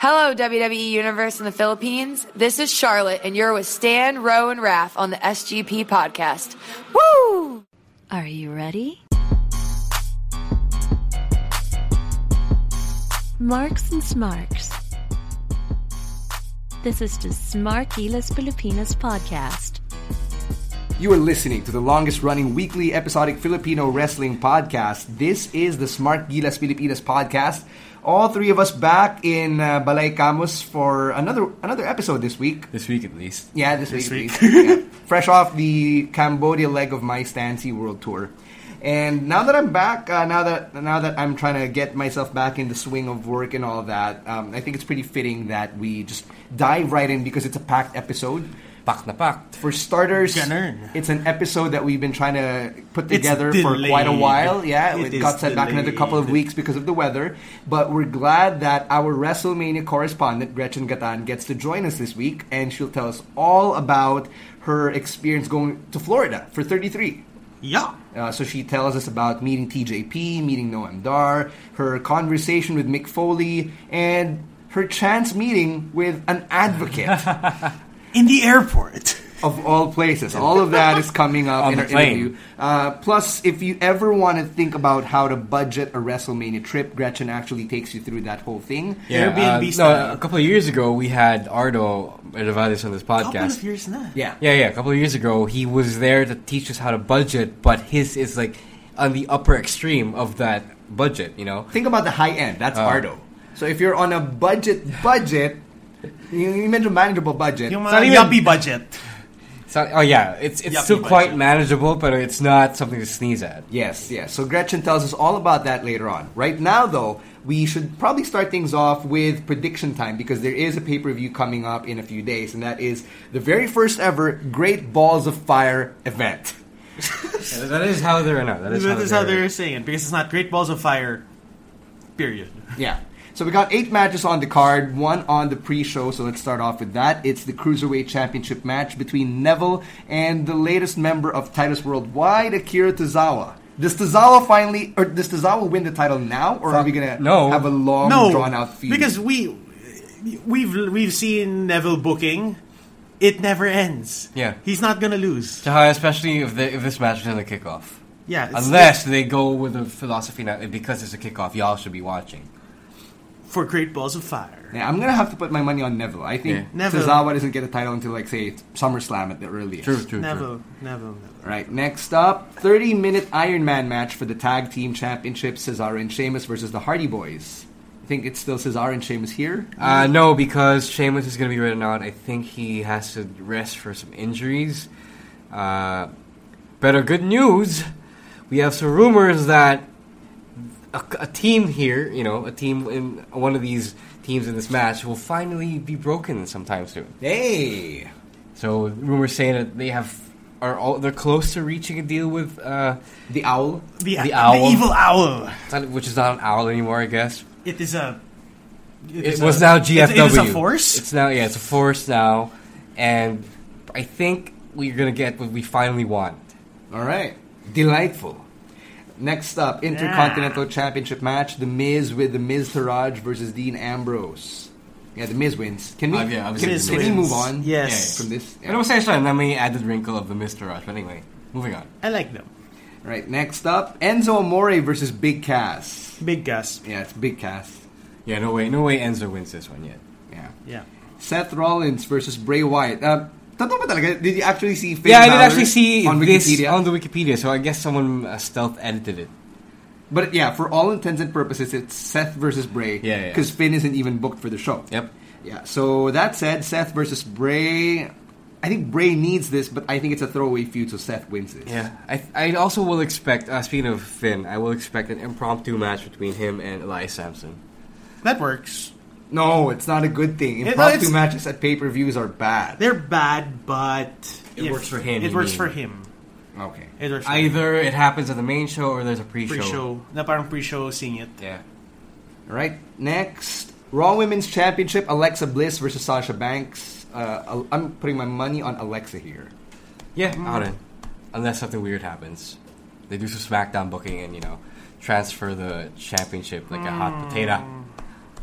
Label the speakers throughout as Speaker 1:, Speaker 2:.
Speaker 1: Hello, WWE Universe in the Philippines. This is Charlotte, and you're with Stan, Roe, and Raph on the SGP podcast. Woo!
Speaker 2: Are you ready? Marks and Smarks. This is the Smarkilas Pilipinas podcast.
Speaker 3: You are listening to the longest running weekly episodic Filipino wrestling podcast. This is the Smart Gilas Pilipinas podcast. All three of us back in uh, Balay Camus for another another episode this week.
Speaker 4: This week at least.
Speaker 3: Yeah, this, week. at least. Yeah. Fresh off the Cambodia leg of my Stancy World Tour. And now that I'm back, uh, now that now that I'm trying to get myself back in the swing of work and all that, um, I think it's pretty fitting that we just dive right in because it's a packed episode.
Speaker 4: Packed na packed.
Speaker 3: For starters,
Speaker 5: Ganun.
Speaker 3: it's an episode that we've been trying to put
Speaker 5: It's
Speaker 3: together for quite a
Speaker 5: delayed.
Speaker 3: while. Yeah, it,
Speaker 5: It is
Speaker 3: got set back another couple of
Speaker 5: delayed.
Speaker 3: weeks because of the weather. But we're glad that our WrestleMania correspondent, Gretchen Gatan, gets to join us this week, and she'll tell us all about her experience going to Florida for 33.
Speaker 5: Yeah.
Speaker 3: Uh, so she tells us about meeting TJP, meeting Noam Dar, her conversation with Mick Foley, and her chance meeting with an advocate
Speaker 5: In the airport.
Speaker 3: of all places. All of that is coming up
Speaker 4: On
Speaker 3: in
Speaker 4: the
Speaker 3: our
Speaker 4: plane.
Speaker 3: interview. Uh, plus, if you ever want to think about how to budget a WrestleMania trip, Gretchen actually takes you through that whole thing.
Speaker 5: Airbnb
Speaker 4: uh,
Speaker 5: style.
Speaker 4: no, a couple of years ago we had Ardo Hervalis on this
Speaker 5: Couple
Speaker 4: podcast.
Speaker 5: of years now.
Speaker 3: Yeah.
Speaker 4: Yeah, yeah. A couple of years ago, he was there to teach us how to budget, but his is like on the upper extreme of that budget. You know,
Speaker 3: Think about the high end.
Speaker 4: Uh.
Speaker 3: That's Ardo. So if you're on a budget budget, you, you mentioned manageable budget.
Speaker 5: Yung
Speaker 4: not
Speaker 5: mga
Speaker 4: even-
Speaker 5: yuppie budget.
Speaker 4: it's not, oh yeah, it's it's
Speaker 5: Yuppie
Speaker 4: still quite
Speaker 5: budget.
Speaker 4: manageable, but it's not something to sneeze at.
Speaker 3: Yes, yes. So Gretchen tells us all about that later on. Right now, though, we should probably start things off with prediction time because there is a pay per view coming up in a few days, and that is the very first ever Great Balls of Fire event.
Speaker 4: Yeah, that is how they're no, that is how
Speaker 5: That is how
Speaker 4: they're-
Speaker 5: they're saying it because it's not Great Balls of Fire. Period.
Speaker 3: Yeah. So we got eight matches on the card, one on the pre-show. So let's start off with that. It's the cruiserweight championship match between Neville and the latest member of Titus Worldwide, Akira Tozawa. Does Tozawa finally, or does Tozawa win the title now, or are we gonna
Speaker 4: No.
Speaker 3: have a long,
Speaker 5: no,
Speaker 3: drawn-out feud?
Speaker 5: because we we've we've seen Neville booking. It never ends.
Speaker 4: Yeah.
Speaker 5: he's not gonna lose.
Speaker 4: Jaha, especially if, the, if this match doesn't kick off.
Speaker 5: Yeah, it's-
Speaker 4: Unless they go with the philosophy that because it's a kickoff, y'all should be watching.
Speaker 5: for Great Balls of Fire.
Speaker 3: Yeah, I'm gonna have to put my money on Neville. I think
Speaker 4: Yeah.
Speaker 5: Neville.
Speaker 3: Tozawa doesn't get a title until like say SummerSlam at the earliest.
Speaker 4: True, true, true.
Speaker 5: Neville, Neville, Neville.
Speaker 3: All right, next up, 30 minute Iron Man match for the tag team championship: Cesaro and Sheamus versus the Hardy Boys. I think it's still Cesaro and Sheamus here.
Speaker 4: Uh, no, because Sheamus is going to be written out. I think he has to rest for some injuries. Uh, better good news. We have some rumors that a, a team here, you know, a team in one of these teams in this match will finally be broken sometime soon.
Speaker 3: Hey,
Speaker 4: So rumors say that they have are all they're close to reaching a deal with. Uh,
Speaker 3: the owl.
Speaker 5: The,
Speaker 4: The owl.
Speaker 5: evil owl.
Speaker 4: It's not- which is not an owl anymore, I guess.
Speaker 5: It is a.
Speaker 4: It
Speaker 5: is
Speaker 4: was
Speaker 5: a-
Speaker 4: now
Speaker 5: it-
Speaker 4: GFW.
Speaker 5: It is a force.
Speaker 4: It's now yeah, it's a force now, and I think we're gonna get what we finally want.
Speaker 3: All right, delightful. Next up, Intercontinental Championship match: The Miz with the Miz Taraj versus Dean Ambrose. Yeah, the Miz wins. Can we?
Speaker 4: Uh, yeah, obviously
Speaker 3: can,
Speaker 4: the
Speaker 3: can
Speaker 5: Miz
Speaker 3: we
Speaker 5: wins.
Speaker 3: move on?
Speaker 5: Yes.
Speaker 3: from this.
Speaker 4: But it was actually not many added wrinkle of the Mister Rush. But anyway, moving on.
Speaker 5: I like them.
Speaker 3: All right, next up, Enzo Amore versus Big Cass.
Speaker 5: Big Gus.
Speaker 3: Yeah, it's Big Cass.
Speaker 4: Yeah, no way, no way, Enzo wins this one yet.
Speaker 3: Yeah.
Speaker 5: Yeah.
Speaker 3: Seth Rollins versus Bray Wyatt. Uh, totoo ba talaga? Did you actually see Finn
Speaker 4: yeah, I did
Speaker 3: Balor
Speaker 4: actually see
Speaker 3: on
Speaker 4: this
Speaker 3: Wikipedia?
Speaker 4: on the Wikipedia, so I guess someone uh, stealth edited it.
Speaker 3: but yeah, for all intents and purposes, it's Seth versus Bray.
Speaker 4: Yeah, yeah.
Speaker 3: Because Finn isn't even booked for the show.
Speaker 4: Yep.
Speaker 3: Yeah, so that said, Seth versus Bray. I think Bray needs this, but I think it's a throwaway feud, so Seth wins it.
Speaker 4: Yeah, I, I also will expect. Uh, speaking of Finn, I will expect an impromptu match between him and Elias Sampson.
Speaker 5: That works.
Speaker 3: No, it's not a good thing.
Speaker 5: no,
Speaker 3: Impromptu
Speaker 5: it's-
Speaker 3: matches at pay per views are bad.
Speaker 5: They're bad, but
Speaker 4: It
Speaker 5: if-
Speaker 4: works for him,
Speaker 5: It
Speaker 4: you
Speaker 5: works
Speaker 4: mean.
Speaker 5: for him.
Speaker 3: Okay.
Speaker 5: It works for him.
Speaker 4: Either it happens at the main show or there's a pre-show.
Speaker 5: pre-show. Na parang pre-show singit.
Speaker 4: Yeah.
Speaker 3: All right. Next, Raw Women's Championship: Alexa Bliss versus Sasha Banks. Uh, Al- I'm putting my money on Alexa here.
Speaker 4: Yeah, out in. Unless something weird happens. They do some SmackDown booking and, you know, transfer the championship like a
Speaker 5: Mm.
Speaker 4: hot potato.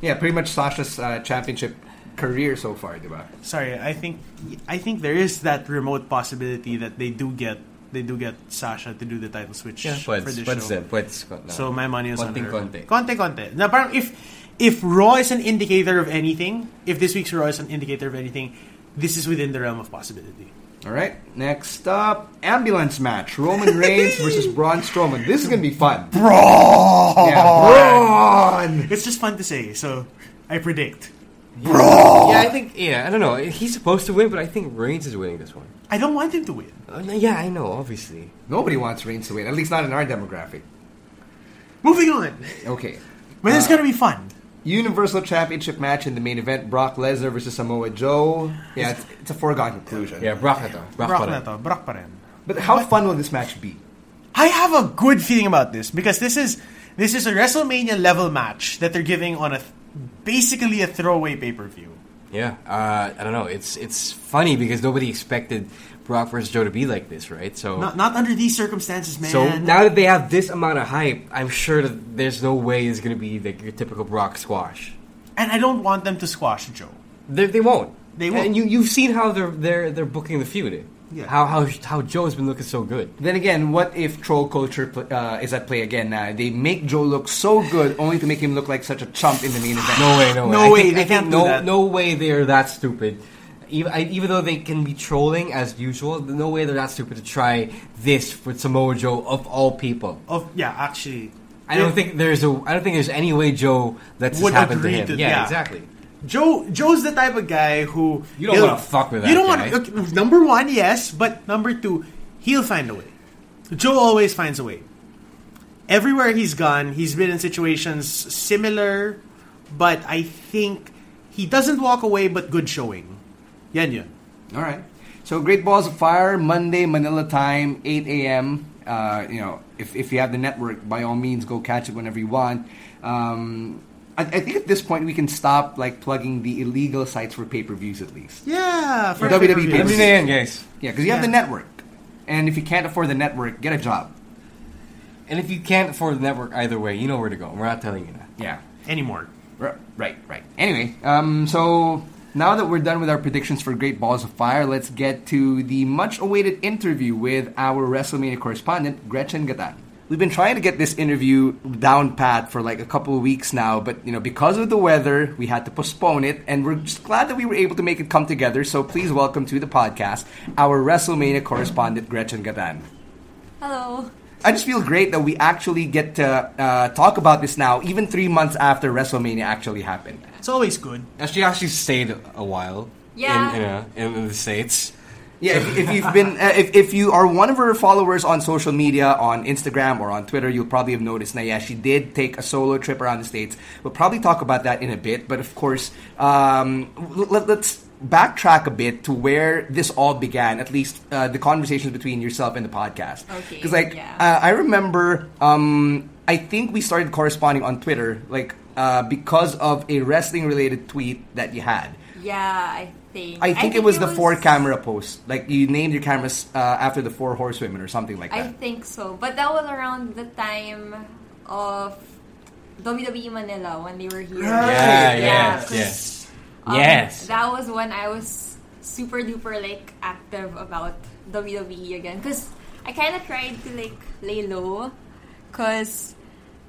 Speaker 3: Yeah, pretty much Sasha's uh, championship career so far, diba?
Speaker 5: Sorry, I think I think there is that remote possibility that they do get they do get Sasha to do the title switch for
Speaker 4: Pweds,
Speaker 5: the
Speaker 4: pweds
Speaker 5: show.
Speaker 4: din, pweds. ko- no.
Speaker 5: So my money is
Speaker 4: Konting
Speaker 5: on her.
Speaker 4: konti.
Speaker 5: Konti, konti. Na parang if if Raw is an indicator of anything, if this week's Raw is an indicator of anything, this is within the realm of possibility.
Speaker 3: All right. Next up, ambulance match: Roman Reigns versus Braun Strowman. This is gonna be fun. Braun. Yeah, Braun.
Speaker 5: It's just fun to say. So I predict.
Speaker 4: Yeah, I think, yeah, I don't know. He's supposed to win, but I think Reigns is winning this one.
Speaker 5: I don't want him to win.
Speaker 4: Uh, yeah, I know, obviously.
Speaker 3: Nobody wants Reigns to win, at least not in our demographic.
Speaker 5: Moving on.
Speaker 3: Okay.
Speaker 5: But it's
Speaker 4: Uh,
Speaker 5: gonna be fun.
Speaker 3: Universal Championship match in the main event: Brock Lesnar versus Samoa Joe. Yeah, it's, it's a foregone conclusion.
Speaker 4: Yeah, Brock na to. Brock,
Speaker 5: Brock
Speaker 4: pa
Speaker 5: na
Speaker 4: rin.
Speaker 5: to. Brock pa rin.
Speaker 3: But how fun will this match be?
Speaker 5: I have a good feeling about this because this is this is a WrestleMania level match that they're giving on a th- basically a throwaway pay per view.
Speaker 4: Yeah, uh, I don't know. It's it's funny because nobody expected Brock versus Joe to be like this, right? So
Speaker 5: Not not under these circumstances, man.
Speaker 4: Oh. So now that they have this amount of hype, I'm sure that there's no way it's going to be like your typical Brock squash.
Speaker 5: and I don't want them to squash Joe.
Speaker 4: They, they won't.
Speaker 5: They won't.
Speaker 4: And you you've seen how they're they're they're booking the feud.
Speaker 5: Yeah.
Speaker 4: How how how Joe's been looking so good.
Speaker 3: Then again, what if troll culture pl- uh, is at play again now? They make Joe look so good only to make him look like such a chump in the main event.
Speaker 4: No way, no way.
Speaker 5: No
Speaker 4: I
Speaker 5: way,
Speaker 4: think-
Speaker 5: they
Speaker 4: I think
Speaker 5: can't
Speaker 4: no,
Speaker 5: do that.
Speaker 4: No way they're that stupid. Even, I, even though they can be trolling as usual, no way they're that stupid to try this with Samoa Joe of all people.
Speaker 5: Of yeah, actually,
Speaker 4: I don't think there's a. I don't think there's any way Joe lets this
Speaker 5: Would
Speaker 4: happen to
Speaker 5: agree
Speaker 4: him.
Speaker 5: to-
Speaker 4: yeah,
Speaker 5: yeah.
Speaker 4: exactly.
Speaker 5: Joe Joe's the type of guy who
Speaker 4: You don't
Speaker 5: he'll-
Speaker 4: wanna fuck with
Speaker 5: You
Speaker 4: that
Speaker 5: don't want
Speaker 4: guy.
Speaker 5: okay, number one, yes, but number two, he'll find a way. Joe always finds a way. Everywhere he's gone, he's been in situations similar, but I think he doesn't walk away. But good showing, yan yun.
Speaker 3: All right. So Great Balls of Fire Monday Manila time 8 a.m. Uh, you know, if, if you have the network, by all means, go catch it whenever you want. Um, I, I think at this point we can stop like plugging the illegal sites for pay per views at least.
Speaker 5: Yeah, for
Speaker 3: WWE
Speaker 5: pay-per-view.
Speaker 4: Let me
Speaker 3: pay-per-view.
Speaker 4: in, guys.
Speaker 3: Yeah, because you have the
Speaker 5: Yeah.
Speaker 3: network, and if you can't afford the network, get a job.
Speaker 4: And if you can't afford the network either way, you know where to go. We're not telling you that.
Speaker 3: Yeah.
Speaker 5: anymore.
Speaker 3: R- Right, right. Anyway, um, so now that we're done with our predictions for Great Balls of Fire, let's get to the much awaited interview with our WrestleMania correspondent, Gretchen Gatan. We've been trying to get this interview down pat for like a couple of weeks now, but you know, because of the weather, we had to postpone it, and we're just glad that we were able to make it come together. So please welcome to the podcast our WrestleMania correspondent, Gretchen Gatan.
Speaker 6: Hello.
Speaker 3: I just feel great that we actually get to uh, talk about this now, even three months after WrestleMania actually happened.
Speaker 5: It's always good.
Speaker 4: Now, She actually stayed a while.
Speaker 6: Yeah.
Speaker 4: In, in, uh, in the states.
Speaker 3: Yeah, if, if you've been, uh, if, if you are one of her followers on social media, on Instagram or on Twitter, you'll probably have noticed. Now, yeah, she did take a solo trip around the states. We'll probably talk about that in a bit, but of course, um, l- let, let's backtrack a bit to where this all began. At least uh, the conversations between yourself and the podcast.
Speaker 6: Okay,
Speaker 3: Because like,
Speaker 6: yeah.
Speaker 3: uh, I remember, um, I think we started corresponding on Twitter, like uh, because of a wrestling-related tweet that you had.
Speaker 6: Yeah, I think.
Speaker 3: I think, it was the four camera post. Like you named your cameras uh, after the four horsewomen or something like
Speaker 6: I
Speaker 3: that.
Speaker 6: think so, but that was around the time of WWE Manila when they were here.
Speaker 4: Yeah, yes,
Speaker 6: 'cause,
Speaker 4: yes.
Speaker 6: um,
Speaker 4: Yes.
Speaker 6: That was when I was super duper like active about WWE again because I kind of tried to like lay low because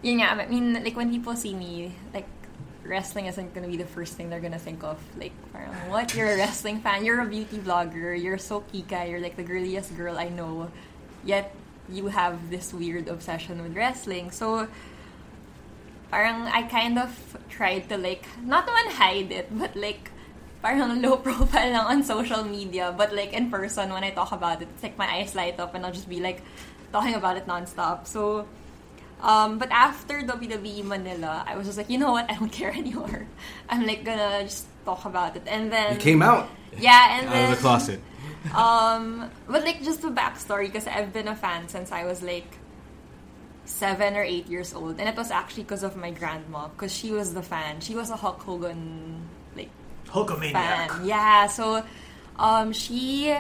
Speaker 6: yun nga, I mean like when people see me like wrestling isn't gonna be the first thing they're gonna think of like parang, what you're a wrestling fan you're a beauty blogger you're so kika you're like the girliest girl I know yet you have this weird obsession with wrestling so parang I kind of tried to like not naman hide it but like parang low profile lang on social media, but like in person when I talk about it, it's like my eyes light up and I'll just be like talking about it nonstop. So, um, but after WWE Manila, I was just like, you know what? I don't care anymore. I'm like gonna just talk about it, and then
Speaker 3: You came out.
Speaker 6: yeah, and
Speaker 4: Out
Speaker 6: then
Speaker 4: of the closet.
Speaker 6: um, but like just the backstory, because I've been a fan since I was like seven or eight years old, and it was actually because of my grandma, because she was the fan. She was a Hulk Hogan like
Speaker 5: Hulkamaniac.
Speaker 6: fan. Yeah, so um, she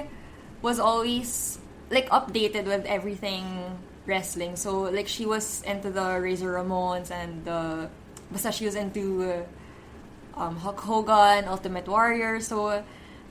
Speaker 6: was always like updated with everything wrestling. So like she was into the Razor Ramones and the basta she was into uh, um, Hulk Hogan, Ultimate Warrior. So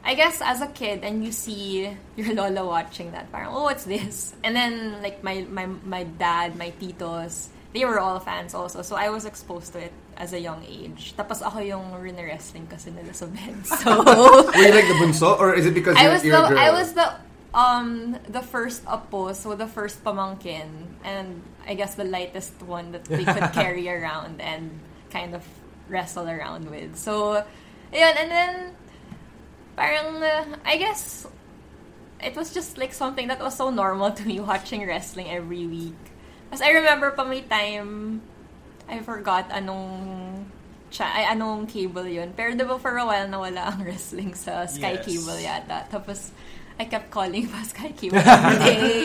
Speaker 6: I guess as a kid, and you see your lola watching that, parang oh what's this? And then like my my my dad, my titos. They were all fans also, so I was exposed to it as a young age. Tapos ako yung rin-wrestling kasi nila sa bed. So,
Speaker 3: Were you like the bunso, or is it because
Speaker 6: I
Speaker 3: you're,
Speaker 6: was the
Speaker 3: you're a girl?
Speaker 6: I was the um the first apo, so the first pamangkin, and I guess the lightest one that they could carry around and kind of wrestle around with. So, yun, and then parang uh, I guess it was just like something that was so normal to me watching wrestling every week. As I remember pa may time I forgot anong cha, ay, anong cable yun. Pero diba for a while nawala ang wrestling sa Sky
Speaker 5: Yes.
Speaker 6: Cable yata. Tapos I kept calling pa Sky Cable every day.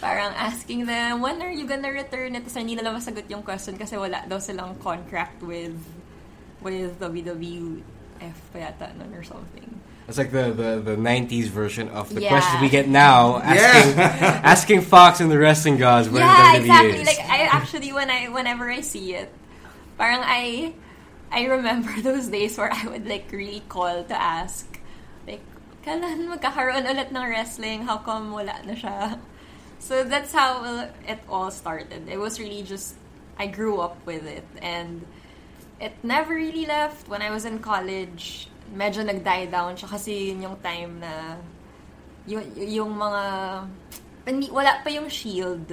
Speaker 6: parang asking them, when are you gonna return it? Tapos hindi nila masagot yung question kasi wala daw silang contract with with WWF pa yata nun or something.
Speaker 4: It's like the, the, the 90s version of the
Speaker 6: Yeah.
Speaker 4: questions we get now asking, asking Fox and the wrestling gods where
Speaker 6: yeah,
Speaker 4: WWE
Speaker 6: exactly.
Speaker 4: is.
Speaker 6: Like I actually, when I whenever I see it, parang I I remember those days where I would like really call to ask, like, kailan magkakaroon ulit ng wrestling? How come wala na siya? So that's how it all started. It was really just I grew up with it and it never really left. When I was in college, medyo nag-die down siya kasi yun yung time na yung, yung mga hindi, wala pa yung shield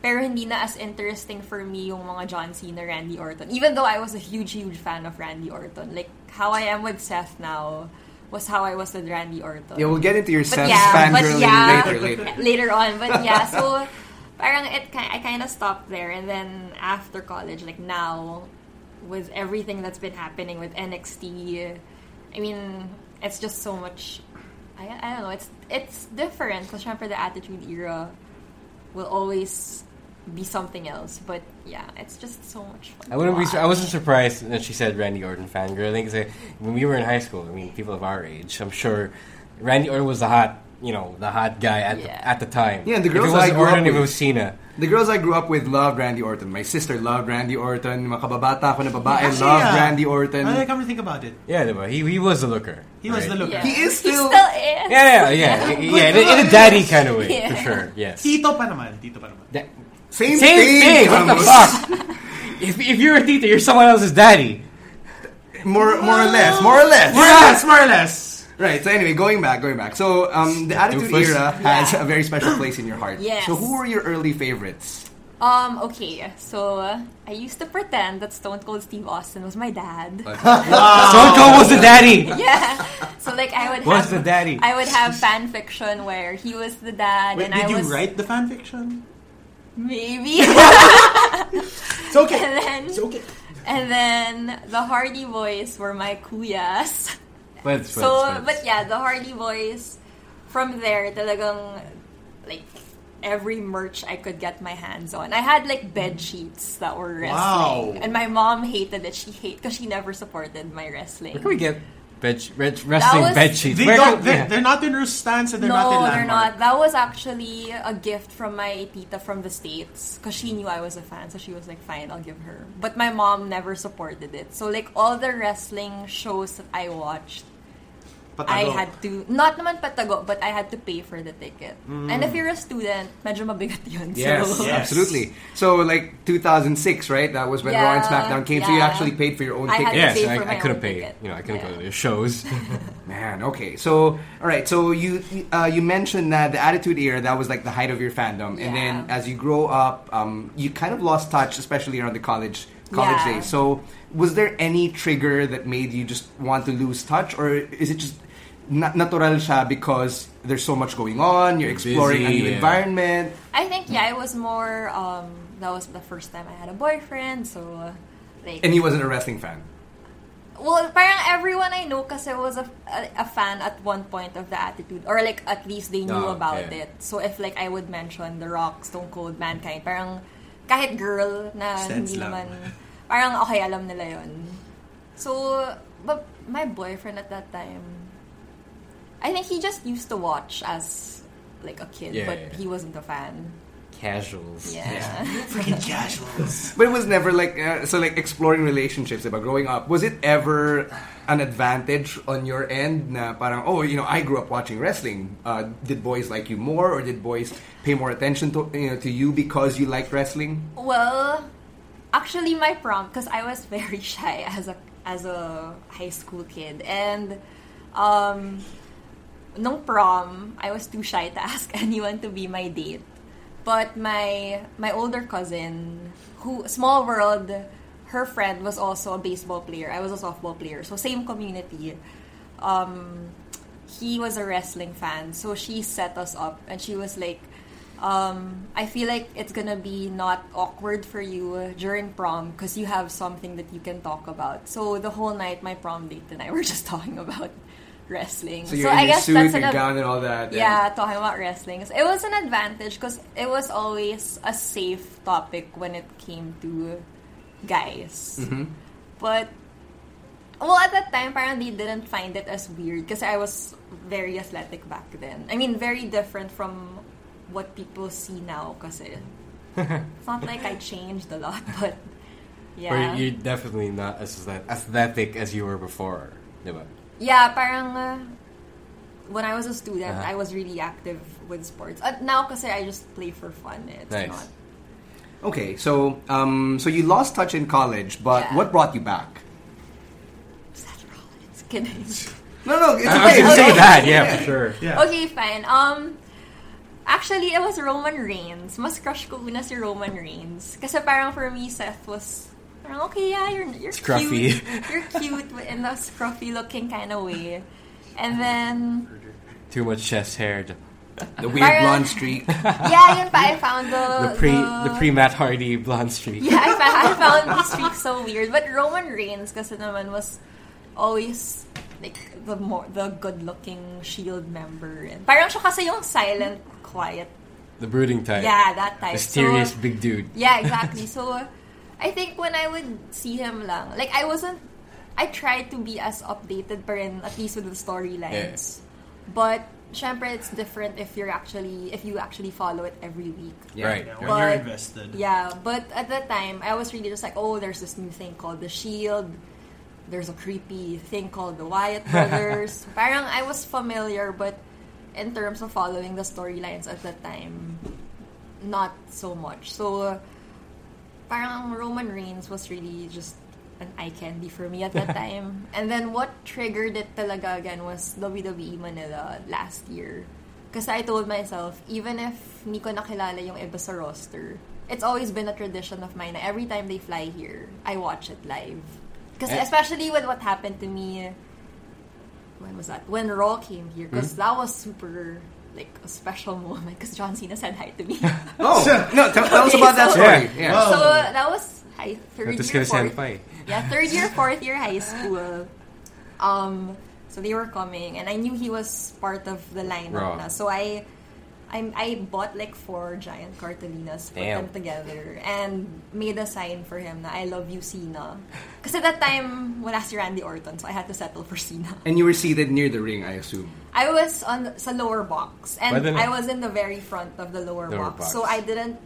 Speaker 6: pero hindi na as interesting for me yung mga John Cena, Randy Orton. Even though I was a huge, huge fan of Randy Orton. Like, how I am with Seth now was how I was with Randy Orton
Speaker 3: yeah, we'll get into your sense
Speaker 6: but
Speaker 3: fangirling
Speaker 6: yeah,
Speaker 3: later. later.
Speaker 6: later on. But yeah, so parang it, ki- I kind of stopped there, and then after college, like now, with everything that's been happening with NXT, I mean, it's just so much. I, I don't know. It's it's different because for the Attitude Era will always be something else. But yeah, it's just so much. Fun
Speaker 4: I wouldn't
Speaker 6: to
Speaker 4: be. I
Speaker 6: watch.
Speaker 4: wasn't surprised that she said Randy Orton fangirling because when we were in high school, I mean, people of our age, I'm sure Randy Orton was the hot, you know, the hot guy at
Speaker 6: Yeah.
Speaker 4: the, at the time.
Speaker 3: Yeah, and the
Speaker 4: If
Speaker 3: girls
Speaker 4: it was
Speaker 3: I grew up
Speaker 4: Orton, if it
Speaker 3: with-
Speaker 4: was Cena.
Speaker 3: The girls I grew up with loved Randy Orton. My sister loved Randy Orton. Mga kababata ko na babae
Speaker 5: Actually,
Speaker 3: loved
Speaker 5: yeah.
Speaker 3: Randy Orton.
Speaker 5: Now that I come to think about it,
Speaker 4: Yeah, they were- he he was the looker.
Speaker 5: he was
Speaker 4: right?
Speaker 5: the looker.
Speaker 6: Yeah.
Speaker 3: He is
Speaker 6: He
Speaker 3: still-
Speaker 6: still is.
Speaker 4: Yeah, yeah, yeah, yeah, yeah, in, a- in a daddy kind of way for
Speaker 6: Yeah.
Speaker 4: sure. Yes.
Speaker 5: Tito pa naman. Tito pa naman.
Speaker 4: That-
Speaker 3: Same, Um,
Speaker 4: same thing. What the
Speaker 3: Ramos.
Speaker 4: fuck? if, if you're a tita, you're someone else's daddy.
Speaker 3: More, more or less. More or less.
Speaker 5: More or less, more or less.
Speaker 3: Right. So anyway, going back, going back. So um, the Attitude
Speaker 4: Doofus.
Speaker 3: Era has a very special place in your heart.
Speaker 6: Yes.
Speaker 3: So who were your early favorites?
Speaker 6: Um, okay, so uh, I used to pretend that Stone Cold Steve Austin was my dad.
Speaker 4: Stone Cold was the daddy.
Speaker 6: yeah. So like I would
Speaker 4: Was the
Speaker 6: have
Speaker 4: daddy.
Speaker 6: I would have fan fiction where he was the dad
Speaker 5: Wait,
Speaker 6: and
Speaker 5: did
Speaker 6: I
Speaker 5: you
Speaker 6: was
Speaker 5: write the fan fiction?
Speaker 6: maybe
Speaker 5: It's okay.
Speaker 6: and then
Speaker 5: It's okay.
Speaker 6: and then the Hardy Boys were my kuyas.
Speaker 4: But,
Speaker 6: So but yeah, the Hardy Boys from there talagang like every merch I could get my hands on. I had like bed sheets that were wrestling
Speaker 5: Mm. Wow.
Speaker 6: and my mom hated it. She hate because she never supported my wrestling.
Speaker 4: Where can we get bed, red, wrestling
Speaker 6: was-
Speaker 4: bed sheets?
Speaker 5: They
Speaker 4: Where
Speaker 5: don't,
Speaker 4: can-
Speaker 5: they're,
Speaker 4: yeah.
Speaker 5: they're not in Rustans and they're
Speaker 6: no,
Speaker 5: not in
Speaker 6: they're
Speaker 5: Landmark.
Speaker 6: not. That was actually a gift from my tita from the States because she knew I was a fan. So she was like, fine, I'll give her. But my mom never supported it. So, like, all the wrestling shows that I watched, I
Speaker 5: Patago.
Speaker 6: had to, not naman patago, but I had to pay for the ticket. And if you're a student, medyo mabigat yun. So.
Speaker 5: Mm. Yes.
Speaker 3: absolutely. So like 2006, right? That was when Raw and
Speaker 6: Yeah,
Speaker 3: SmackDown came. So you
Speaker 6: yeah.
Speaker 3: actually paid for your own
Speaker 6: I
Speaker 3: ticket.
Speaker 6: had to
Speaker 4: Yes,
Speaker 6: pay
Speaker 4: I,
Speaker 6: for
Speaker 4: I
Speaker 6: my
Speaker 4: couldn't
Speaker 6: own
Speaker 4: pay.
Speaker 6: ticket.
Speaker 4: You know, I couldn't go
Speaker 6: Yeah.
Speaker 4: to their shows.
Speaker 3: Man, okay. So, all right. So you uh, you mentioned that the Attitude Era that was like the height of your fandom, and
Speaker 6: Yeah.
Speaker 3: then as you grow up, um, you kind of lost touch, especially around the college college
Speaker 6: Yeah.
Speaker 3: days. So, was there any trigger that made you just want to lose touch, or is it just na- natural siya because there's so much going on, you're exploring a
Speaker 4: Busy,
Speaker 3: new
Speaker 4: yeah.
Speaker 3: environment?
Speaker 6: I think yeah, it was more. Um, that was the first time I had a boyfriend, so uh, like.
Speaker 3: And he wasn't a wrestling fan.
Speaker 6: well, parang everyone I know kasi was a, a, a fan at one point of the attitude. Or like, at least they knew
Speaker 4: Ah,
Speaker 6: about
Speaker 4: okay.
Speaker 6: it. So if like I would mention The Rock, Stone Cold, Mankind, parang kahit girl na
Speaker 5: Sense
Speaker 6: hindi
Speaker 5: lang.
Speaker 6: naman, parang okay, alam nila yon So, but my boyfriend at that time, I think he just used to watch as like a kid,
Speaker 4: Yeah,
Speaker 6: but
Speaker 4: yeah, yeah.
Speaker 6: he wasn't a fan.
Speaker 4: Casuals.
Speaker 6: Yeah.
Speaker 5: Freaking casuals.
Speaker 3: But it was never like uh, so like exploring relationships about growing up. Was it ever an advantage on your end? Na parang oh you know I grew up watching wrestling. Uh, did boys like you more or did boys pay more attention to you know to you because you liked wrestling?
Speaker 6: Well, actually, my prom because I was very shy as a as a high school kid, and um, nung prom, I was too shy to ask anyone to be my date. But my my older cousin, who small world, her friend was also a baseball player. I was a softball player, so same community. Um, he was a wrestling fan, so she set us up, and she was like, um, "I feel like it's gonna be not awkward for you during prom because you have something that you can talk about." So the whole night, my prom date and I were just talking about wrestling.
Speaker 3: So you're in
Speaker 6: I
Speaker 3: your
Speaker 6: guess
Speaker 3: suit,
Speaker 6: that's
Speaker 3: your
Speaker 6: an
Speaker 3: gown, and all that.
Speaker 6: yeah, talking about wrestling. It was an advantage because it was always a safe topic when it came to guys. But, well, at that time, parang they didn't find it as weird because I was very athletic back then. I mean, very different from what people see now kasi it's not like I changed a lot, but yeah.
Speaker 4: Or you're definitely not as ath- athletic as you were before. Diba?
Speaker 6: Yeah, parang uh, when I was a student,
Speaker 4: Uh-huh.
Speaker 6: I was really active with sports. At now kasi I just play for fun. eh. It's
Speaker 4: Nice.
Speaker 6: not.
Speaker 3: Okay, so um, so you lost touch in college, but
Speaker 6: Yeah.
Speaker 3: what brought you back?
Speaker 6: Seth Rollins, kidding.
Speaker 3: No, no, it's okay.
Speaker 4: I was gonna say
Speaker 6: okay.
Speaker 4: that, yeah, for sure.
Speaker 5: Yeah.
Speaker 6: Okay, fine. Um actually it was Roman Reigns. Mas crush ko una si Roman Reigns kasi parang for me Seth was parang okay, yeah, you're you're
Speaker 4: Scruffy.
Speaker 6: cute. You're cute but in a scruffy looking kind of way. And then
Speaker 4: Too much chest hair. The
Speaker 3: The weird
Speaker 6: Parang-
Speaker 3: blonde streak.
Speaker 6: yeah, yun pa I found the
Speaker 4: pre, the pre Matt Hardy blonde streak.
Speaker 6: Yeah, I, fa- I found these streaks so weird. But Roman Reigns, kasi naman, was always like the more the good-looking Shield E member. And parang siya kasi yung silent, quiet.
Speaker 4: The brooding type.
Speaker 6: Yeah, that type.
Speaker 4: Mysterious
Speaker 6: So,
Speaker 4: big dude.
Speaker 6: yeah, exactly. So, I think when I would see him lang, like I wasn't, I tried to be as updated pa rin, at least with the storylines. But, syempre, it's different if you're actually, if you actually follow it every week.
Speaker 4: Right.
Speaker 5: Yeah,
Speaker 4: right.
Speaker 5: when you're
Speaker 6: But-
Speaker 5: invested.
Speaker 6: Yeah, but at that time, I was really just like, oh, there's this new thing called the Shield. There's a creepy thing called the Wyatt Brothers. Parang I was familiar, but in terms of following the storylines at that time, not so much. So, parang Roman Reigns was really just an eye candy for me at that time. And then what triggered it talaga again was WWE Manila last year. Kasi I told myself, even if hindi ko nakilala yung iba sa roster, it's always been a tradition of mine na every time they fly here, I watch it live. Kasi
Speaker 4: Eh.
Speaker 6: especially with what happened to me, when was that? When Raw came here. Because that was super, like, a special moment. Because John Cena said hi to me.
Speaker 3: Oh no, tell, tell us about that
Speaker 6: so-
Speaker 3: story.
Speaker 4: Yeah.
Speaker 3: Yeah.
Speaker 5: Well-
Speaker 6: So uh, that was high third
Speaker 4: But Oh. this
Speaker 6: year,
Speaker 4: guy's
Speaker 6: fourth,
Speaker 4: senpai.
Speaker 6: yeah, third year, fourth year high school. Um, so they were coming, and I knew he was part of the
Speaker 4: Raw.
Speaker 6: lineup. Na. So I, I, I bought like four giant cartelinas, put
Speaker 4: Damn.
Speaker 6: them together, and made a sign for him na I love you, Cena. Because at that time, wala si Randy Orton, so I had to settle for Cena.
Speaker 3: And you were seated near the ring, I assume.
Speaker 6: I was on the, sa lower box and
Speaker 4: Pwede na.
Speaker 6: I was in the very front of the lower,
Speaker 4: Lower
Speaker 6: box.
Speaker 4: box.
Speaker 6: So I didn't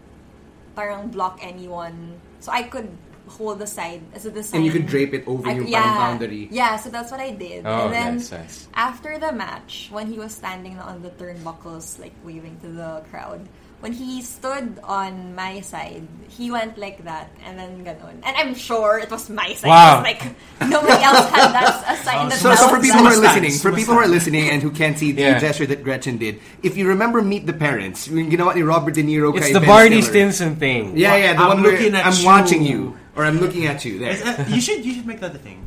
Speaker 6: parang block anyone. So I could hold the side as the side.
Speaker 3: And you could drape it over
Speaker 6: I-
Speaker 3: your
Speaker 6: yeah,
Speaker 3: parang boundary.
Speaker 6: Yeah, so that's what I did.
Speaker 4: Oh,
Speaker 6: and then
Speaker 4: nice, nice.
Speaker 6: after the match, when he was standing on the turnbuckles, like waving to the crowd, when he stood on my side, he went like that, and then ganun. And I'm sure it was my side.
Speaker 4: Wow.
Speaker 6: It's Like nobody else had that a sign. that
Speaker 3: So,
Speaker 6: that
Speaker 3: so for
Speaker 6: was
Speaker 3: people who
Speaker 6: that.
Speaker 3: are listening,
Speaker 5: Sumastas,
Speaker 3: for people who are
Speaker 5: sumastas.
Speaker 3: listening and who can't see the
Speaker 4: Yeah.
Speaker 3: gesture that Gretchen did, if you remember Meet the Parents, yung ginawa ni Robert De Niro
Speaker 4: It's
Speaker 3: kay
Speaker 4: the
Speaker 3: Ben
Speaker 4: Barney
Speaker 3: Stiller.
Speaker 4: Stinson thing.
Speaker 3: Yeah, yeah, the
Speaker 5: I'm
Speaker 3: one where
Speaker 5: looking at
Speaker 3: I'm
Speaker 5: you.
Speaker 3: watching you. Or I'm looking at you. There.
Speaker 5: Is that- you should you should make that a thing.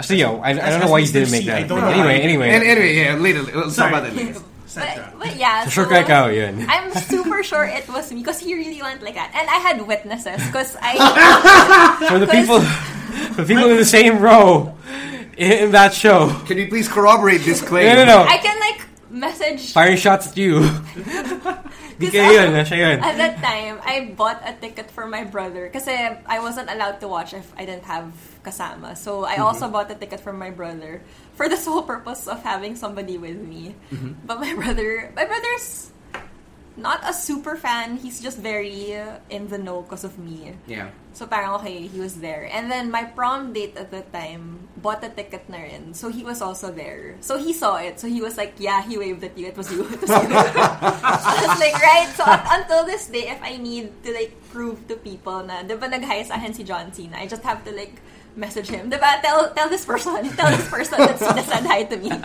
Speaker 4: Actually, yo, I, I
Speaker 5: as-
Speaker 4: don't know
Speaker 5: as
Speaker 4: why you
Speaker 5: Mr.
Speaker 4: didn't make
Speaker 5: C, I
Speaker 4: that.
Speaker 5: don't
Speaker 4: But
Speaker 5: know.
Speaker 4: anyway, anyway.
Speaker 3: And anyway, yeah, later. Let's
Speaker 5: Sorry.
Speaker 3: talk about that later.
Speaker 6: But,
Speaker 5: Sidetrack.
Speaker 6: but yeah,
Speaker 4: Sure ka ikaw, yun.
Speaker 6: I'm super sure it was me because he really went like that, and I had witnesses because I
Speaker 4: for the people, for people in the same row in, in that show.
Speaker 3: Can you please corroborate this claim?
Speaker 4: No, no, no.
Speaker 6: I can like message
Speaker 4: Firing shots at you. Di
Speaker 6: Because
Speaker 4: kaya yun, ah, siya yun.
Speaker 6: At that time, I bought a ticket for my brother because I wasn't allowed to watch if I didn't have kasama. So
Speaker 4: Mm-hmm.
Speaker 6: I also bought a ticket for my brother for the sole purpose of having somebody with me.
Speaker 4: Mm-hmm.
Speaker 6: But my brother, my brother's not a super fan. He's just very uh, in the know because of me.
Speaker 3: Yeah.
Speaker 6: So parang okay, he was there. And then my prom date at the time bought a ticket na rin. So he was also there. So he saw it. So he was like, yeah, he waved at you. It was you. It was you. I was like, right? So un- until this day, if I need to like prove to people na, di ba nag-hi sa akin si John Cena, I just have to like message him. Di ba? Tell, tell this person. Tell this person that Cena said hi to me.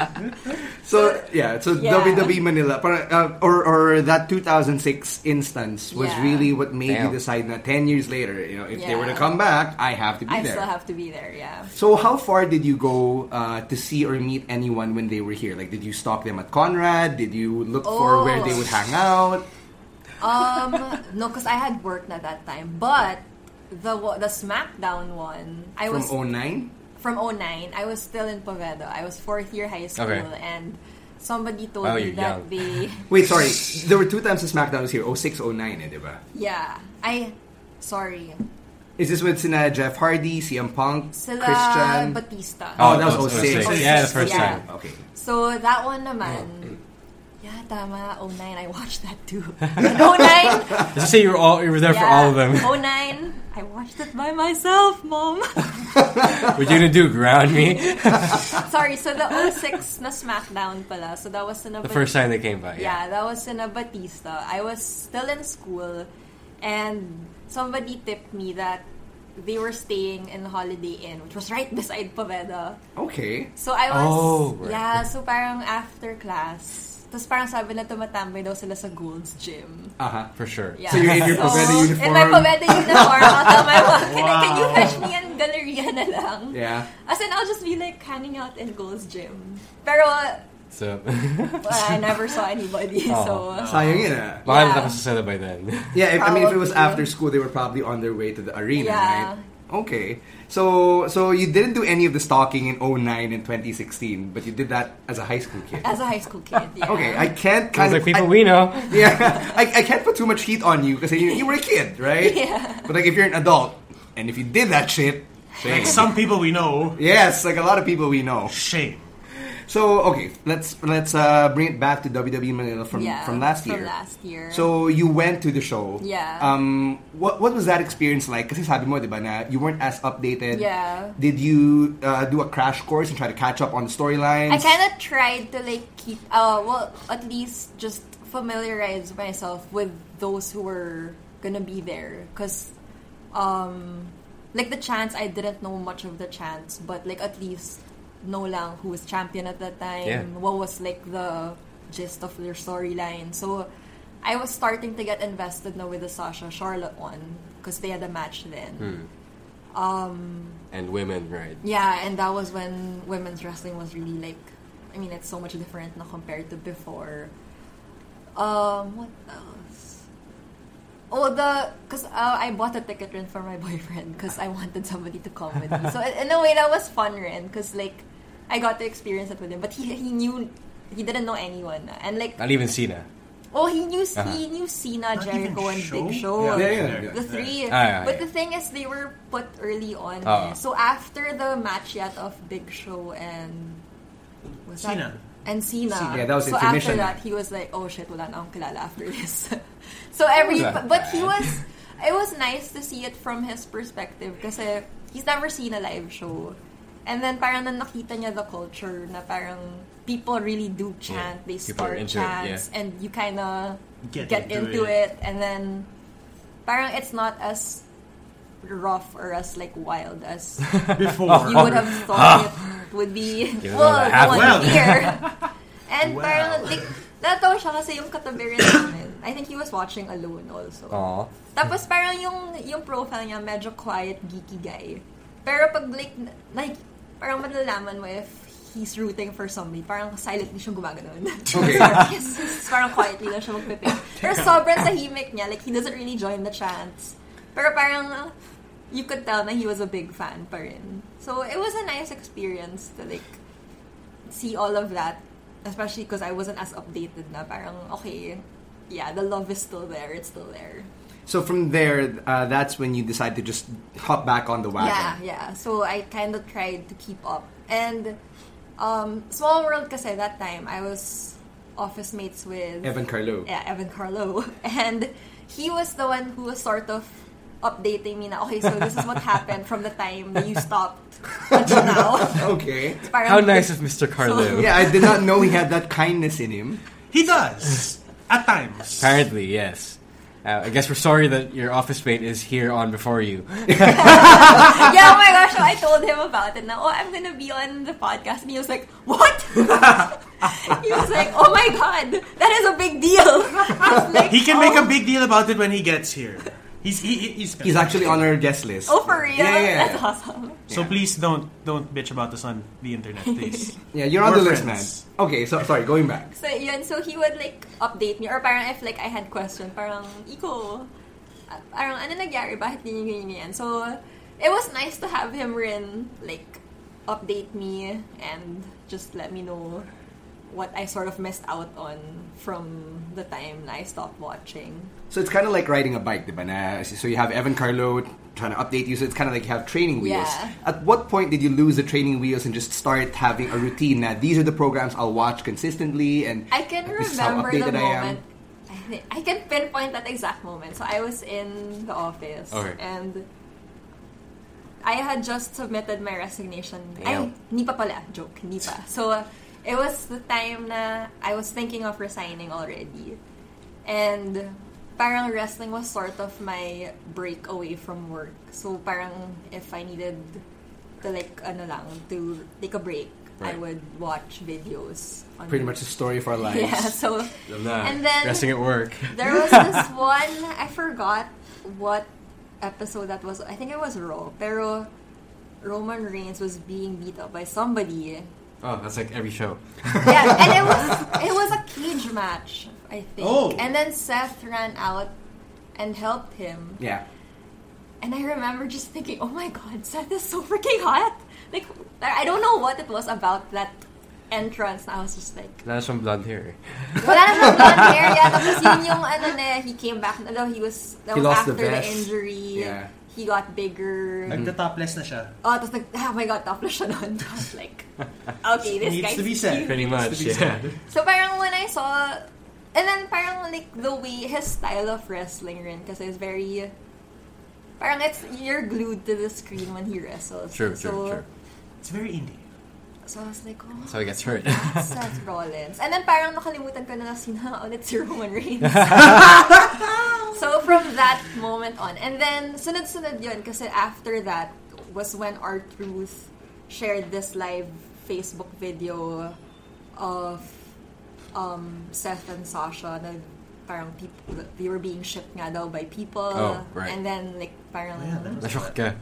Speaker 3: So yeah, so
Speaker 6: Yeah.
Speaker 3: WWE Manila, para- uh, or or that 2006 instance was
Speaker 6: Yeah.
Speaker 3: really what made you
Speaker 4: Damn.
Speaker 3: decide that 10 years later, you know, if they
Speaker 6: Yeah.
Speaker 3: were to come back, I have to be
Speaker 6: I
Speaker 3: there.
Speaker 6: still have to be there, yeah.
Speaker 3: so how far did you go uh, to see or meet anyone when they were here? Like, did you stalk them at Conrad? Did you look for
Speaker 6: Oh.
Speaker 3: where they would hang out?
Speaker 6: Um, no, because I had worked at that time. But the wa- the SmackDown one, I
Speaker 3: From
Speaker 6: was
Speaker 3: 09?
Speaker 6: from 09. I was still in Povedo. I was fourth year high school,
Speaker 4: Okay.
Speaker 6: and somebody told
Speaker 4: Wow,
Speaker 6: me
Speaker 4: you're
Speaker 6: that
Speaker 4: young.
Speaker 6: they,
Speaker 3: Wait, sorry. There were two times the SmackDown was here, 06, 09, eh, diba?
Speaker 6: yeah, I. Sorry.
Speaker 3: Is this with sina Jeff Hardy, CM Punk,
Speaker 6: Sila
Speaker 3: Christian?
Speaker 6: Batista.
Speaker 3: Oh, that was
Speaker 4: Oh,
Speaker 3: 06.
Speaker 4: 06. Yeah, the first
Speaker 6: Yeah.
Speaker 4: time.
Speaker 3: Okay.
Speaker 6: So that one naman.
Speaker 4: Oh.
Speaker 6: Yeah, tama. 09, I watched that too. But 09,
Speaker 4: Just say you were all you were there for all of them.
Speaker 6: Oh nine, I watched it by myself, mom.
Speaker 4: What you gonna do? Ground me?
Speaker 6: Sorry, so the 06 na SmackDown pala. So that was in a
Speaker 4: The first time they came by. Yeah.
Speaker 6: Yeah, that was in a Batista. I was still in school, and somebody tipped me that they were staying in Holiday Inn, which was right beside Poveda.
Speaker 3: Okay.
Speaker 6: So I was,
Speaker 4: Oh, right.
Speaker 6: yeah, so parang after class. Tapos parang sabi na tumatambay daw sila sa Gold's Gym.
Speaker 3: Uh-huh.
Speaker 4: For sure.
Speaker 6: Yeah.
Speaker 3: So you're in your
Speaker 6: So,
Speaker 3: Poveda
Speaker 6: In my
Speaker 3: uniform.
Speaker 6: Poveda uniform. I'll tell my mom, can, I- can you fetch me in Galleria na lang?
Speaker 3: Yeah.
Speaker 6: As in, I'll just be like hanging out in Gold's Gym. Pero, well,
Speaker 4: So
Speaker 6: I never saw anybody,
Speaker 4: Oh.
Speaker 6: so...
Speaker 3: Sayang yun ah.
Speaker 4: Baka
Speaker 6: Yeah.
Speaker 4: tapos na sila by then.
Speaker 3: Yeah, if, I mean, if it was
Speaker 6: Probably.
Speaker 3: after school, they were probably on their way to the arena,
Speaker 6: Yeah.
Speaker 3: right? Okay. So, so you didn't do any of the stalking in 09 and 2016, but you did that as a high school kid.
Speaker 6: As a high school kid, yeah.
Speaker 3: Okay, I can't kind of
Speaker 4: Sounds like people
Speaker 3: I-
Speaker 4: we know.
Speaker 3: yeah, I, I can't put too much heat on you because you, you were a kid, right? Yeah. But like, if you're an adult and if you did that shit,
Speaker 5: Like some people we know,
Speaker 3: yes, like a lot of people we know.
Speaker 5: shame.
Speaker 3: So okay, let's let's uh, bring it back to WWE Manila from
Speaker 6: Yeah,
Speaker 3: from last year.
Speaker 6: from last year.
Speaker 3: So you went to the show.
Speaker 6: Yeah.
Speaker 3: Um, what what was that experience like? Kasi sabi mo, di ba, na you weren't as updated.
Speaker 6: Yeah.
Speaker 3: Did you uh, do a crash course and try to catch up on the storylines?
Speaker 6: I kind of tried to like keep, uh, well, at least just familiarize myself with those who were gonna be there, cause, um, like the chants, I didn't know much of the chants, but like at least know lang who was champion at that time,
Speaker 4: Yeah.
Speaker 6: what was like the gist of their storyline. So, I was starting to get invested now with the Sasha Charlotte one, cause they had a match then.
Speaker 3: Hmm.
Speaker 4: And women, right?
Speaker 6: Yeah, and that was when women's wrestling was really like, I mean, it's so much different now compared to before. Um, what else? Oh, the because uh, I bought a ticket rin for my boyfriend because I wanted somebody to come with me. So in in a way, that was fun rin because like I got to experience it with him, but he he knew he didn't know anyone and like
Speaker 4: Not even Cena.
Speaker 6: oh he knew
Speaker 4: Uh-huh.
Speaker 6: he knew Cena,
Speaker 5: Not even
Speaker 6: Jericho, and
Speaker 5: show?
Speaker 6: Big Show.
Speaker 3: Yeah, yeah, yeah.
Speaker 6: The three.
Speaker 4: Ah, yeah,
Speaker 6: but
Speaker 4: yeah.
Speaker 6: the thing is, they were put early on.
Speaker 4: Ah.
Speaker 6: eh. So after the match yet of Big Show and was that-
Speaker 5: Cena.
Speaker 6: and Cena.
Speaker 3: Cena, that was
Speaker 6: so
Speaker 3: intermission.
Speaker 6: after that, he was like, "Oh shit, wala na akong kilala after this." so every
Speaker 4: Wasn't
Speaker 6: but he was it was nice to see it from his perspective kasi he's never seen a live show. And then parang nung nakita niya the culture na parang people really do chant, they
Speaker 4: People are
Speaker 6: start
Speaker 4: into it,
Speaker 6: chants,
Speaker 4: yeah.
Speaker 6: and you kind of
Speaker 5: Get
Speaker 6: get,
Speaker 5: into
Speaker 6: into
Speaker 5: it.
Speaker 6: it. and then parang it's not as rough or as like wild as
Speaker 5: Before
Speaker 6: you would have thought it would be
Speaker 4: Give it
Speaker 6: well
Speaker 4: another
Speaker 6: no
Speaker 4: half.
Speaker 6: one
Speaker 5: Well.
Speaker 6: here and
Speaker 5: Wow.
Speaker 6: parang like natawa siya kasi yung katabi rin namin I think he was watching alone also.
Speaker 4: Aw.
Speaker 6: Tapos parang yung yung profile niya medyo quiet geeky guy. Pero pag like like parang malalaman mo if he's rooting for somebody. Parang silently siyang gumaganon.
Speaker 4: Okay.
Speaker 6: yes, yes, parang quietly lang siya magpipick. Pero sobrang tahimik niya. Like, he doesn't really join the chants. Pero parang, you could tell na he was a big fan pa rin. So, it was a nice experience to like, see all of that. Especially because I wasn't as updated na. Parang, okay, yeah, the love is still there. It's still there.
Speaker 3: So from there, uh, that's when you decide to just hop back on the wagon.
Speaker 6: Yeah, yeah. So I kind of tried to keep up. And um, Small World kasi that time, I was office mates with...
Speaker 3: Evan Carlo.
Speaker 6: Yeah, Evan Carlo. And he was the one who was sort of updating me na, okay, so this is what happened from the time that you stopped until now.
Speaker 3: Okay.
Speaker 6: Parang-
Speaker 4: How nice of Mr. Carlo.
Speaker 3: Yeah, I did not know he had that kindness in him.
Speaker 5: He does. At times.
Speaker 4: Apparently, yes. Uh, I guess we're sorry that your office mate is here on before you.
Speaker 6: Yeah, oh my gosh, so I told him about it na, oh, I'm gonna be on the podcast. And he was like, what? he was like, oh my god, that is a big deal. I was like,
Speaker 5: He can
Speaker 6: "Oh."
Speaker 5: make a big deal about it when he gets here. He's he, he- he's,
Speaker 3: He's actually on our guest list.
Speaker 6: Oh, for real?
Speaker 3: Yeah, yeah, yeah.
Speaker 6: That's awesome.
Speaker 5: so please don't don't bitch about us on the internet, please.
Speaker 3: Yeah, you're on
Speaker 5: We're
Speaker 3: the list, man.
Speaker 5: friends.
Speaker 3: Okay, so sorry, going back.
Speaker 6: So, yun, so he would like update me or parang if like I had question, parang, Iko, ah, parang ano nangyari, bakit ganyan, ganyan, ganyan. So, it was nice to have him rin, like, update me and just let me know what I sort of missed out on from the time I stopped watching.
Speaker 3: So it's kind of like riding a bike, diba? Na, so you have Evan Carlo trying to update you. So it's kind of like you have training wheels.
Speaker 6: Yeah.
Speaker 3: At what point did you lose the training wheels and just start having a routine? Now these are the programs I'll watch consistently, and
Speaker 6: I can
Speaker 3: this is how
Speaker 6: remember the
Speaker 3: updated I am.
Speaker 6: moment. I, thi- I can pinpoint that exact moment. So I was in the office
Speaker 4: Okay.
Speaker 6: and I had just submitted my resignation. Ay,
Speaker 4: Damn.
Speaker 6: ni pa pala. Joke, ni pa. So it was the time na I was thinking of resigning already. And parang wrestling was sort of my break away from work. So parang if I needed to like ano lang to take a break, I
Speaker 4: Right.
Speaker 6: would watch videos on
Speaker 3: Pretty much the story of our lives.
Speaker 6: yeah, so
Speaker 4: I'm not
Speaker 6: And then-
Speaker 4: resting at work.
Speaker 6: there was this one I forgot what episode that was. I think it was Raw, pero Roman Reigns was being beat up by somebody.
Speaker 4: Oh, that's like every show.
Speaker 6: Yeah, and it was it was a cage match, I think.
Speaker 5: Oh.
Speaker 6: And then Seth ran out and helped him.
Speaker 3: Yeah.
Speaker 6: And I remember just thinking, "Oh my god, Seth is so freaking hot." Like I don't know what it was about that entrance. I was just like,
Speaker 4: That's some blonde hair.
Speaker 6: Wala namang blonde hair yet. Tapos yun yung ano na, he came back. Although he was, that
Speaker 3: He
Speaker 6: was
Speaker 3: lost
Speaker 6: after
Speaker 3: the
Speaker 6: the,
Speaker 3: vest.
Speaker 6: injury.
Speaker 3: Yeah.
Speaker 6: He got bigger.
Speaker 5: Nagta-topless na siya.
Speaker 6: Oh, tapos nag, oh my god, topless siya nun. I was like, okay, this
Speaker 5: Needs
Speaker 6: guy.
Speaker 5: to be said.
Speaker 4: Pretty much, yeah.
Speaker 6: So parang when I saw, and then parang like the way, his style of wrestling rin kasi is very, parang it's, you're glued to the screen when he wrestles.
Speaker 4: Sure,
Speaker 6: so,
Speaker 4: sure, sure.
Speaker 5: It's very indie.
Speaker 6: So I was like, oh,
Speaker 4: So he gets hurt.
Speaker 6: Seth Rollins. And then parang nakalimutan ko na na sina ulit si Roman Reigns. so from that moment on. And then sunod-sunod yun kasi after that was when R-Truth shared this live Facebook video of um, Seth and Sasha na parang people, they were being shipped nga daw by people.
Speaker 4: Oh, right.
Speaker 6: And then like parang...
Speaker 4: Na-shock ka.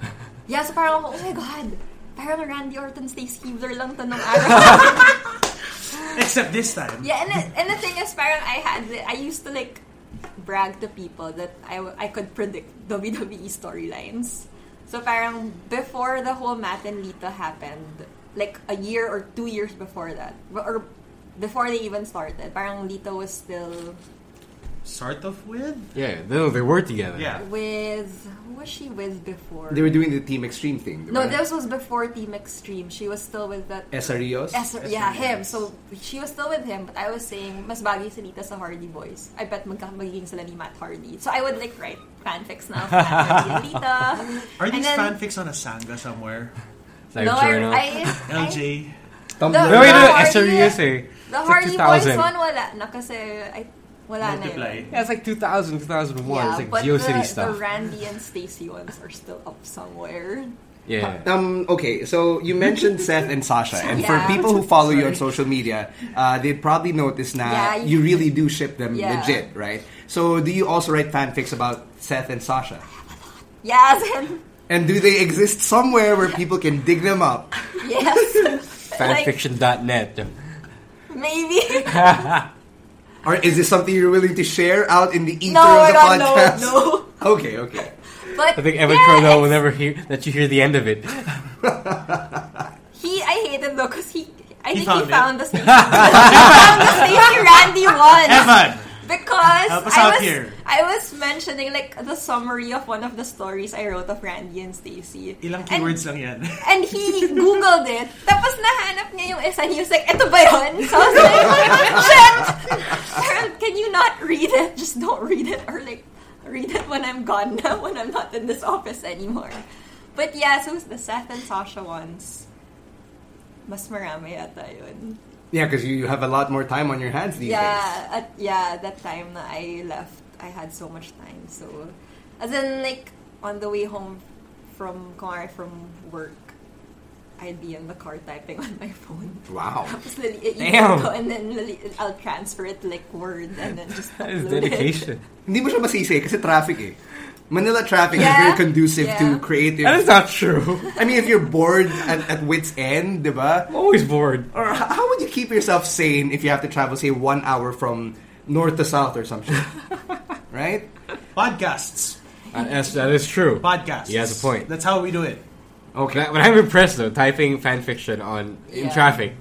Speaker 6: Yeah, so parang ako, oh my God! Parang Randy Orton, Stacey Keebler lang to nung araw.
Speaker 5: Except this time.
Speaker 6: Yeah, and the, and the thing is, parang I had, I used to like brag to people that I, w- I could predict WWE storylines. So parang before the whole Matt and Lita happened, like a year or two years before that, b- or before they even started, parang Lita was still
Speaker 5: Sort of with?
Speaker 4: Yeah, no, they were together.
Speaker 5: Yeah.
Speaker 6: with, who was she with before?
Speaker 3: They were doing the Team Extreme thing.
Speaker 6: no,
Speaker 3: diba? E
Speaker 6: this was before Team Extreme. She was still with that
Speaker 3: SREOs.
Speaker 6: Yes, yeah, him. So, she was still with him, but I was saying, mas bagay si Lita sa Hardy Boys. I bet magka- magiging sila ni Matt Hardy. So, I would like write fanfics now of Matt Hardy and Lita.
Speaker 5: Are
Speaker 6: And
Speaker 5: these
Speaker 6: then-
Speaker 5: fanfics on a sanga somewhere?
Speaker 4: It's like
Speaker 6: No, I,
Speaker 4: journal.
Speaker 6: I, I-
Speaker 5: LJ.
Speaker 3: Tumblr.
Speaker 4: no, wait, no,
Speaker 6: Hardy-
Speaker 4: SRES eh.
Speaker 6: the
Speaker 4: It's like
Speaker 6: Hardy Boys
Speaker 4: 2000.
Speaker 6: one, wala na kasi, I, wala
Speaker 5: Multiply.
Speaker 6: na yun.
Speaker 4: Yeah, it's like 2000, 2001.
Speaker 6: Yeah,
Speaker 4: it's like
Speaker 6: but
Speaker 4: Geo
Speaker 6: the,
Speaker 4: City
Speaker 6: the
Speaker 4: stuff.
Speaker 6: Randy and Stacy ones are still up somewhere.
Speaker 4: Yeah.
Speaker 3: Um, okay, so you mentioned Seth and Sasha, and
Speaker 6: Yeah.
Speaker 3: for people who follow you on social media, uh, they probably notice now
Speaker 6: Yeah,
Speaker 3: you,
Speaker 6: you-
Speaker 3: really do ship them
Speaker 6: Yeah.
Speaker 3: legit, right? So do you also write fanfics about Seth and Sasha?
Speaker 6: Yes,
Speaker 3: And do they exist somewhere where people can dig them up?
Speaker 6: yes,
Speaker 4: Fanfiction.net.
Speaker 6: maybe.
Speaker 3: Or is this something you're willing to share out in the ether
Speaker 6: No,
Speaker 3: of
Speaker 6: I
Speaker 3: the
Speaker 6: got
Speaker 3: podcast?
Speaker 6: no,
Speaker 3: Okay, okay.
Speaker 6: no. But
Speaker 4: I think Evan
Speaker 6: yes,
Speaker 4: Cornell will never hear that you hear the end of it.
Speaker 6: He, I hated though, cause he. I think
Speaker 5: found
Speaker 6: he
Speaker 5: it.
Speaker 6: found the station. he found the station Randy once.
Speaker 5: Evan!
Speaker 6: Because
Speaker 5: Help us
Speaker 6: I
Speaker 5: out
Speaker 6: was
Speaker 5: here.
Speaker 6: I was mentioning like the summary of one of the stories I wrote of Randy and Stacy.
Speaker 5: Ilang
Speaker 6: And-
Speaker 5: keywords lang yan.
Speaker 6: And he googled it. Tapos nahanap niya yung isa. He was like, eto ba yun? So I was like, shit! Harold, can you not read it? Just don't read it. Or like, read it when I'm gone now, when I'm not in this office anymore. But yeah, so it was the Seth and Sasha ones. Mas marami yata yun.
Speaker 3: Yeah, because you, you have a lot more time on your hands these days.
Speaker 6: Yeah, at, yeah, that time na I left, I had so much time. So, as in like on the way home from kumare from work, I'd be in the car typing on my phone.
Speaker 3: Wow.
Speaker 6: Tapos lali- i-
Speaker 4: Damn.
Speaker 6: ko, and then lali- I'll transfer it to, like word and then just
Speaker 4: That is
Speaker 6: upload
Speaker 4: dedication.
Speaker 3: Hindi mo siya masisay kasi traffic eh. Manila traffic is
Speaker 6: Yeah.
Speaker 3: very conducive to
Speaker 6: Yeah.
Speaker 3: creative.
Speaker 4: That is not true.
Speaker 3: I mean, if you're bored at, at wit's end, di ba?
Speaker 4: I'm always bored.
Speaker 3: Or h- how would you keep yourself sane if you have to travel, say, one hour from north to south or something? right?
Speaker 5: Podcasts.
Speaker 4: That is, Uh, that is true.
Speaker 5: Podcasts.
Speaker 4: He has a point.
Speaker 5: That's how we do it.
Speaker 4: Okay. But I'm impressed though. Typing fanfiction on in
Speaker 6: Yeah.
Speaker 4: traffic.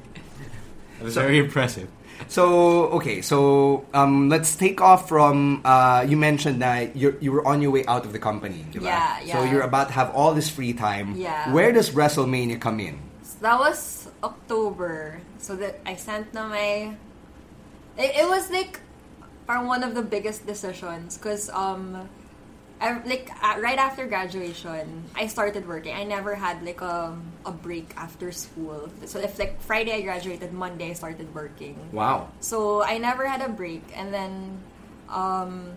Speaker 4: That was very impressive.
Speaker 3: So, okay, so um, let's take off from, uh, you mentioned that you're, you were on your way out of the company, di ba?
Speaker 6: Yeah, yeah.
Speaker 3: So you're about to have all this free time.
Speaker 6: Yeah.
Speaker 3: Where does WrestleMania come in?
Speaker 6: So that was October. So that I sent na my... It, it was like parang one of the biggest decisions because um I, like uh, right after graduation I started working. I never had like a a break after school. So if like Friday I graduated, Monday I started working.
Speaker 3: Wow.
Speaker 6: So I never had a break, and then um,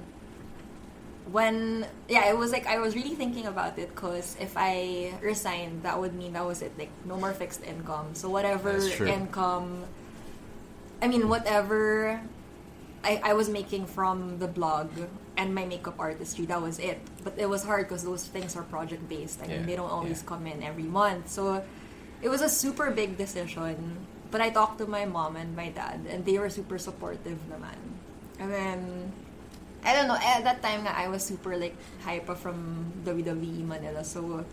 Speaker 6: when yeah, it was like I was really thinking about it because if I resigned, that would mean that was it, like no more fixed income. So whatever
Speaker 4: That's true.
Speaker 6: income, I mean whatever I, I was making from the blog and my makeup artistry, that was it. But it was hard because those things are project based. I mean,
Speaker 4: Yeah,
Speaker 6: they don't always
Speaker 4: yeah.
Speaker 6: come in every month. So it was a super big decision. But I talked to my mom and my dad, and they were super supportive naman. And then, I don't know, at that time nga, I was super like hype from WWE Manila. So,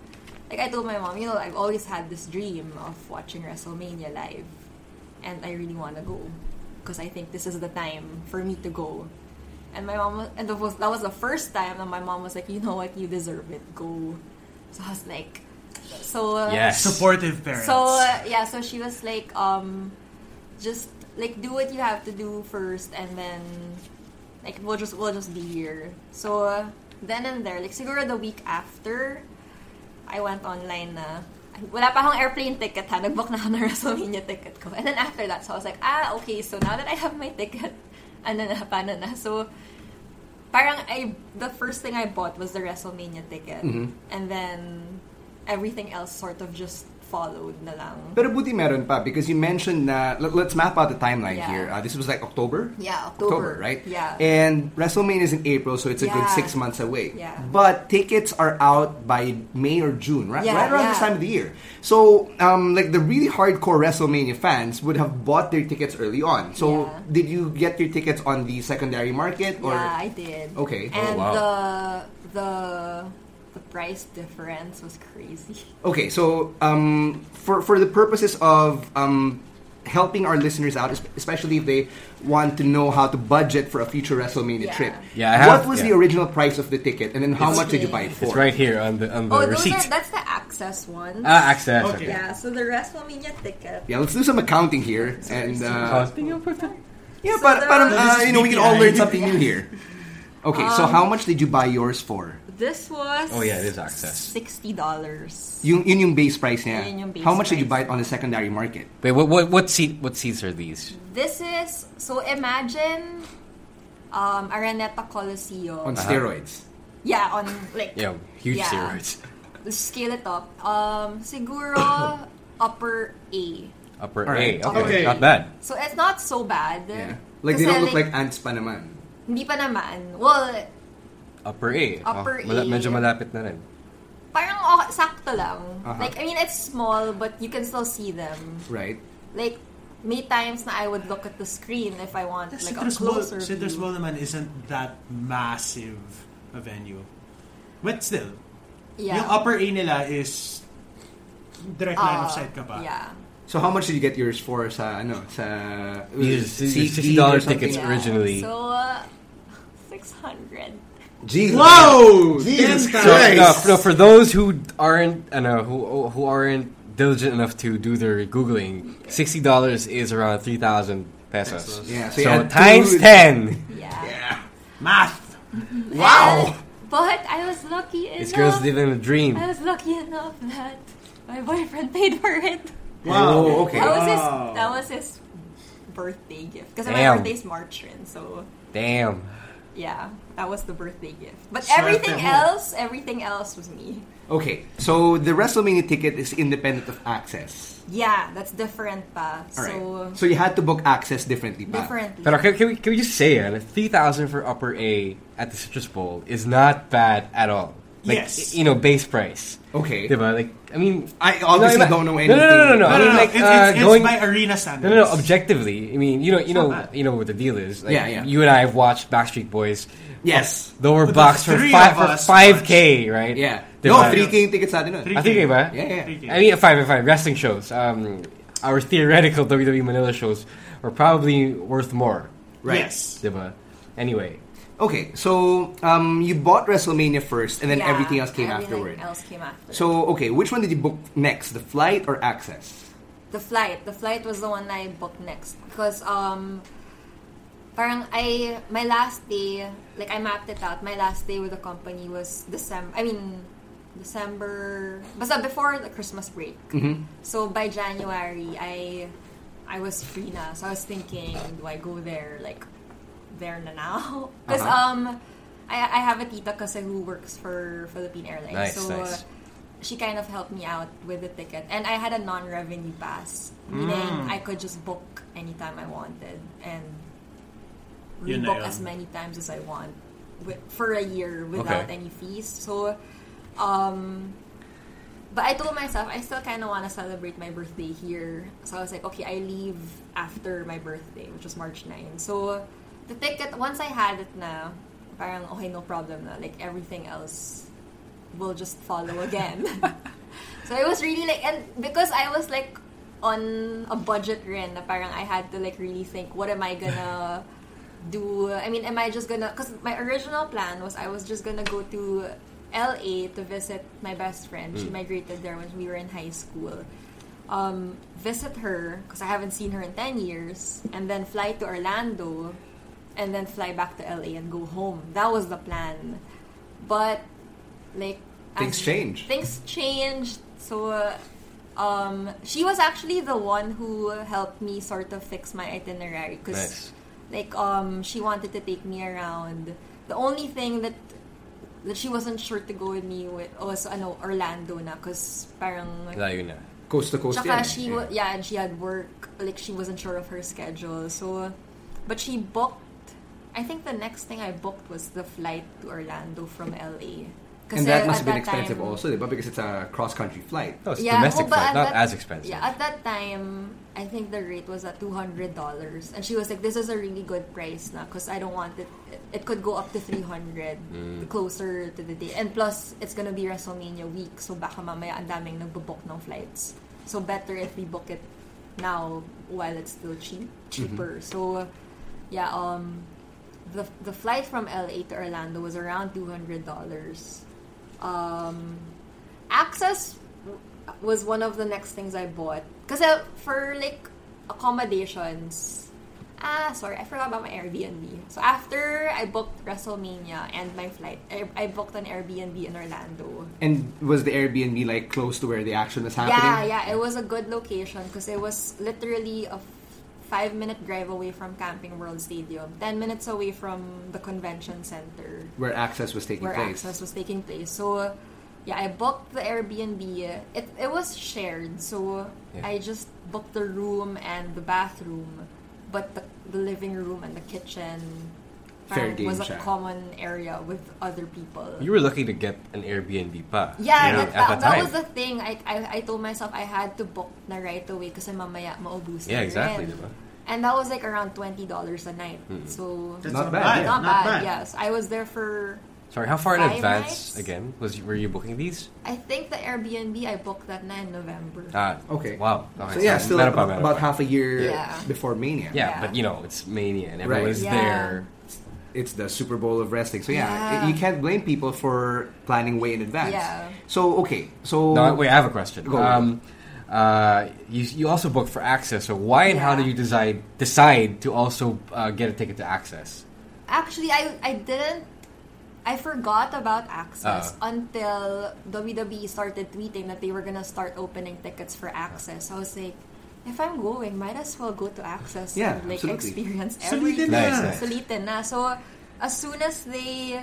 Speaker 6: like I told my mom, you know, I've always had this dream of watching WrestleMania live. And I really want to go. Because I think this is the time for me to go. And my mom, was, and that was, that was the first time that my mom was like, you know what, you deserve it, go. So I was like, so. uh,
Speaker 4: Yes.
Speaker 5: Supportive parents.
Speaker 6: so uh, yeah, so she was like, um, just like do what you have to do first, and then like we'll just we'll just be here. So uh, then and there, like siguro the week after, I went online na. Wala pa akong airplane ticket ha. Nag-book na ako ng WrestleMania ticket ko. And then after that, so I was like, ah, okay, so now that I have my ticket, ano na, paano na. So, parang I, the first thing I bought was the WrestleMania ticket.
Speaker 4: Mm-hmm.
Speaker 6: And then, everything else sort of just followed na lang.
Speaker 3: Pero buti meron pa because you mentioned na let, let's map out the timeline
Speaker 6: Yeah.
Speaker 3: here. Uh, this was like October.
Speaker 6: Yeah, October.
Speaker 3: right?
Speaker 6: Yeah.
Speaker 3: And WrestleMania is in April, so it's a good
Speaker 6: Yeah.
Speaker 3: six months away.
Speaker 6: Yeah.
Speaker 3: But tickets are out by May or June, right?
Speaker 6: Yeah,
Speaker 3: right around
Speaker 6: yeah.
Speaker 3: this time of the year. So, um, like the really hardcore WrestleMania fans would have bought their tickets early on. So,
Speaker 6: Yeah.
Speaker 3: did you get your tickets on the secondary market or?
Speaker 6: yeah, I did.
Speaker 3: Okay. Oh,
Speaker 6: And
Speaker 4: wow.
Speaker 6: the, the, the price difference was crazy.
Speaker 3: Okay, so um, for for the purposes of um, helping our listeners out, es- especially if they want to know how to budget for a future WrestleMania
Speaker 6: Yeah.
Speaker 3: trip,
Speaker 4: Yeah, I have-
Speaker 3: what was
Speaker 4: yeah.
Speaker 3: the original price of the ticket, and then how much did you buy it for?
Speaker 4: It's right here on the on the
Speaker 6: oh,
Speaker 4: receipt.
Speaker 6: those are, that's the access one.
Speaker 4: Ah, access. Okay.
Speaker 6: yeah, so the WrestleMania ticket.
Speaker 3: Yeah, let's do some accounting here, and uh, yeah,
Speaker 6: So
Speaker 3: but
Speaker 6: there
Speaker 3: parang,
Speaker 6: are-
Speaker 3: uh, you know we can all learn something new here. Okay,
Speaker 6: Um,
Speaker 3: so how much did you buy yours for?
Speaker 6: This was
Speaker 4: Oh, yeah, it is access.
Speaker 6: Sixty dollars.
Speaker 3: Yung, yun yung base price niya.
Speaker 6: Yun yung base
Speaker 3: how much did you buy
Speaker 6: price.
Speaker 3: it on the secondary market?
Speaker 4: Wait, what, what what seat what seats are these?
Speaker 6: This is so imagine um Araneta Coliseo.
Speaker 4: Uh-huh.
Speaker 3: On steroids.
Speaker 6: yeah, on like
Speaker 4: Yeah, huge
Speaker 6: Yeah.
Speaker 4: steroids.
Speaker 6: scale it up. Um, siguro upper A.
Speaker 4: Upper
Speaker 3: Alright.
Speaker 4: A. Okay.
Speaker 5: Okay.
Speaker 4: Not bad.
Speaker 6: So it's not so bad.
Speaker 3: Yeah. Like, they
Speaker 6: Kasi,
Speaker 3: don't look like ants pa naman.
Speaker 6: Hindi pa naman. Well,
Speaker 4: Upper A.
Speaker 6: Upper
Speaker 4: Ah, mala-
Speaker 6: A.
Speaker 4: Medyo malapit na rin.
Speaker 6: parang oh, sakto lang.
Speaker 3: Aha.
Speaker 6: Like, I mean, it's small, but you can still see them.
Speaker 3: Right?
Speaker 6: Like, many times na I would look at the screen if I want, like, a
Speaker 5: Citrus Bowl,
Speaker 6: closer
Speaker 5: Citrus
Speaker 6: view.
Speaker 5: Bowl naman isn't that massive a venue. But still, yung
Speaker 6: Yeah.
Speaker 5: upper A nila is direct line of sight ka pa.
Speaker 6: Uh, Yeah.
Speaker 3: So how much did you get yours for sa, ano, sa...
Speaker 4: These- these
Speaker 3: SeatGeek or
Speaker 4: $60
Speaker 3: something?
Speaker 4: tickets. It's
Speaker 6: yeah.
Speaker 4: originally-
Speaker 6: So, uh, 600.
Speaker 3: Jesus.
Speaker 5: Whoa!
Speaker 3: Jesus
Speaker 5: Ten
Speaker 4: So,
Speaker 5: times.
Speaker 4: no,
Speaker 3: Christ!
Speaker 4: for- no, for those who aren't ano, who who aren't diligent enough to do their googling, sixty dollars is around three thousand pesos.
Speaker 3: Yeah, so
Speaker 4: So,
Speaker 3: you had
Speaker 4: times
Speaker 3: two-
Speaker 4: ten.
Speaker 6: Yeah.
Speaker 3: Yeah.
Speaker 5: Math!
Speaker 3: Wow!
Speaker 6: But I was lucky enough.
Speaker 4: This girl's living a dream.
Speaker 6: I was lucky enough that my boyfriend paid for it.
Speaker 5: Wow.
Speaker 3: Oh, okay.
Speaker 6: That was his.
Speaker 5: Wow.
Speaker 6: That was his birthday gift. Because my
Speaker 4: Damn.
Speaker 6: birthday's March, and so
Speaker 4: Damn.
Speaker 6: yeah, that was the birthday gift. But
Speaker 5: Swerte
Speaker 6: everything
Speaker 5: mo.
Speaker 6: else, everything else was me.
Speaker 3: Okay, so the WrestleMania ticket is independent of access.
Speaker 6: Yeah, that's different, pa.
Speaker 3: All right.
Speaker 6: So
Speaker 3: So you had to book access differently, pa.
Speaker 6: differently.
Speaker 4: But can, can we can we just say it? Three thousand for upper A at the Citrus Bowl is not bad at all. Like,
Speaker 5: Yes.
Speaker 4: You know, base price.
Speaker 3: Okay.
Speaker 4: Diba? Like, I mean,
Speaker 3: I obviously
Speaker 4: no, iba-
Speaker 3: don't know
Speaker 4: No,
Speaker 3: anything.
Speaker 4: no, no, no, no.
Speaker 5: No,
Speaker 4: I
Speaker 5: no,
Speaker 4: mean,
Speaker 5: no.
Speaker 4: like,
Speaker 5: it's,
Speaker 4: uh,
Speaker 5: it's,
Speaker 4: going,
Speaker 5: it's by arena standards.
Speaker 4: No, no, no. Objectively, I mean, you know, you know,
Speaker 5: not bad.
Speaker 4: you know what the deal is. Like,
Speaker 3: Yeah, yeah.
Speaker 4: You and I have watched Backstreet Boys.
Speaker 3: Yes.
Speaker 4: Lower
Speaker 5: But the
Speaker 4: box for
Speaker 5: three
Speaker 4: five
Speaker 5: of
Speaker 4: for
Speaker 5: us
Speaker 4: five k, right?
Speaker 3: Yeah. No,
Speaker 4: Diba?
Speaker 3: 3K yung tickets natin nun.
Speaker 4: I think iba.
Speaker 3: Yeah, yeah.
Speaker 5: Three K.
Speaker 4: I mean, five and five wrestling shows. Um, our theoretical WWE Manila shows are probably worth more,
Speaker 3: Right.
Speaker 5: Yes.
Speaker 4: diba? Anyway,
Speaker 3: Okay, so um, you bought WrestleMania first, and then
Speaker 6: Yeah,
Speaker 3: everything else came
Speaker 6: everything
Speaker 3: afterward.
Speaker 6: Else came after.
Speaker 3: So, okay, which one did you book next, the flight or access?
Speaker 6: The flight. The flight was the one I booked next because um, parang I my last day like I mapped it out. My last day with the company was December. I mean December. Basta before the Christmas break. So by January, I I was free na. So I was thinking, do I go there like there na now? Because
Speaker 3: Uh-huh.
Speaker 6: um, I I have a tita kasi who works for Philippine
Speaker 4: Nice,
Speaker 6: Airlines. so uh,
Speaker 4: nice.
Speaker 6: she kind of helped me out with the ticket. And I had a non revenue pass, meaning
Speaker 5: Mm.
Speaker 6: I could just book anytime I wanted and
Speaker 5: Yun na
Speaker 6: rebook
Speaker 5: yun.
Speaker 6: as many times as I want wi- for a year without
Speaker 4: Okay.
Speaker 6: any fees. So, um, but I told myself I still kind of want to celebrate my birthday here. So I was like, okay, I leave after my birthday, which was March 9. So the ticket, once I had it na, parang okay, no problem na. Like everything else will just follow again. so it was really like, and because I was like on a budget rin, na parang I had to like really think, what am I gonna do? I mean, am I just gonna? Because my original plan was I was just gonna go to L.A. to visit my best friend. She migrated there when we were in high school. Um, visit her because I haven't seen her in ten years, and then fly to Orlando, and then fly back to L.A. and go home. That was the plan, but like
Speaker 3: Things
Speaker 6: as-
Speaker 3: change.
Speaker 6: Things changed. So, uh, um, she was actually the one who helped me sort of fix my itinerary because
Speaker 4: nice.
Speaker 6: like um she wanted to take me around the only thing that that she wasn't sure to go with me with was ano Orlando na cause parang
Speaker 4: Layo na.
Speaker 3: Coast to coast.
Speaker 6: Tsaka
Speaker 3: yan.
Speaker 6: she wa- yeah, and she had work. Like she wasn't sure of her schedule. So, but she booked. I think the next thing I booked was the flight to Orlando from LA.
Speaker 3: And
Speaker 6: Kasi
Speaker 3: that must have
Speaker 6: at
Speaker 3: been expensive
Speaker 6: time-
Speaker 3: also, diba? Because it's a cross-country flight.
Speaker 4: No, it's
Speaker 6: Yeah,
Speaker 4: domestic
Speaker 6: oh, but
Speaker 4: flight,
Speaker 6: at
Speaker 4: not
Speaker 6: that-
Speaker 4: as expensive.
Speaker 6: Yeah, at that time, I think the rate was at two hundred dollars, and she was like, "This is a really good price now, because I don't want it. It could go up to three hundred
Speaker 4: Mm.
Speaker 6: closer to the day, and plus it's gonna be WrestleMania week, so baka mamaya ang daming nagbo-book ng flights. So better if we book it now while it's still cheap, cheaper.
Speaker 4: Mm-hmm.
Speaker 6: So yeah, um, the the flight from LA to Orlando was around two hundred dollars. Um, access w- was one of the next things I bought because for like accommodations. Ah, sorry, I forgot about my Airbnb. So after I booked WrestleMania and my flight, I, I booked an Airbnb in Orlando.
Speaker 3: And was the Airbnb, like, close to where the action was
Speaker 6: Yeah,
Speaker 3: happening?
Speaker 6: yeah, it was a good location because it was literally a f- five minute drive away from Camping World Stadium, ten minutes away from the convention center
Speaker 3: Where access was taking
Speaker 6: where
Speaker 3: place.
Speaker 6: access was taking place. So yeah, I booked the Airbnb. It it was shared, so
Speaker 4: Yeah.
Speaker 6: I just booked the room and the bathroom, but the, the living room and the kitchen
Speaker 3: Fair
Speaker 6: parang
Speaker 3: game
Speaker 6: was a
Speaker 3: siya.
Speaker 6: common area with other people.
Speaker 4: You were lucky to get an Airbnb pa.
Speaker 6: yeah,
Speaker 4: you know,
Speaker 6: that, that, that was the thing. I, I I told myself I had to book na right away kasi mamaya maubusan
Speaker 4: Yeah,
Speaker 6: yung
Speaker 4: exactly,
Speaker 6: rent.
Speaker 4: diba?
Speaker 6: And that was like around twenty dollars a night. So
Speaker 5: That's
Speaker 3: Not bad, yeah.
Speaker 6: not, bad. Yes, I was there for.
Speaker 4: Sorry, how far in
Speaker 6: Five
Speaker 4: advance
Speaker 6: nights?
Speaker 4: again was you, were you booking these?
Speaker 6: I think the Airbnb I booked that night in November.
Speaker 4: Ah,
Speaker 3: Okay.
Speaker 4: Wow.
Speaker 3: So
Speaker 4: Okay,
Speaker 3: yeah,
Speaker 4: so
Speaker 3: still
Speaker 4: meron pa,
Speaker 3: about,
Speaker 4: meron
Speaker 3: about
Speaker 4: pa.
Speaker 3: half a year
Speaker 6: Yeah.
Speaker 3: before Mania.
Speaker 4: Yeah,
Speaker 6: Yeah.
Speaker 4: but you know it's mania and
Speaker 3: Right.
Speaker 4: everyone's
Speaker 6: Yeah.
Speaker 4: there.
Speaker 3: it's the Super Bowl of wrestling. So yeah,
Speaker 6: Yeah.
Speaker 3: you can't blame people for planning way in advance.
Speaker 6: Yeah.
Speaker 3: So okay, so
Speaker 4: No, wait, I have a question.
Speaker 3: Go.
Speaker 4: um, uh, you, you also booked for Access, so why and how
Speaker 6: Yeah.
Speaker 4: do you decide decide to also uh, get a ticket to Access?
Speaker 6: Actually, I I didn't. I forgot about Access
Speaker 4: Ah.
Speaker 6: until WWE started tweeting that they were gonna start opening tickets for Access. I was like, if I'm going, might as well go to Access
Speaker 3: Yeah,
Speaker 6: and like
Speaker 3: absolutely.
Speaker 6: experience
Speaker 5: Sulitin
Speaker 6: everything.
Speaker 4: na.
Speaker 5: na.
Speaker 4: Nice,
Speaker 6: Sulitin na. So as soon as they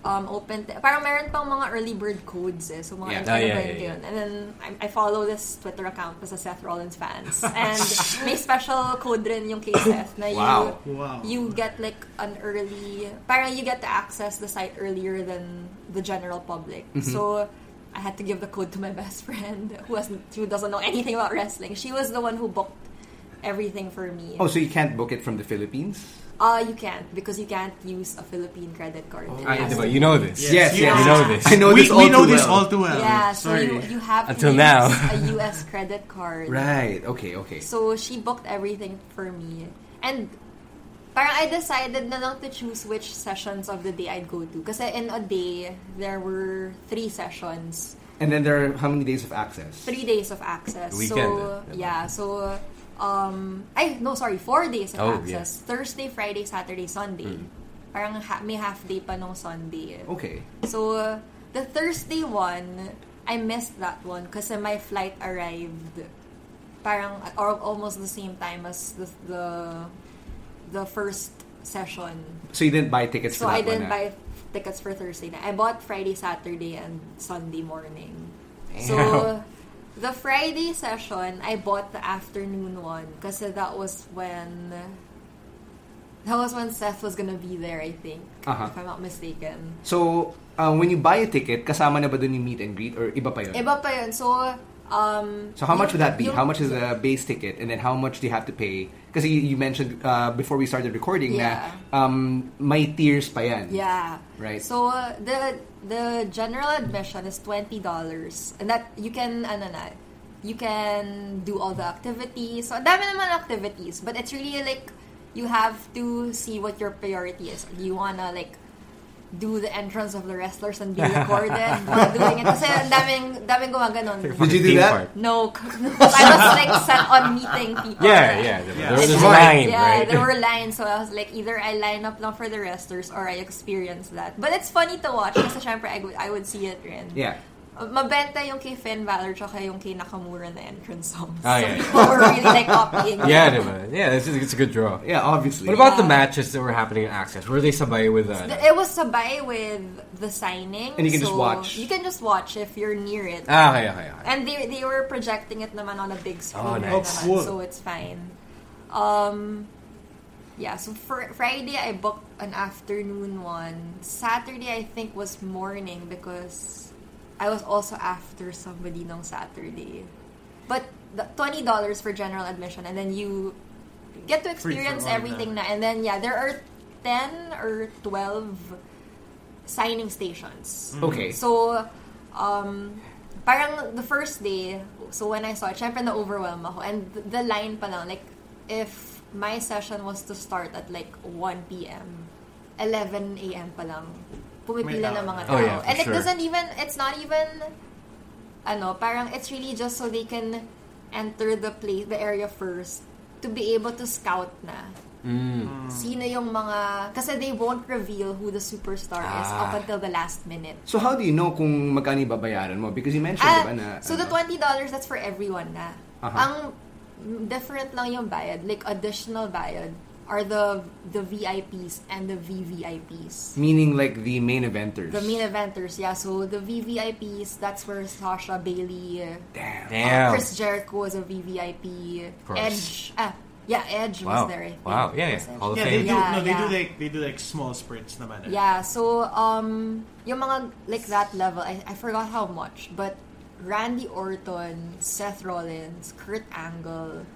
Speaker 6: um opened, parang meron pang mga early bird codes eh. So
Speaker 3: Yeah.
Speaker 6: mga yeah.
Speaker 4: Ah, yeah,
Speaker 6: yeah,
Speaker 4: yeah,
Speaker 6: And then I, I follow this Twitter account as a Seth Rollins fans. And may special code rin yung kay Seth na
Speaker 3: Wow.
Speaker 6: you
Speaker 5: Wow.
Speaker 6: you get like an early parang you get to access the site earlier than the general public. So I had to give the code to my best friend who has who doesn't know anything about wrestling. She was the one who booked everything for me.
Speaker 3: oh, so you can't book it from the Philippines?
Speaker 6: Uh, you can't because you can't use a Philippine credit card. It
Speaker 4: Ah,
Speaker 6: has
Speaker 4: diba?
Speaker 6: to
Speaker 4: you
Speaker 6: be-
Speaker 4: know this.
Speaker 3: Yes,
Speaker 5: you
Speaker 3: yes.
Speaker 4: You know this.
Speaker 3: I know
Speaker 5: we,
Speaker 3: this all
Speaker 5: we know
Speaker 3: too
Speaker 5: this
Speaker 3: well.
Speaker 5: all too well.
Speaker 6: Yeah, so
Speaker 5: Sorry.
Speaker 6: you, you have to
Speaker 4: Until
Speaker 6: use
Speaker 4: now.
Speaker 6: a US credit card.
Speaker 3: Right. Okay. Okay.
Speaker 6: So she booked everything for me. And parang I decided na lang to choose which sessions of the day I'd go to. Kasi in a day, there were three sessions.
Speaker 3: And then there are how many days of access?
Speaker 6: Three days of access.
Speaker 4: Weekend,
Speaker 6: so,
Speaker 4: eh.
Speaker 6: yeah. So, um, ay, no, sorry. Four days of
Speaker 4: Oh, Mm.
Speaker 6: access. Thursday, Friday, Saturday, Sunday. Parang ha- may half day pa nung Sunday.
Speaker 3: Okay.
Speaker 6: So, uh, the Thursday one, I missed that one kasi my flight arrived parang at- or almost the same time as the the, the first session.
Speaker 3: So you didn't buy tickets
Speaker 6: So
Speaker 3: for that
Speaker 6: I didn't
Speaker 3: one, ah.
Speaker 6: buy tickets for Thursday night. I bought Friday, Saturday, and Sunday morning.
Speaker 4: Damn.
Speaker 6: So the Friday session, I bought the afternoon one kasi that was when that was when Seth was gonna be there, I think,
Speaker 3: Uh-huh.
Speaker 6: if I'm not mistaken.
Speaker 3: So uh, when you buy a ticket, kasama na ba dun yung meet and greet or iba pa yun?
Speaker 6: Iba pa yun. So, um...
Speaker 3: So how much would that be?
Speaker 6: yung-
Speaker 3: How much is the base ticket, and then how much do you have to pay? Because you, you mentioned uh, before we started recording
Speaker 6: Yeah.
Speaker 3: that um, my tiers pa yan.
Speaker 6: Yeah.
Speaker 3: Right.
Speaker 6: So, uh, the the general admission is $20. And that, you can, ano na, you can do all the activities. So, ang dami naman activities. But it's really like, you have to see what your priority is. Do you wanna, like, do the entrance of the wrestlers and be recorded while doing it? Kasi ang daming, daming gumaganon.
Speaker 3: Did you do
Speaker 4: Theme
Speaker 3: that?
Speaker 4: park.
Speaker 6: No, because I was, like, set on meeting people.
Speaker 4: Yeah, yeah. diba?
Speaker 5: Yeah.
Speaker 4: There was
Speaker 6: It's
Speaker 4: a
Speaker 6: like-
Speaker 4: line,
Speaker 6: yeah,
Speaker 4: right?
Speaker 6: there were lines, so I was like, either I line up lang for the resters or I experience that. But it's funny to watch kasi syempre I would, I would see it rin.
Speaker 3: Yeah.
Speaker 6: Uh, Mabenta yung kay Finn Balor tsaka yung kay Nakamura na entrance songs.
Speaker 4: Ah,
Speaker 6: so
Speaker 4: yeah.
Speaker 6: people were really like copying.
Speaker 4: yeah, diba? yeah. It's, it's a good draw.
Speaker 3: Yeah, obviously.
Speaker 4: What about the matches that were happening in Access? Were they sabay with uh,
Speaker 6: It was sabay with the signing.
Speaker 3: And you can
Speaker 6: so
Speaker 3: just watch.
Speaker 6: You can just watch if you're near it.
Speaker 4: Ah, okay, okay, okay.
Speaker 6: And they they were projecting it naman on a big screen,
Speaker 4: Oh,
Speaker 6: rin
Speaker 4: nice.
Speaker 6: naman,
Speaker 5: Oh, cool.
Speaker 6: so it's fine. Um, yeah. So for Friday, I booked an afternoon one. Saturday, I think was morning because I was also after somebody nung Saturday. But the twenty dollars for general admission, and then you get to
Speaker 5: Free for
Speaker 6: experience
Speaker 5: all
Speaker 6: everything na. And then yeah, there are ten or twelve signing stations.
Speaker 5: Mm.
Speaker 3: Okay.
Speaker 6: So, um, parang the first day, so when I saw it, syempre na-overwhelm ako. And th- the line pa lang, like, if my session was to start at like 1 p.m., 11 a.m. pa lang, pumipila
Speaker 5: May
Speaker 6: na
Speaker 5: tao
Speaker 6: mga
Speaker 5: na.
Speaker 6: tao.
Speaker 4: Oh, yeah, for
Speaker 6: and it
Speaker 4: sure.
Speaker 6: doesn't even, it's not even, ano, parang it's really just so they can enter the place, the area first, to be able to scout na.
Speaker 4: Mm.
Speaker 6: Sino yung mga... Kasi they won't reveal who the superstar is
Speaker 4: Ah.
Speaker 6: up until the last minute.
Speaker 3: So how do you know kung magkano yung babayaran mo? Because you mentioned,
Speaker 6: Ah,
Speaker 3: diba, na...
Speaker 6: so the twenty dollars that's for everyone na.
Speaker 4: Uh-huh.
Speaker 3: Aha.
Speaker 6: Ang different lang yung bayad, like additional bayad are the the VIPs and the VVIPs.
Speaker 3: Meaning like the main eventers.
Speaker 6: The main eventers, yeah. So the VVIPs, that's where Sasha Bailey, uh,
Speaker 4: Damn.
Speaker 6: Chris Jericho was a VVIP.
Speaker 4: course.
Speaker 6: Edge, ah, yeah, Edge
Speaker 4: Wow.
Speaker 6: was there. I think.
Speaker 4: Oh, Wow. Yeah, yeah.
Speaker 6: Was Edge.
Speaker 4: Hall of
Speaker 5: Yeah,
Speaker 4: Fame.
Speaker 5: they do.
Speaker 6: Yeah,
Speaker 5: no, they do
Speaker 6: yeah.
Speaker 5: like they do like small sprints, naman. eh.
Speaker 6: Yeah, so um yung mga like that level, I, I forgot how much, but Randy Orton, Seth Rollins, Kurt Angle,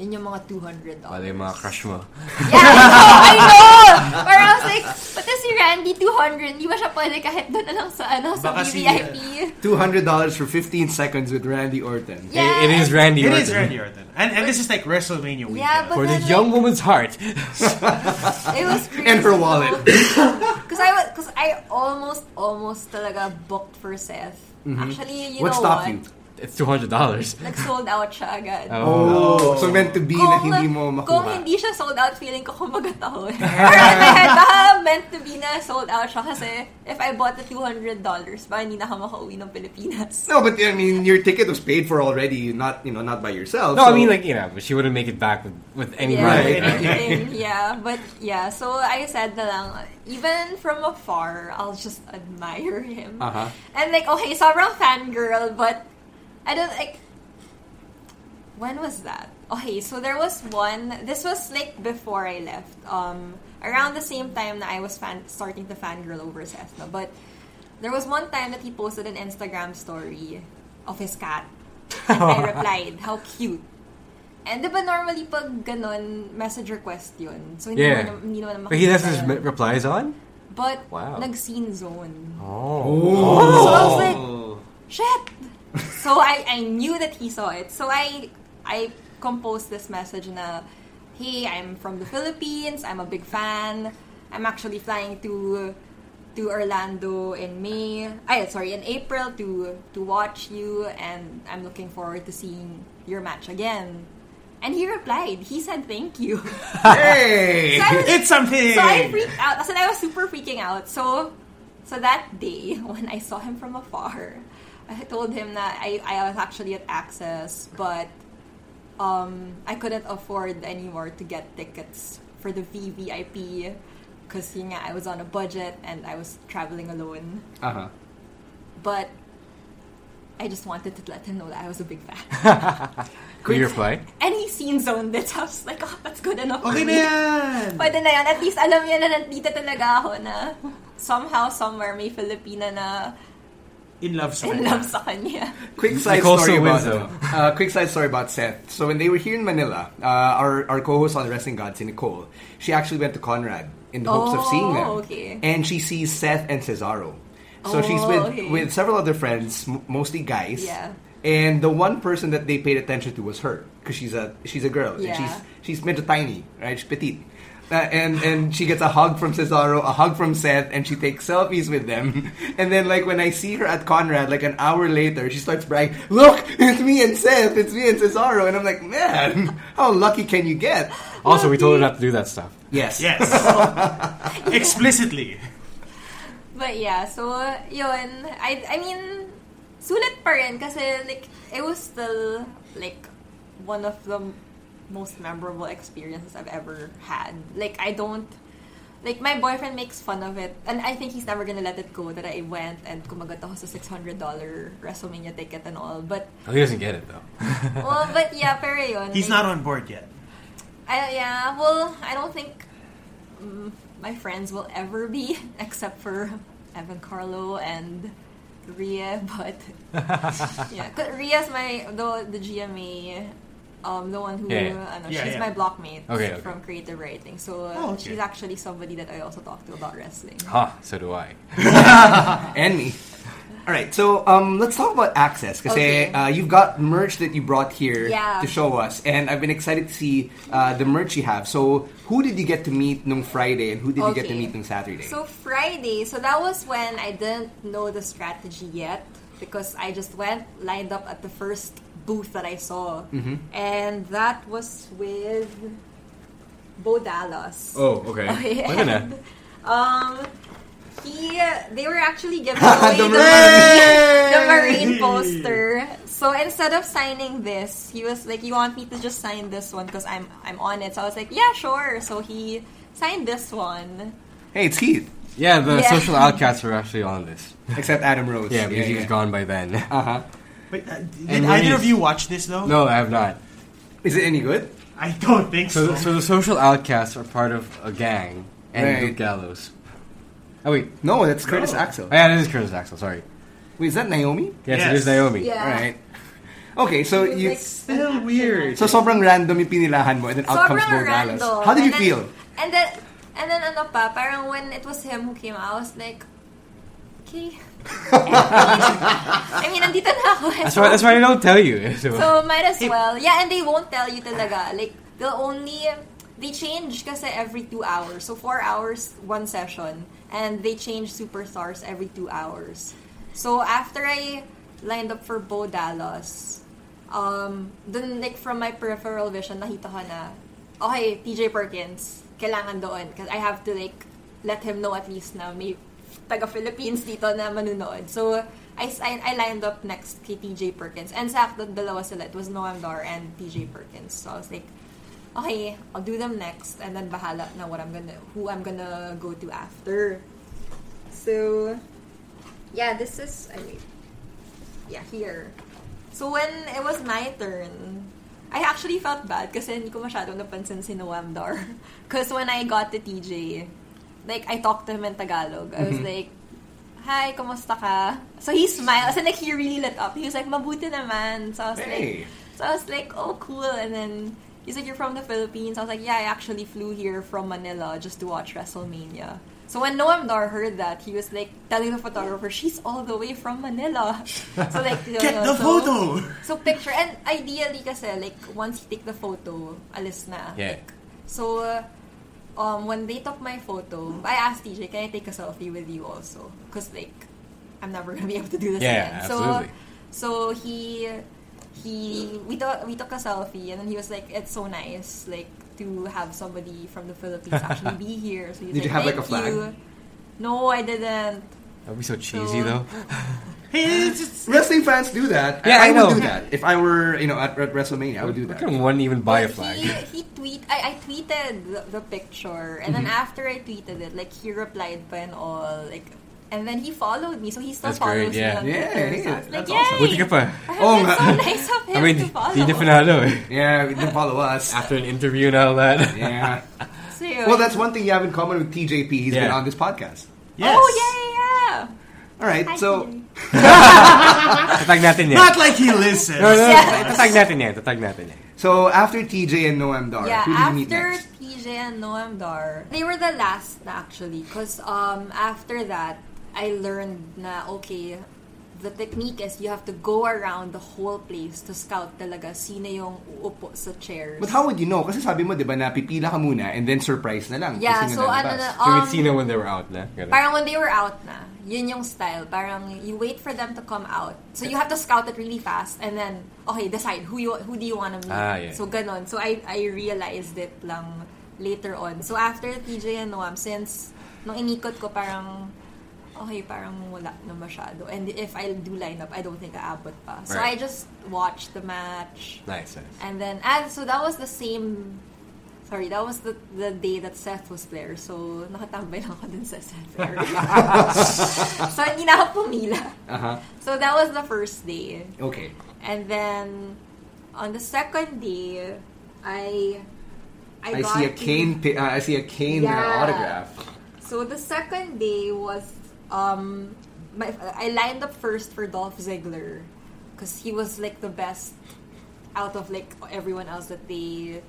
Speaker 6: yun yung mga 200
Speaker 4: Wala yung mga crush mo.
Speaker 6: Yeah, I know, I know! Pero I was like, pati si Randy 200, di ba siya pwede kahit doon na lang sa, ano, sa
Speaker 5: Baka si-
Speaker 6: VVIP?
Speaker 3: Two hundred dollars for fifteen seconds with Randy Orton.
Speaker 6: Yeah.
Speaker 4: It- it is Randy
Speaker 5: It
Speaker 4: Orton.
Speaker 5: is Randy Orton, and and this is like WrestleMania weekend.
Speaker 6: Yeah, but
Speaker 4: For the
Speaker 6: then,
Speaker 4: young woman's heart.
Speaker 6: like, it was crazy.
Speaker 3: And her wallet.
Speaker 6: Because I, was- cause I almost, almost talaga booked for Seth. Actually, you
Speaker 3: Mm-hmm. what
Speaker 6: know
Speaker 3: stopped
Speaker 6: what?
Speaker 3: you?
Speaker 4: It's two hundred dollars.
Speaker 6: Like, sold out siya agad.
Speaker 3: Oh, so meant to be na hindi mo
Speaker 6: Kung
Speaker 3: makuha.
Speaker 6: hindi siya sold out, feeling ko kumagat ako. Pero in my head, baka meant to be na sold out siya kasi if I bought the $200, baka hindi na ako makauwi ng Pilipinas.
Speaker 3: No, but I mean your ticket was paid for already, not you know, not by yourself.
Speaker 4: No,
Speaker 3: so-
Speaker 4: I mean like you know, but she wouldn't make it back with with any
Speaker 6: Yeah,
Speaker 3: Right.
Speaker 4: money.
Speaker 6: anything, yeah. But yeah, so I said na lang, even from afar, I'll just admire him.
Speaker 3: Uh-huh.
Speaker 6: And like, okay, sobrang fangirl, but I don't like. When was that? Okay, so there was one. This was like before I left. Um, around the same time that I was fan starting to fangirl over Seth, no? but there was one time that he posted an Instagram story of his cat, and I replied, "How cute." And di ba normally pag ganon, message request yun. So hindi
Speaker 4: Yeah.
Speaker 6: mo na, hindi naman
Speaker 4: But he has his
Speaker 6: makikita
Speaker 4: me-
Speaker 6: yun.
Speaker 4: replies on.
Speaker 6: But,
Speaker 4: Wow.
Speaker 6: nag-scene zone.
Speaker 4: Oh.
Speaker 6: So I was like, shit! so I, I knew that he saw it. So I I composed this message na, hey, I'm from the Philippines. I'm a big fan. I'm actually flying to to Orlando in May. Ay, sorry, in April to to watch you and I'm looking forward to seeing your match again. And he replied. He said thank you.
Speaker 3: hey,
Speaker 6: So I was-
Speaker 5: It's something.
Speaker 6: so I freaked out. So I was super freaking out. So, so that day when I saw him from afar, I told him that I, I was actually at Access, but um, I couldn't afford anymore to get tickets for the VVIP because yeah, I was on a budget and I was traveling alone.
Speaker 3: uh huh.
Speaker 6: But I just wanted to let him know that I was a big fan.
Speaker 4: Could you reply?
Speaker 6: and he seen zoned it. I was like, oh, that's good enough. for
Speaker 5: Okay na
Speaker 6: me."
Speaker 5: yan.
Speaker 6: Pwede na yan. At least alam niya na nandito talaga ako na somehow, somewhere, may Filipina na
Speaker 5: In love sa
Speaker 6: in
Speaker 5: kanya.
Speaker 6: love sa kanya.
Speaker 3: Quick side
Speaker 4: Nicole
Speaker 3: story about
Speaker 4: Sobenzo.
Speaker 3: uh, quick side story about Seth. So when they were here in Manila, uh, our our co-host on Wrestling Gods, Nicole, she actually went to Conrad in the hopes of
Speaker 6: Oh,
Speaker 3: seeing them,
Speaker 6: okay.
Speaker 3: and she sees Seth and Cesaro. So
Speaker 6: Oh,
Speaker 3: she's with
Speaker 6: okay.
Speaker 3: with several other friends, m- mostly guys.
Speaker 6: Yeah.
Speaker 3: And the one person that they paid attention to was her because she's a she's a girl and
Speaker 6: Yeah.
Speaker 3: she's she's made tiny, right? She's petite. Uh, and and she gets a hug from Cesaro, a hug from Seth, and she takes selfies with them. And then like when I see her at Conrad, like an hour later, she starts bragging, "Look, it's me and Seth, it's me and Cesaro." And I'm like, man, how lucky can you get?
Speaker 4: Also, we told her not to do that stuff.
Speaker 3: Yes.
Speaker 5: Yes. Explicitly.
Speaker 6: But yeah, so, yun. I, I mean, sulit pa rin kasi like, it was still like one of the most memorable experiences I've ever had. Like, I don't Like, my boyfriend makes fun of it. And I think he's never gonna let it go that I went and kumagat ako sa $600 WrestleMania ticket and all. But,
Speaker 4: Oh, he doesn't get it though.
Speaker 6: well, but yeah, pero yun.
Speaker 5: He's not
Speaker 6: like-
Speaker 5: on board yet.
Speaker 6: I, yeah, well, I don't think mm, my friends will ever be, except for Evan Carlo and Ria. But yeah, 'cause Ria's my the the GMA, um, the one who
Speaker 4: Yeah, yeah.
Speaker 6: ano,
Speaker 5: Yeah,
Speaker 6: she's
Speaker 5: yeah.
Speaker 6: my blockmate
Speaker 4: Okay, okay.
Speaker 6: from creative writing. So
Speaker 5: Oh, okay.
Speaker 6: she's actually somebody that I also talk to about wrestling.
Speaker 4: Huh? So do I.
Speaker 3: and me. All right, so um, let's talk about access because
Speaker 6: Okay.
Speaker 3: uh, you've got merch that you brought here
Speaker 6: Yeah.
Speaker 3: to show us, and I've been excited to see uh, the merch you have. So, who did you get to meet on Friday, and who did you get to
Speaker 6: Okay.
Speaker 3: meet on Saturday?
Speaker 6: So Friday, so that was when I didn't know the strategy yet because I just went lined up at the first booth that I saw, and that was with Bo Dallas.
Speaker 4: Oh, okay.
Speaker 6: Okay,
Speaker 4: Look at
Speaker 6: and,
Speaker 4: that.
Speaker 6: Um, he they were actually giving away the,
Speaker 3: The
Speaker 6: marine, the marine poster. So instead of signing this, he was like, "You want me to just sign this one because I'm I'm on it." So I was like, "Yeah, sure." So he signed this one.
Speaker 3: Hey, it's Heath.
Speaker 4: Yeah, the
Speaker 6: Yeah.
Speaker 4: social outcasts were actually on this.
Speaker 3: Except Adam Rose.
Speaker 4: Yeah, because he was gone by then.
Speaker 3: Uh huh.
Speaker 5: Wait, uh, did
Speaker 4: And
Speaker 5: either
Speaker 4: Reese.
Speaker 5: of you watch this though?
Speaker 4: no, I have not.
Speaker 3: Is it any good?
Speaker 5: I don't think
Speaker 4: So,
Speaker 5: so.
Speaker 4: so the social outcasts are part of a gang and
Speaker 3: Right.
Speaker 4: Luke Gallows. Oh wait,
Speaker 3: No, that's Curtis Axel.
Speaker 4: oh, yeah, it is Curtis Axel. Sorry.
Speaker 3: Wait, is that Naomi?
Speaker 4: Yes,
Speaker 5: Yes.
Speaker 4: it is Naomi.
Speaker 6: Yeah.
Speaker 3: All right. Okay, so
Speaker 6: He was
Speaker 3: you.
Speaker 6: like,
Speaker 5: Still weird.
Speaker 3: So sobrang random yung pinilahan mo and then out comes
Speaker 6: Sobrang
Speaker 3: Bo Dallas.
Speaker 6: random.
Speaker 3: How did you
Speaker 6: and
Speaker 3: feel?
Speaker 6: Then, and then, and then ano pa, parang when it was him who came out, I was like, okay. I mean, nandito na ako. eh.
Speaker 4: That's why. That's why I don't tell you.
Speaker 6: So, might as well. Yeah, and they won't tell you talaga. Like, they'll only, they change kasi every two hours. So, four hours, one session. And they change superstars every two hours. So, after I lined up for Bo Dallas, um, dun, like, from my peripheral vision, nakita ko na, okay, TJ Perkins, kailangan doon. Because I have to, like, let him know at least na may taga-Philippines dito na manunood. So, I, I, I lined up next kay TJ Perkins. And sakto, dalawa sila. It was Noam Dar and TJ Perkins. So, I was like, okay, I'll do them next. And then, bahala na what I'm gonna, who I'm gonna go to after. So, yeah, this is, I mean, yeah, here. So, when it was my turn, I actually felt bad kasi hindi ko masyadong napansin si Noam Dar. Because when I got to TJ, like, I talked to him in Tagalog. I
Speaker 5: Mm-hmm.
Speaker 6: was like, Hi, kumusta ka? So he smiled. So like, he really lit up. He was like, mabuti naman. So I was
Speaker 3: Hey.
Speaker 6: like, so I was like, oh, cool. And then he's like, you're from the Philippines. I was like, yeah, I actually flew here from Manila just to watch WrestleMania. So when Noam Dar heard that, he was like telling the photographer, she's all the way from Manila. So like, you
Speaker 5: Get the
Speaker 6: know, so-
Speaker 5: photo.
Speaker 6: So picture, and ideally kasi, like, once you take the photo, alis na.
Speaker 4: yeah.
Speaker 6: So, uh, um, when they took my photo, I asked TJ, can I take a selfie with you also? Because, like, I'm never going to be able to do this
Speaker 4: Yeah,
Speaker 6: again. uh,
Speaker 4: absolutely.
Speaker 6: So, so he, he, we, took we took a selfie and then he was like, it's so nice, like, to have somebody from the Philippines actually be here. So he's
Speaker 3: Did you
Speaker 6: like,
Speaker 3: have, like, a
Speaker 6: "Thank you."
Speaker 3: flag?
Speaker 6: No, I didn't.
Speaker 4: That would be so cheesy,
Speaker 6: So-
Speaker 4: though.
Speaker 5: Hey, it's just-
Speaker 3: Wrestling fans do that.
Speaker 4: Yeah, I know.
Speaker 3: would do that. If I were, you know, at, at WrestleMania, I would do
Speaker 4: How
Speaker 3: that.
Speaker 4: can one even buy a
Speaker 6: But
Speaker 4: flag?
Speaker 6: He, he tweet. I, I tweeted the, the picture, and
Speaker 4: Mm-hmm.
Speaker 6: then after I tweeted it, like he replied pa and all, like, and then he followed me, so he still
Speaker 4: That's
Speaker 6: follows
Speaker 4: great, yeah.
Speaker 6: me on
Speaker 3: Yeah,
Speaker 6: Twitter. so
Speaker 3: yeah,
Speaker 6: I was like,
Speaker 3: that's awesome.
Speaker 6: yay!
Speaker 4: Buti ka pa.
Speaker 3: Oh,
Speaker 6: Oh, that's so
Speaker 3: nga.
Speaker 6: nice of him
Speaker 4: I mean,
Speaker 6: to follow.
Speaker 4: di niya pinalo eh.
Speaker 3: Yeah, you can follow us.
Speaker 4: After an interview and all that.
Speaker 3: Yeah.
Speaker 6: So, yun.
Speaker 3: Well, that's one thing you have in common with TJP. He's been
Speaker 4: Yeah.
Speaker 3: on this podcast.
Speaker 5: yes.
Speaker 6: Oh yeah, yeah, yeah.
Speaker 3: All right,
Speaker 6: Hi,
Speaker 3: so
Speaker 6: TJ.
Speaker 4: Tatag natin yan.
Speaker 5: Not like he listens.
Speaker 4: No, no, no.
Speaker 6: Yeah.
Speaker 4: Tatag natin yan. Tatag natin yan.
Speaker 3: so after TJ and Noam Dar,
Speaker 6: Yeah,
Speaker 3: who did you meet
Speaker 6: after
Speaker 3: next?
Speaker 6: PJ and Noam Dar, they were the last na actually. Because um, after that, I learned na, okay, the technique is you have to go around the whole place to scout talaga sino yung uupo sa chairs.
Speaker 3: But how would you know? Kasi sabi mo, di ba, napipila ka muna and then surprise na lang. kung
Speaker 6: Yeah,
Speaker 3: sino
Speaker 6: so ano
Speaker 3: lalabas.
Speaker 6: na,
Speaker 4: So
Speaker 6: um,
Speaker 4: we'd seen them when they were out na. Ganun.
Speaker 6: parang when they were out na, yun yung style. Parang you wait for them to come out. So you have to scout it really fast and then, okay, decide who you who do you want to meet.
Speaker 4: Ah, yeah.
Speaker 6: So ganon. So I, I realized it lang later on. So after TJ and Noam, since nung inikot ko parang, okay, parang wala na masyado. And if I do line up, I don't think aabot pa. So
Speaker 4: Right.
Speaker 6: I just watched the match.
Speaker 4: Nice, nice.
Speaker 6: And then, and so that was the same. Sorry, that was the, the day that Seth was there. So, nakatambay lang ako dun sa Seth area. so, hindi na ako pumila.
Speaker 3: Uh-huh.
Speaker 6: So, that was the first day.
Speaker 3: Okay.
Speaker 6: And then, on the second day, I...
Speaker 3: I
Speaker 6: got
Speaker 3: see a
Speaker 6: to-
Speaker 3: cane. pi- Uh, I see a cane uh,
Speaker 6: Yeah.
Speaker 3: autograph.
Speaker 6: So the second day was um my, I lined up first for Dolph Ziggler because he was like the best out of like everyone else that they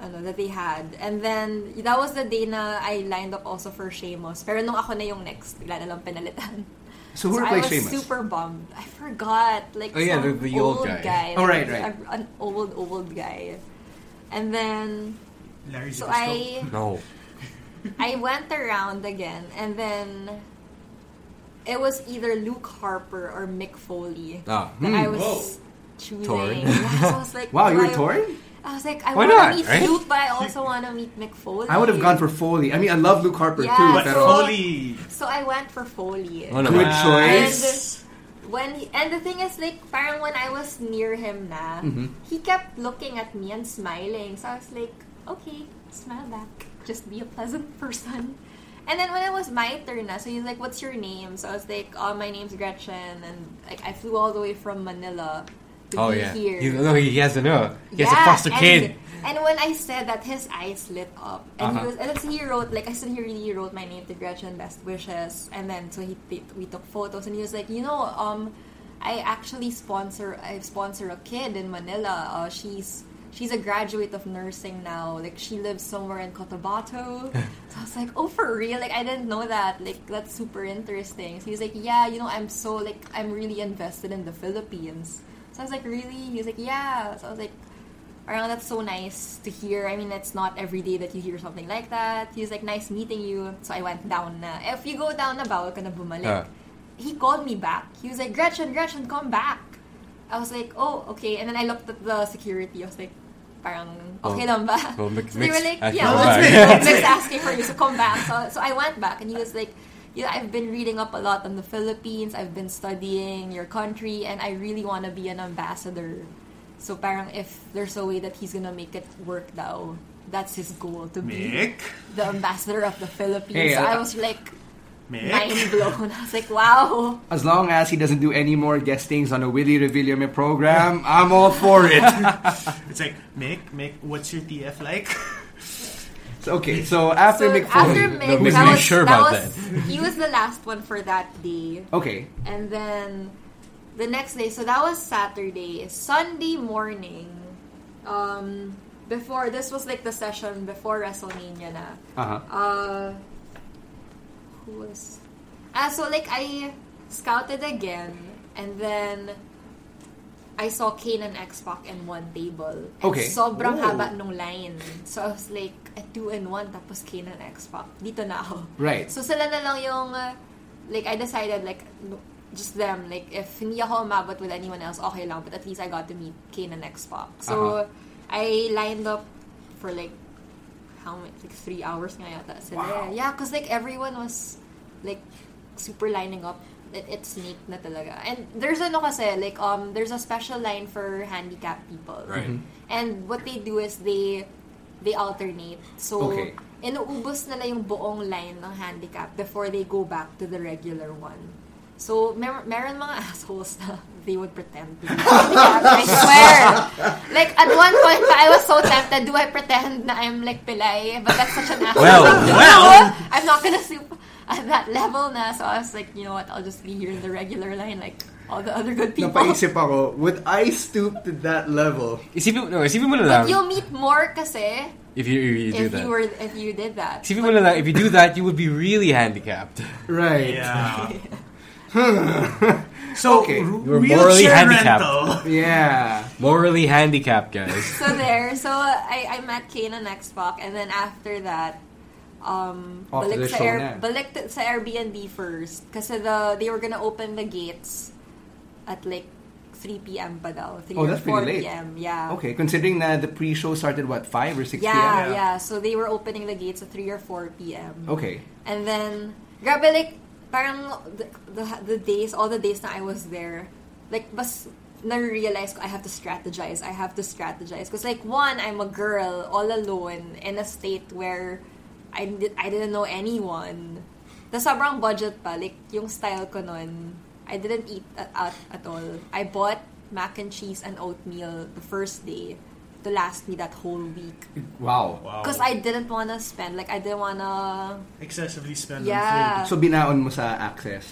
Speaker 6: ano, that they had. And then that was the day na I lined up also for Sheamus. Pero nung ako na yung next, wala na lang pinalitan.
Speaker 3: So who
Speaker 6: so I
Speaker 3: replaced
Speaker 6: was
Speaker 3: Sheamus?
Speaker 6: super bummed. I forgot. Like
Speaker 4: Oh, yeah,
Speaker 6: some
Speaker 4: the- the old guy.
Speaker 3: Oh, right, right.
Speaker 6: A- An old old guy. And then
Speaker 5: Larry
Speaker 6: so
Speaker 5: Zbyszko.
Speaker 6: I
Speaker 4: No.
Speaker 6: I went around again, and then it was either Luke Harper or Mick Foley
Speaker 4: Ah.
Speaker 6: that I was
Speaker 5: Whoa.
Speaker 6: choosing.
Speaker 4: Torn.
Speaker 6: Yeah, so I was like,
Speaker 3: hmm. Wow, you
Speaker 6: do
Speaker 3: were
Speaker 6: I-
Speaker 3: touring?
Speaker 6: I I was like, I
Speaker 4: Why
Speaker 6: want to
Speaker 4: not,
Speaker 6: meet
Speaker 4: right?
Speaker 6: Luke, but I also want to meet McFoley.
Speaker 3: I would have gone for Foley. I mean, I love Luke Harper
Speaker 6: Yeah,
Speaker 3: too.
Speaker 5: But
Speaker 6: so-
Speaker 3: pero-
Speaker 5: Foley.
Speaker 6: So I went for Foley.
Speaker 4: Oh, no.
Speaker 3: Good
Speaker 4: Ah.
Speaker 3: choice.
Speaker 6: When he, and the thing is, like, parang when I was near him na,
Speaker 4: Mm-hmm.
Speaker 6: he kept looking at me and smiling. So I was like, okay, smile back. Just be a pleasant person. And then when it was my turn na, so he's like, what's your name? So I was like, oh, my name's Gretchen. And, like, I flew all the way from Manila to
Speaker 4: Oh
Speaker 6: be
Speaker 4: yeah.
Speaker 6: here.
Speaker 4: He, no, he has a no. He has a
Speaker 6: Yeah,
Speaker 4: foster
Speaker 6: and-
Speaker 4: kid.
Speaker 6: And when I said that, his eyes lit up, and he
Speaker 4: Uh-huh.
Speaker 6: was, and then he wrote like I said, he really wrote my name to Gretchen, best wishes, and then so he t- we took photos, and he was like, you know, um, I actually sponsor I sponsor a kid in Manila. Uh, she's she's a graduate of nursing now. Like she lives somewhere in Cotabato. so I was like, oh for real? Like I didn't know that. Like that's super interesting. So he was like, yeah, you know, I'm so like I'm really invested in the Philippines. So I was like, really? He was like, yeah. So I was like, Parang that's so nice to hear. I mean, it's not every day that you hear something like that. He was like, nice meeting you. So I went down na. If you go down na, bawal ka na bumalik.
Speaker 4: Ah.
Speaker 6: He called me back. He was like, Gretchen, Gretchen, come back. I was like, oh, okay. And then I looked at the security. I was like, parang, okay
Speaker 4: Oh.
Speaker 6: lang ba?
Speaker 4: Oh, mix-
Speaker 6: so they were
Speaker 4: mix-
Speaker 6: like,
Speaker 4: ah,
Speaker 6: yeah,
Speaker 4: come
Speaker 6: what's
Speaker 4: back.
Speaker 6: mix, mix asking for you to come back. So, so I went back and he was like, yeah, I've been reading up a lot on the Philippines. I've been studying your country and I really want to be an ambassador. So parang if there's a way that he's gonna make it work daw, that's his goal to be
Speaker 5: Mick?
Speaker 6: the ambassador of the
Speaker 3: Hey,
Speaker 6: Philippines. so
Speaker 3: uh,
Speaker 6: I was like mind
Speaker 5: Mick?
Speaker 6: blown. I was like, wow.
Speaker 3: As long as he doesn't do any more guestings on a Willie Revillame program, I'm all for it.
Speaker 5: It's like, Mick, Mick, what's your TF like?
Speaker 3: so, okay, so after
Speaker 6: so
Speaker 3: Mick Foley.
Speaker 6: after Mick,
Speaker 4: Mick,
Speaker 6: that
Speaker 4: make
Speaker 6: was,
Speaker 4: sure
Speaker 6: that
Speaker 4: about
Speaker 6: was he was the last one for that day.
Speaker 3: Okay,
Speaker 6: And then the next day, so that was Saturday. Sunday morning, um, before this was like the session before WrestleMania na.
Speaker 3: uh-huh.
Speaker 6: Uh, who was? Ah, so like I scouted again, and then I saw Kane and X Pac in one table. And
Speaker 3: Okay.
Speaker 6: Sobrang
Speaker 3: Oh.
Speaker 6: haba nung line. So I was like, at two and one, tapos Kane and X Pac. Dito na ako.
Speaker 3: Right.
Speaker 6: So sila na lang yung, uh, like I decided like, no- just them. Like if hindi ako umabot with anyone else, okay lang. But at least I got to meet Kane and X Pac. So I lined up for like how many, like three hours nga yata sila. Yeah, because like everyone was like super lining up. It, it's neat na talaga. And there's ano kasi, like um, there's a special line for handicapped people.
Speaker 4: Right. Mhm.
Speaker 6: And what they do is they they alternate. So,
Speaker 3: Okay.
Speaker 6: inuubos nila yung buong line ng handicap before they go back to the regular one. So, mer meron mga assholes na they would pretend to be handicapped. I swear! Like, at one point, pa, I was so tempted, do I pretend na I'm like Pilay? But that's such an asshole.
Speaker 4: Well,
Speaker 6: Like, no,
Speaker 4: well.
Speaker 6: I'm not gonna sleep at that level na. So, I was like, you know what, I'll just be here in the regular line like all the other good people.
Speaker 3: Napaisip ako, would I stoop to that level?
Speaker 4: Isipin, no, isipin mo na lang.
Speaker 6: But you'll meet more kasi
Speaker 4: If you, if you do
Speaker 6: if
Speaker 4: that.
Speaker 6: you were if you did that.
Speaker 4: isipin mo na lang, if you do that, you would be really handicapped.
Speaker 3: Right.
Speaker 5: Yeah. so,
Speaker 3: Okay.
Speaker 4: You're
Speaker 5: r-
Speaker 4: morally
Speaker 5: wheelchair
Speaker 4: handicapped.
Speaker 5: rental.
Speaker 3: Yeah.
Speaker 4: Morally handicapped, guys.
Speaker 6: so there, so I, I met Kane on Xbox, and then after that, um,
Speaker 3: Off to the
Speaker 6: balik sa,
Speaker 3: show
Speaker 6: Air,
Speaker 3: na.
Speaker 6: balik t- sa Airbnb first, kasi the they were gonna open the gates at like 3 p.m. pa daw, 3
Speaker 3: Oh,
Speaker 6: or
Speaker 3: that's pretty late.
Speaker 6: 4 p.m. Yeah.
Speaker 3: Okay, considering that the pre-show started what five or six
Speaker 6: Yeah,
Speaker 3: p.m.
Speaker 6: yeah, So they were opening the gates at 3 or 4 p.m.
Speaker 3: Okay.
Speaker 6: And then, grabe, like, parang the, the, the days, all the days na I was there, like, bas, na-realize ko, I have to strategize. I have to strategize. Because, like, one, I'm a girl, all alone, in a state where I, di- I didn't know anyone. The sobrang budget pa, like, yung style ko nun, I didn't eat a- out at all. I bought mac and cheese and oatmeal the first day to last me that whole week.
Speaker 3: Wow.
Speaker 5: Wow.
Speaker 6: Because I didn't want to spend, like, I didn't want to
Speaker 5: Excessively spend
Speaker 6: Yeah.
Speaker 5: on
Speaker 3: So binaon mo sa access.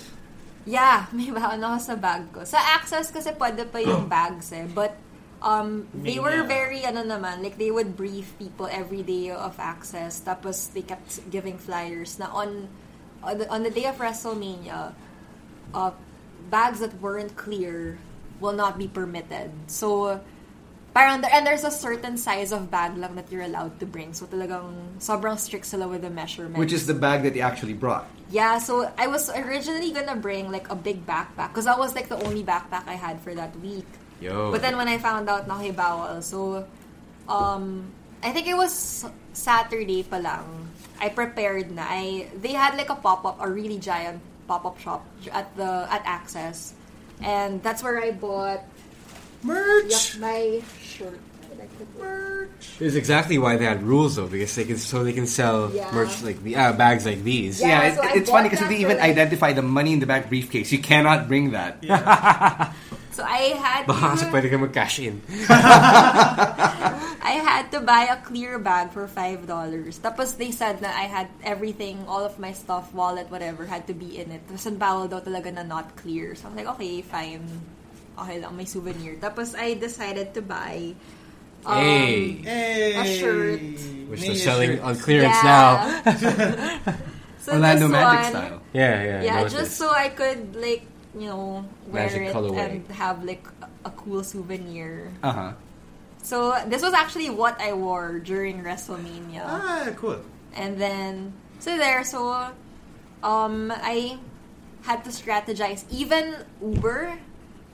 Speaker 6: Yeah, may baon ako sa bag ko. Sa Access kasi pwede pa yung bags eh. But um,
Speaker 5: Mania.
Speaker 6: they were very, ano naman, like they would brief people every day of Access. Tapos they kept giving flyers na on, on, the, on the day of WrestleMania, uh, bags that weren't clear will not be permitted. So, parang, there, and there's a certain size of bag lang that you're allowed to bring. So talagang sobrang strict sila with the measurements.
Speaker 3: Which is the bag that he actually brought.
Speaker 6: Yeah, so I was originally gonna bring like a big backpack because that was like the only backpack I had for that week.
Speaker 4: Yo.
Speaker 6: But then when I found out na hey bawal, so um, I think it was Saturday pa lang, I prepared na. I, they had like a pop-up, a really giant pop-up shop at the, at Access. And that's where I bought
Speaker 5: Merch!
Speaker 6: yup, my shirt. I like the merch.
Speaker 4: It's exactly why they had rules though, because they can so they can sell
Speaker 6: Yeah.
Speaker 4: merch like the uh, bags like these.
Speaker 6: Yeah,
Speaker 3: Yeah,
Speaker 6: so I
Speaker 3: it, it's
Speaker 6: bought
Speaker 3: funny because
Speaker 6: that
Speaker 3: they
Speaker 6: for,
Speaker 3: even
Speaker 6: like-
Speaker 3: identify the money in the back briefcase. You cannot bring that.
Speaker 6: So I had
Speaker 4: Baka kasi
Speaker 6: to-
Speaker 4: pwede ka mag-cash in.
Speaker 6: I had to buy a clear bag for five dollars. Tapos they said na I had everything, all of my stuff, wallet, whatever, had to be in it. Tapos ang bawal daw talaga na not clear. So I'm like, okay, fine. Okay lang, may souvenir. Tapos I decided to buy um,
Speaker 4: hey,
Speaker 5: Hey!
Speaker 6: a shirt.
Speaker 4: which
Speaker 5: Made
Speaker 4: they're
Speaker 5: a
Speaker 4: selling
Speaker 5: shirt.
Speaker 4: on clearance now.
Speaker 6: so
Speaker 3: Orlando
Speaker 6: this
Speaker 3: Magic
Speaker 6: one-
Speaker 3: style.
Speaker 4: Yeah, yeah.
Speaker 6: Yeah,
Speaker 4: notice.
Speaker 6: just so I could like, you know, wear
Speaker 4: Magic
Speaker 6: it
Speaker 4: colorway.
Speaker 6: and have like a- a cool souvenir.
Speaker 3: Uh huh.
Speaker 6: So this was actually what I wore during WrestleMania.
Speaker 5: Ah, cool.
Speaker 6: And then, so there, so, um, I had to strategize. Even Uber,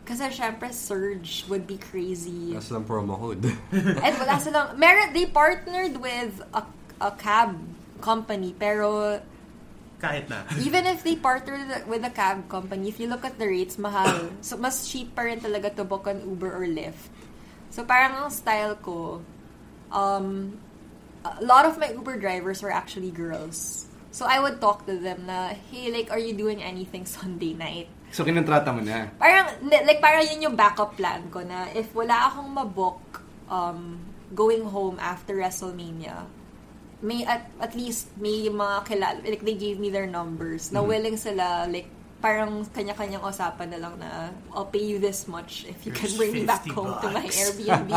Speaker 6: kasi syempre surge would be crazy.
Speaker 4: That's lang puro mahod.
Speaker 6: And wala silang, meron, they partnered with a, a cab company, pero
Speaker 5: Kahit na.
Speaker 6: even if they partnered with a cab company, if you look at the rates, mahal. So, mas cheap pa rin talaga to book on Uber or Lyft. So, parang ang style ko, um, a lot of my Uber drivers were actually girls. So, I would talk to them na, hey, like, are you doing anything Sunday night?
Speaker 3: So kinontrata mo na.
Speaker 6: Parang, li- like, parang yun yung backup plan ko na if wala akong mabook um, going home after WrestleMania, may at, at least may mga kilala, like they gave me their numbers na willing sila, like, parang kanya-kanyang usapan na lang na I'll pay you this much if you can
Speaker 5: Here's
Speaker 6: bring me back
Speaker 5: 50
Speaker 6: home to my
Speaker 5: bucks.
Speaker 6: Airbnb.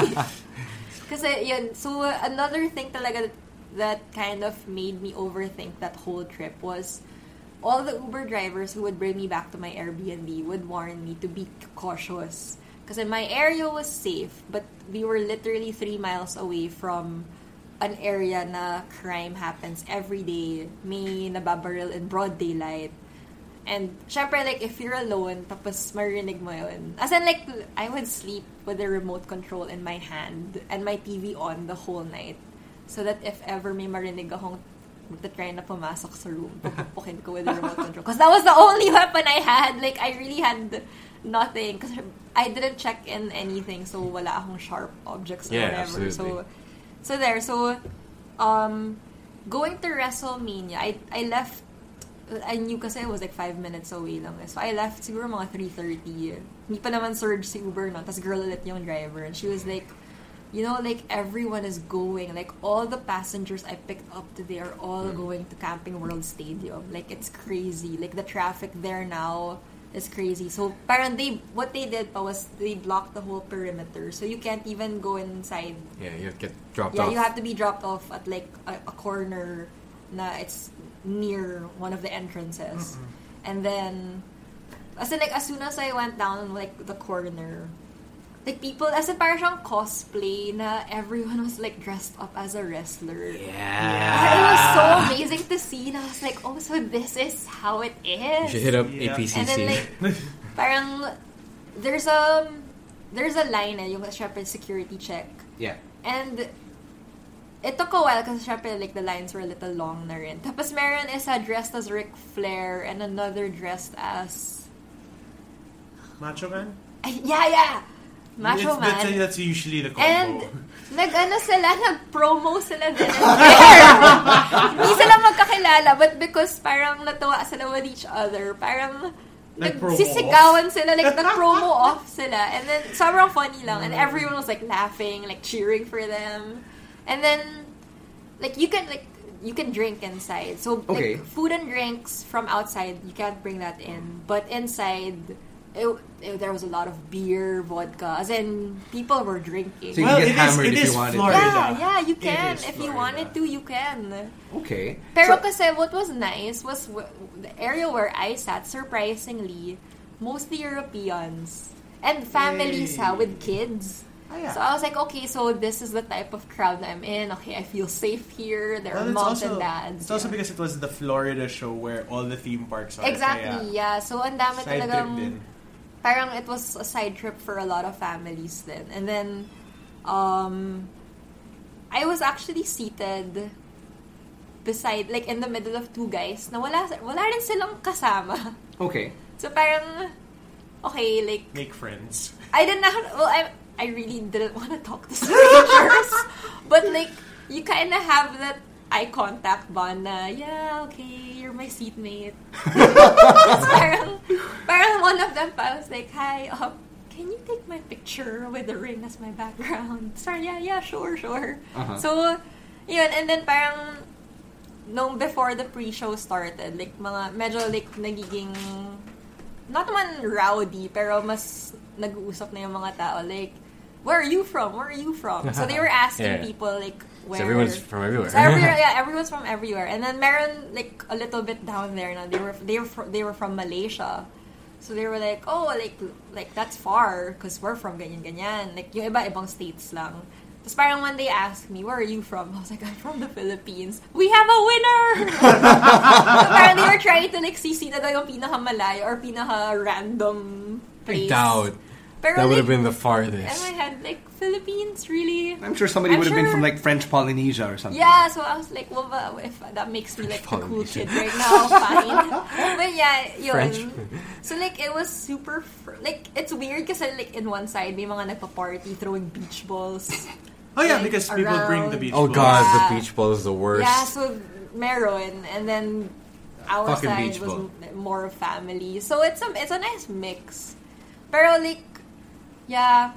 Speaker 6: Kasi yun, so uh, another thing talaga that kind of made me overthink that whole trip was all the Uber drivers who would bring me back to my Airbnb would warn me to be cautious. Because my area was safe, but we were literally three miles away from an area na crime happens every day. May nababaril in broad daylight. And syempre, like, if you're alone, tapos marinig mo yun. As in, like, I would sleep with the remote control in my hand and my TV on the whole night. So that if ever may marinig akong magta-try na pumasok sa room, pupupukin ko with the remote control. Because that was the only weapon I had. Like, I really had nothing. Because I didn't check in anything, so wala akong sharp objects or
Speaker 4: Yeah,
Speaker 6: whatever.
Speaker 4: absolutely.
Speaker 6: So, so there. So, um, going to WrestleMania, I, I left I knew kasi it was like 5 minutes away lang. eh. So I left siguro mga 3.30. Hindi pa naman surge si Uber nun. Tapos girl ulit yung driver. And she was like, you know, like everyone is going. Like all the passengers I picked up today are all going to Camping World Stadium. Like it's crazy. Like the traffic there now is crazy. So parang they, what they did pa was they blocked the whole perimeter. So you can't even go inside
Speaker 4: yeah, you get dropped
Speaker 6: yeah,
Speaker 4: off.
Speaker 6: you have to be dropped off at like a, a corner na it's near one of the entrances. And then as in like as soon as I went down like the corner like people as in parang siyang cosplay na everyone was like dressed up as a wrestler.
Speaker 4: yeah.
Speaker 6: It was so amazing to see and I was like, oh so this is how it
Speaker 4: You
Speaker 6: is.
Speaker 4: should hit up
Speaker 5: Yeah.
Speaker 4: APCC.
Speaker 6: And then like, parang there's a there's a line eh, yung syempre security check.
Speaker 3: Yeah.
Speaker 6: And it took a while kasi syempre like the lines were a little long na rin. Tapos meron isa dressed as Ric Flair and another dressed as...
Speaker 5: Macho Man?
Speaker 6: Ay, yeah, yeah! Macho
Speaker 5: It's- That's,
Speaker 6: Man.
Speaker 5: that's usually the combo.
Speaker 6: And nag-ano sila, nag-promo sila din. Hindi sila magkakilala, but because parang natuwa sila with each other, parang
Speaker 5: Nag-promo
Speaker 6: nagsisigawan sila, like nag-promo off sila. And then, sobrang funny lang. And everyone was like laughing, like cheering for them. And then, like you can like you can drink inside. So like
Speaker 3: Okay.
Speaker 6: food and drinks from outside, you can't bring that in. But inside, it, it- there was a lot of beer, vodka, as in people were drinking.
Speaker 3: So you
Speaker 5: Well,
Speaker 3: can get
Speaker 5: it is-
Speaker 3: hammered
Speaker 5: it
Speaker 3: if
Speaker 5: is
Speaker 3: you wanted.
Speaker 5: Florida.
Speaker 6: yeah, yeah, you
Speaker 5: It
Speaker 6: can
Speaker 5: is
Speaker 6: if you
Speaker 5: Florida.
Speaker 6: wanted to, you can.
Speaker 3: Okay.
Speaker 6: Pero
Speaker 3: So-
Speaker 6: kasi what was nice was w- the area where I sat, surprisingly, mostly Europeans and families ha, with kids.
Speaker 5: Ah,
Speaker 6: So I was like, okay, so this is the type of crowd that I'm in. Okay, I feel safe here. There
Speaker 5: Well,
Speaker 6: are
Speaker 5: it's
Speaker 6: moms
Speaker 5: also,
Speaker 6: and
Speaker 5: It's
Speaker 6: dads.
Speaker 5: also
Speaker 6: Yeah.
Speaker 5: because it was the Florida show where all the theme parks are.
Speaker 6: Exactly,
Speaker 5: Kaya,
Speaker 6: yeah. So ang
Speaker 5: Side
Speaker 6: dami
Speaker 5: trip
Speaker 6: talagang...
Speaker 5: din.
Speaker 6: parang it was a side trip for a lot of families then. And then, um, I was actually seated beside, like, in the middle of two guys na wala, wala rin silang kasama.
Speaker 3: Okay.
Speaker 6: So, parang, okay, like,
Speaker 5: Make friends.
Speaker 6: I didn't have, well, I, I really didn't want to talk to strangers. but, like, you kind of have that eye contact bond na, yeah, okay, you're my seatmate. Tapos parang, parang one of them pa was like, hi, um, can you take my picture with the ring as my background? Sorry, yeah, yeah, sure, sure.
Speaker 3: Uh-huh.
Speaker 6: So, yun, and then parang, nung before the pre-show started, like, mga, medyo, like, nagiging, not naman rowdy, pero mas nag-uusap na yung mga tao, like, where are you from? Where are you from? So they were asking
Speaker 4: Yeah.
Speaker 6: people, like, where...
Speaker 4: So everyone's from everywhere.
Speaker 6: So everywhere, yeah, everyone's from everywhere. And then meron like a little bit down there na they were they were fr- they were from Malaysia. So they were like, "Oh, like like that's far because we're from ganyan ganyan." Like yung iba ibang states lang. Tapos parang one day asked me, "Where are you from?" I was like, "I'm from the Philippines." We have a winner. so parang they were trying to like sisi na daw yung pinakamalayo or pinaka random
Speaker 4: I
Speaker 6: place.
Speaker 4: doubt.
Speaker 6: Pero
Speaker 4: That would have
Speaker 6: like,
Speaker 4: been the
Speaker 6: in my
Speaker 4: farthest.
Speaker 6: head, like Philippines really.
Speaker 3: I'm sure somebody
Speaker 6: I'm
Speaker 3: would have been
Speaker 6: sure-
Speaker 3: from like French Polynesia or something.
Speaker 6: Yeah, so I was like, well, but if that makes me like a cool
Speaker 4: Polynesian.
Speaker 6: kid right now, fine. but yeah, yun.
Speaker 4: French.
Speaker 6: So like, it was super, fr- like, it's weird kasi like, in one side, may mga nagpa-party throwing beach balls.
Speaker 5: Oh yeah,
Speaker 6: Like,
Speaker 5: because people bring the
Speaker 6: around.
Speaker 5: beach.
Speaker 4: Oh
Speaker 5: balls.
Speaker 4: god,
Speaker 6: Yeah.
Speaker 4: the beach ball is the worst.
Speaker 6: Yeah, so meron. And then our
Speaker 4: Fucking
Speaker 6: side
Speaker 4: beach
Speaker 6: was
Speaker 4: ball.
Speaker 6: m- more family. So it's a, it's a nice mix. Pero like, yeah,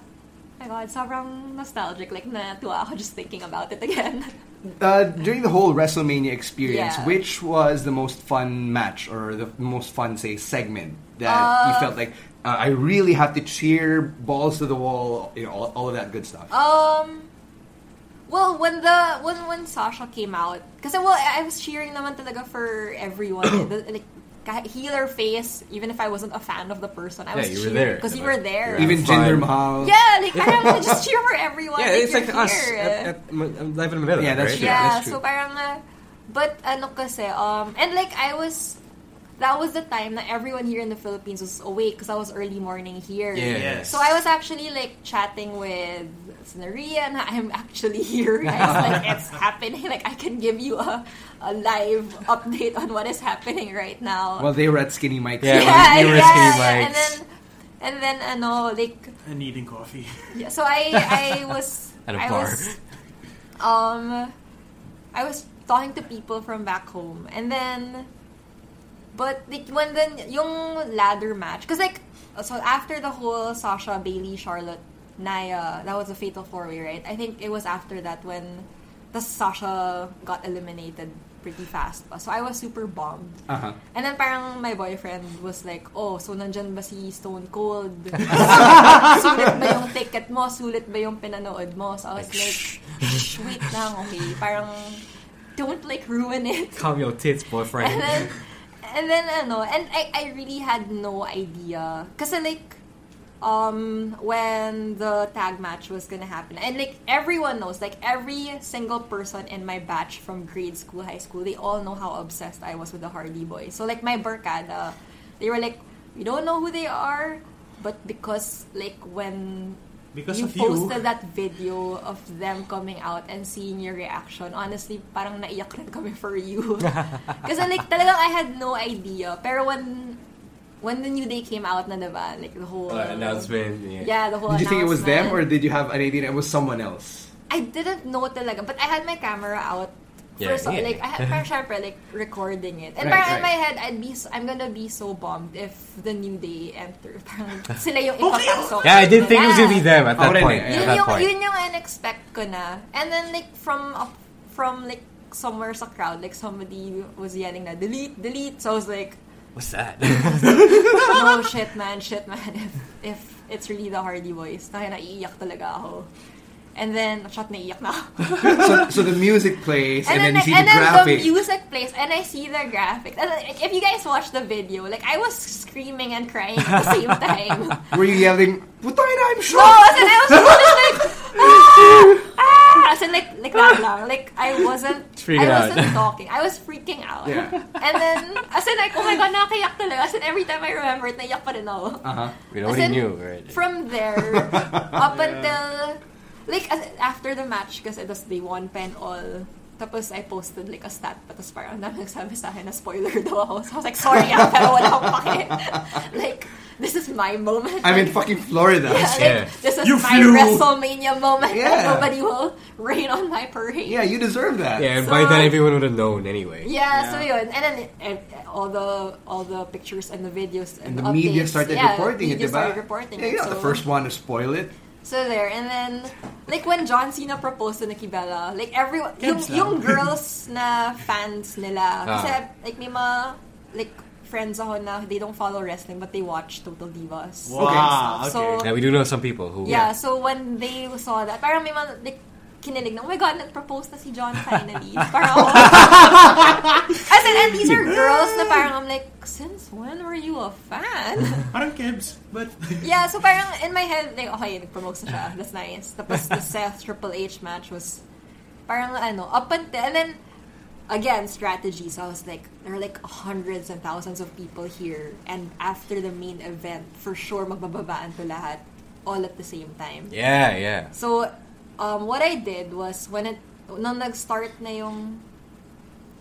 Speaker 6: my god, sobrang nostalgic. Like, natuwa ako just thinking about it again.
Speaker 3: Uh, during the whole WrestleMania experience,
Speaker 6: Yeah.
Speaker 3: which was the most fun match or the most fun, say, segment that you felt like uh, I really have to cheer balls to the wall, you know, all, all of that good stuff.
Speaker 6: Um, well, when the when when Sasha came out, because well, I I was cheering naman talaga for everyone, eh. the, like kahit heel or face, even if I wasn't a fan of the person,
Speaker 4: Yeah,
Speaker 6: I was
Speaker 4: you were
Speaker 6: cheering
Speaker 4: there,
Speaker 6: because you
Speaker 4: diba?
Speaker 6: were there.
Speaker 4: You're
Speaker 3: Even
Speaker 4: I'm fine.
Speaker 3: Jinder Mahal.
Speaker 6: yeah, like I don't know, just cheer for everyone.
Speaker 4: Yeah, it's
Speaker 6: you're
Speaker 4: like us
Speaker 6: here. eh.
Speaker 4: at, at, M- live in Manila.
Speaker 3: Yeah, that's
Speaker 4: right?
Speaker 3: true.
Speaker 6: yeah,
Speaker 3: that's
Speaker 6: so parang uh, but ano kasi um and like I was that was the time that everyone here in the Philippines was awake because I was early morning here.
Speaker 4: Yeah.
Speaker 5: Yes.
Speaker 6: So I was actually like chatting with Snaria and I'm actually here. guys. like it's happening. Like I can give you a, a live update on what is happening right now.
Speaker 3: Well, they were at Skinny Mike's.
Speaker 4: Yeah. we were
Speaker 6: yeah,
Speaker 4: skinny
Speaker 6: yeah. And
Speaker 4: bikes.
Speaker 6: then and then ano like
Speaker 5: And eating coffee.
Speaker 6: yeah, so I I was
Speaker 4: At a
Speaker 6: I
Speaker 4: bar.
Speaker 6: was um I was talking to people from back home and then but like when then yung ladder match cuz like so after the whole Sasha Bailey Charlotte Naya that was a fatal four way right I think it was after that when the Sasha got eliminated pretty fast pa. so I was super bummed
Speaker 3: Uh-huh.
Speaker 6: and then parang my boyfriend was like, oh, so nandyan ba si Stone Cold? sulit ba yung ticket mo? Sulit ba yung pinanood mo? So I was like, shh, wait lang, okay. Parang, don't like ruin it.
Speaker 4: Calm your tits,
Speaker 6: And
Speaker 4: boyfriend.
Speaker 6: then, and then ano, and I, I really had no idea. Kasi like, um, when the tag match was gonna happen, and like everyone knows, like every single person in my batch from grade school, high school, they all know how obsessed I was with the Hardy Boys. So like my barkada, they were like, we don't know who they are, but because like when
Speaker 5: Because
Speaker 6: you
Speaker 5: of you.
Speaker 6: posted that video of them coming out and seeing your reaction, honestly, parang naiyak rin kami for you. Kasi like, talagang I had no idea. Pero when, when the new day came out na, diba? Like, the whole...
Speaker 4: Uh, announcement. Yeah.
Speaker 6: Yeah, the whole
Speaker 3: Did you think it was them or
Speaker 6: announcement.
Speaker 3: did you have an idea that it was someone else?
Speaker 6: I didn't know talaga. But I had my camera out.
Speaker 4: Yeah,
Speaker 6: for some,
Speaker 4: yeah.
Speaker 6: Like, I had, parang syempre, like, recording it. And
Speaker 3: Right,
Speaker 6: parang in
Speaker 3: right.
Speaker 6: my head, I'd be, so- I'm gonna be so bummed if the new day enter. Parang sila yung ikapasok.
Speaker 4: Yeah, I did think it was gonna be
Speaker 6: Yeah.
Speaker 4: them at that
Speaker 3: Already,
Speaker 4: point.
Speaker 3: yeah.
Speaker 4: At
Speaker 6: yun
Speaker 4: that
Speaker 6: yung,
Speaker 4: point.
Speaker 6: yun yung unexpect ko na. And then, like, from, up- from like, somewhere sa crowd, like, somebody was yelling na, delete, delete. So I was like,
Speaker 4: What's that?
Speaker 6: no, shit, man, shit, man. If, if it's really the Hardy Boys, na naiiyak talaga ako. And then, shot naiiyak na ako.
Speaker 3: so, so the music plays and, then,
Speaker 6: like,
Speaker 3: you see
Speaker 6: and
Speaker 3: the
Speaker 6: then the
Speaker 3: graphic.
Speaker 6: music plays, and I see the graphics. And like, if you guys watch the video, like, I was screaming and crying at the same time.
Speaker 3: Were you yelling, Putay na, I'm
Speaker 6: No,
Speaker 3: shocked!
Speaker 6: as in, I was just like, ah, ah, as in, like, like that lang. Like, I wasn't,
Speaker 4: Freaking
Speaker 6: I wasn't
Speaker 4: out.
Speaker 6: talking. I was freaking out.
Speaker 3: Yeah.
Speaker 6: And then, as in, like, oh my god, nakayak talaga. As in, every time I remember it, naiyak pa rin ako.
Speaker 3: Uh-huh.
Speaker 4: we
Speaker 6: As
Speaker 4: already
Speaker 6: in,
Speaker 4: knew, right?
Speaker 6: From there, up until, Like, as- after the match, kasi tapos they won pen all. Tapos I posted like a stat pa, tapos parang ang dami nagsabi sa akin na spoiler daw ako. So I was like, sorry ah, pero wala akong pake. like, this is my moment.
Speaker 3: I'm in fucking Florida.
Speaker 6: Yeah, like,
Speaker 4: Yeah.
Speaker 6: this is
Speaker 5: You
Speaker 6: my
Speaker 5: flew.
Speaker 6: WrestleMania moment.
Speaker 3: Yeah.
Speaker 6: Nobody will rain on my parade.
Speaker 3: Yeah, you deserve that.
Speaker 4: Yeah, and by
Speaker 6: So-
Speaker 4: then everyone would have known anyway.
Speaker 3: Yeah.
Speaker 6: Yeah, so yun. And then and all the all the pictures and the videos
Speaker 3: And
Speaker 6: and,
Speaker 3: the
Speaker 6: updates.
Speaker 3: media started
Speaker 6: yeah,
Speaker 3: reporting
Speaker 6: media
Speaker 3: it, diba?
Speaker 6: started reporting
Speaker 3: yeah,
Speaker 6: it.
Speaker 3: you're not
Speaker 6: so,
Speaker 3: the first one to spoil it.
Speaker 6: So there, and then like when John Cena proposed to Nikki Bella, like everyone, yung,
Speaker 5: Kids lang.
Speaker 6: yung girls na fans nila, kasi
Speaker 4: Ah.
Speaker 6: like may mga like friends ako na they don't follow wrestling but they watch Total Divas.
Speaker 5: Wow,
Speaker 6: and stuff.
Speaker 5: okay.
Speaker 6: So,
Speaker 4: Yeah, we do know some people who.
Speaker 6: yeah, so when they saw that, parang may mga, like, kinilig na, oh my god, nag-propose na si John finally. parang ako, as in, and these are girls na parang, I'm like, since when were you a fan?
Speaker 5: Parang Kebs, but
Speaker 6: yeah, so parang, in my head, like, okay, nag-promote na siya, that's nice. Tapos, the Seth Triple H match was, parang, ano, up until, and then, again, strategy. So I was like, there are like hundreds and thousands of people here, and after the main event, for sure, magbababaan to lahat, all at the same time.
Speaker 4: Yeah, yeah.
Speaker 6: So, um, what I did was, when it, nung nag-start na yung,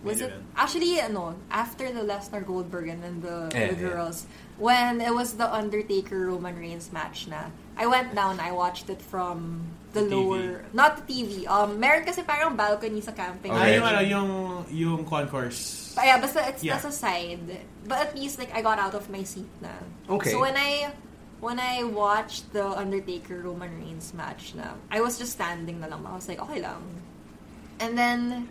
Speaker 6: was
Speaker 5: Main
Speaker 6: it,
Speaker 5: event.
Speaker 6: actually, ano, after the Lesnar Goldberg and then the,
Speaker 4: Yeah,
Speaker 6: the
Speaker 4: yeah.
Speaker 6: girls, when it was the Undertaker Roman Reigns match na, I went down, I watched it from the,
Speaker 5: The TV.
Speaker 6: lower, not the TV, um, meron kasi parang balcony sa camping.
Speaker 4: Okay.
Speaker 5: ah, yung, ano, yung, yung concourse.
Speaker 6: But yeah, basta it's
Speaker 5: Yeah.
Speaker 6: nasa side. But at least like I got out of my seat na.
Speaker 3: Okay.
Speaker 6: So when I when I watched the Undertaker Roman Reigns match na, I was just standing na lang. I was like, okay lang. And then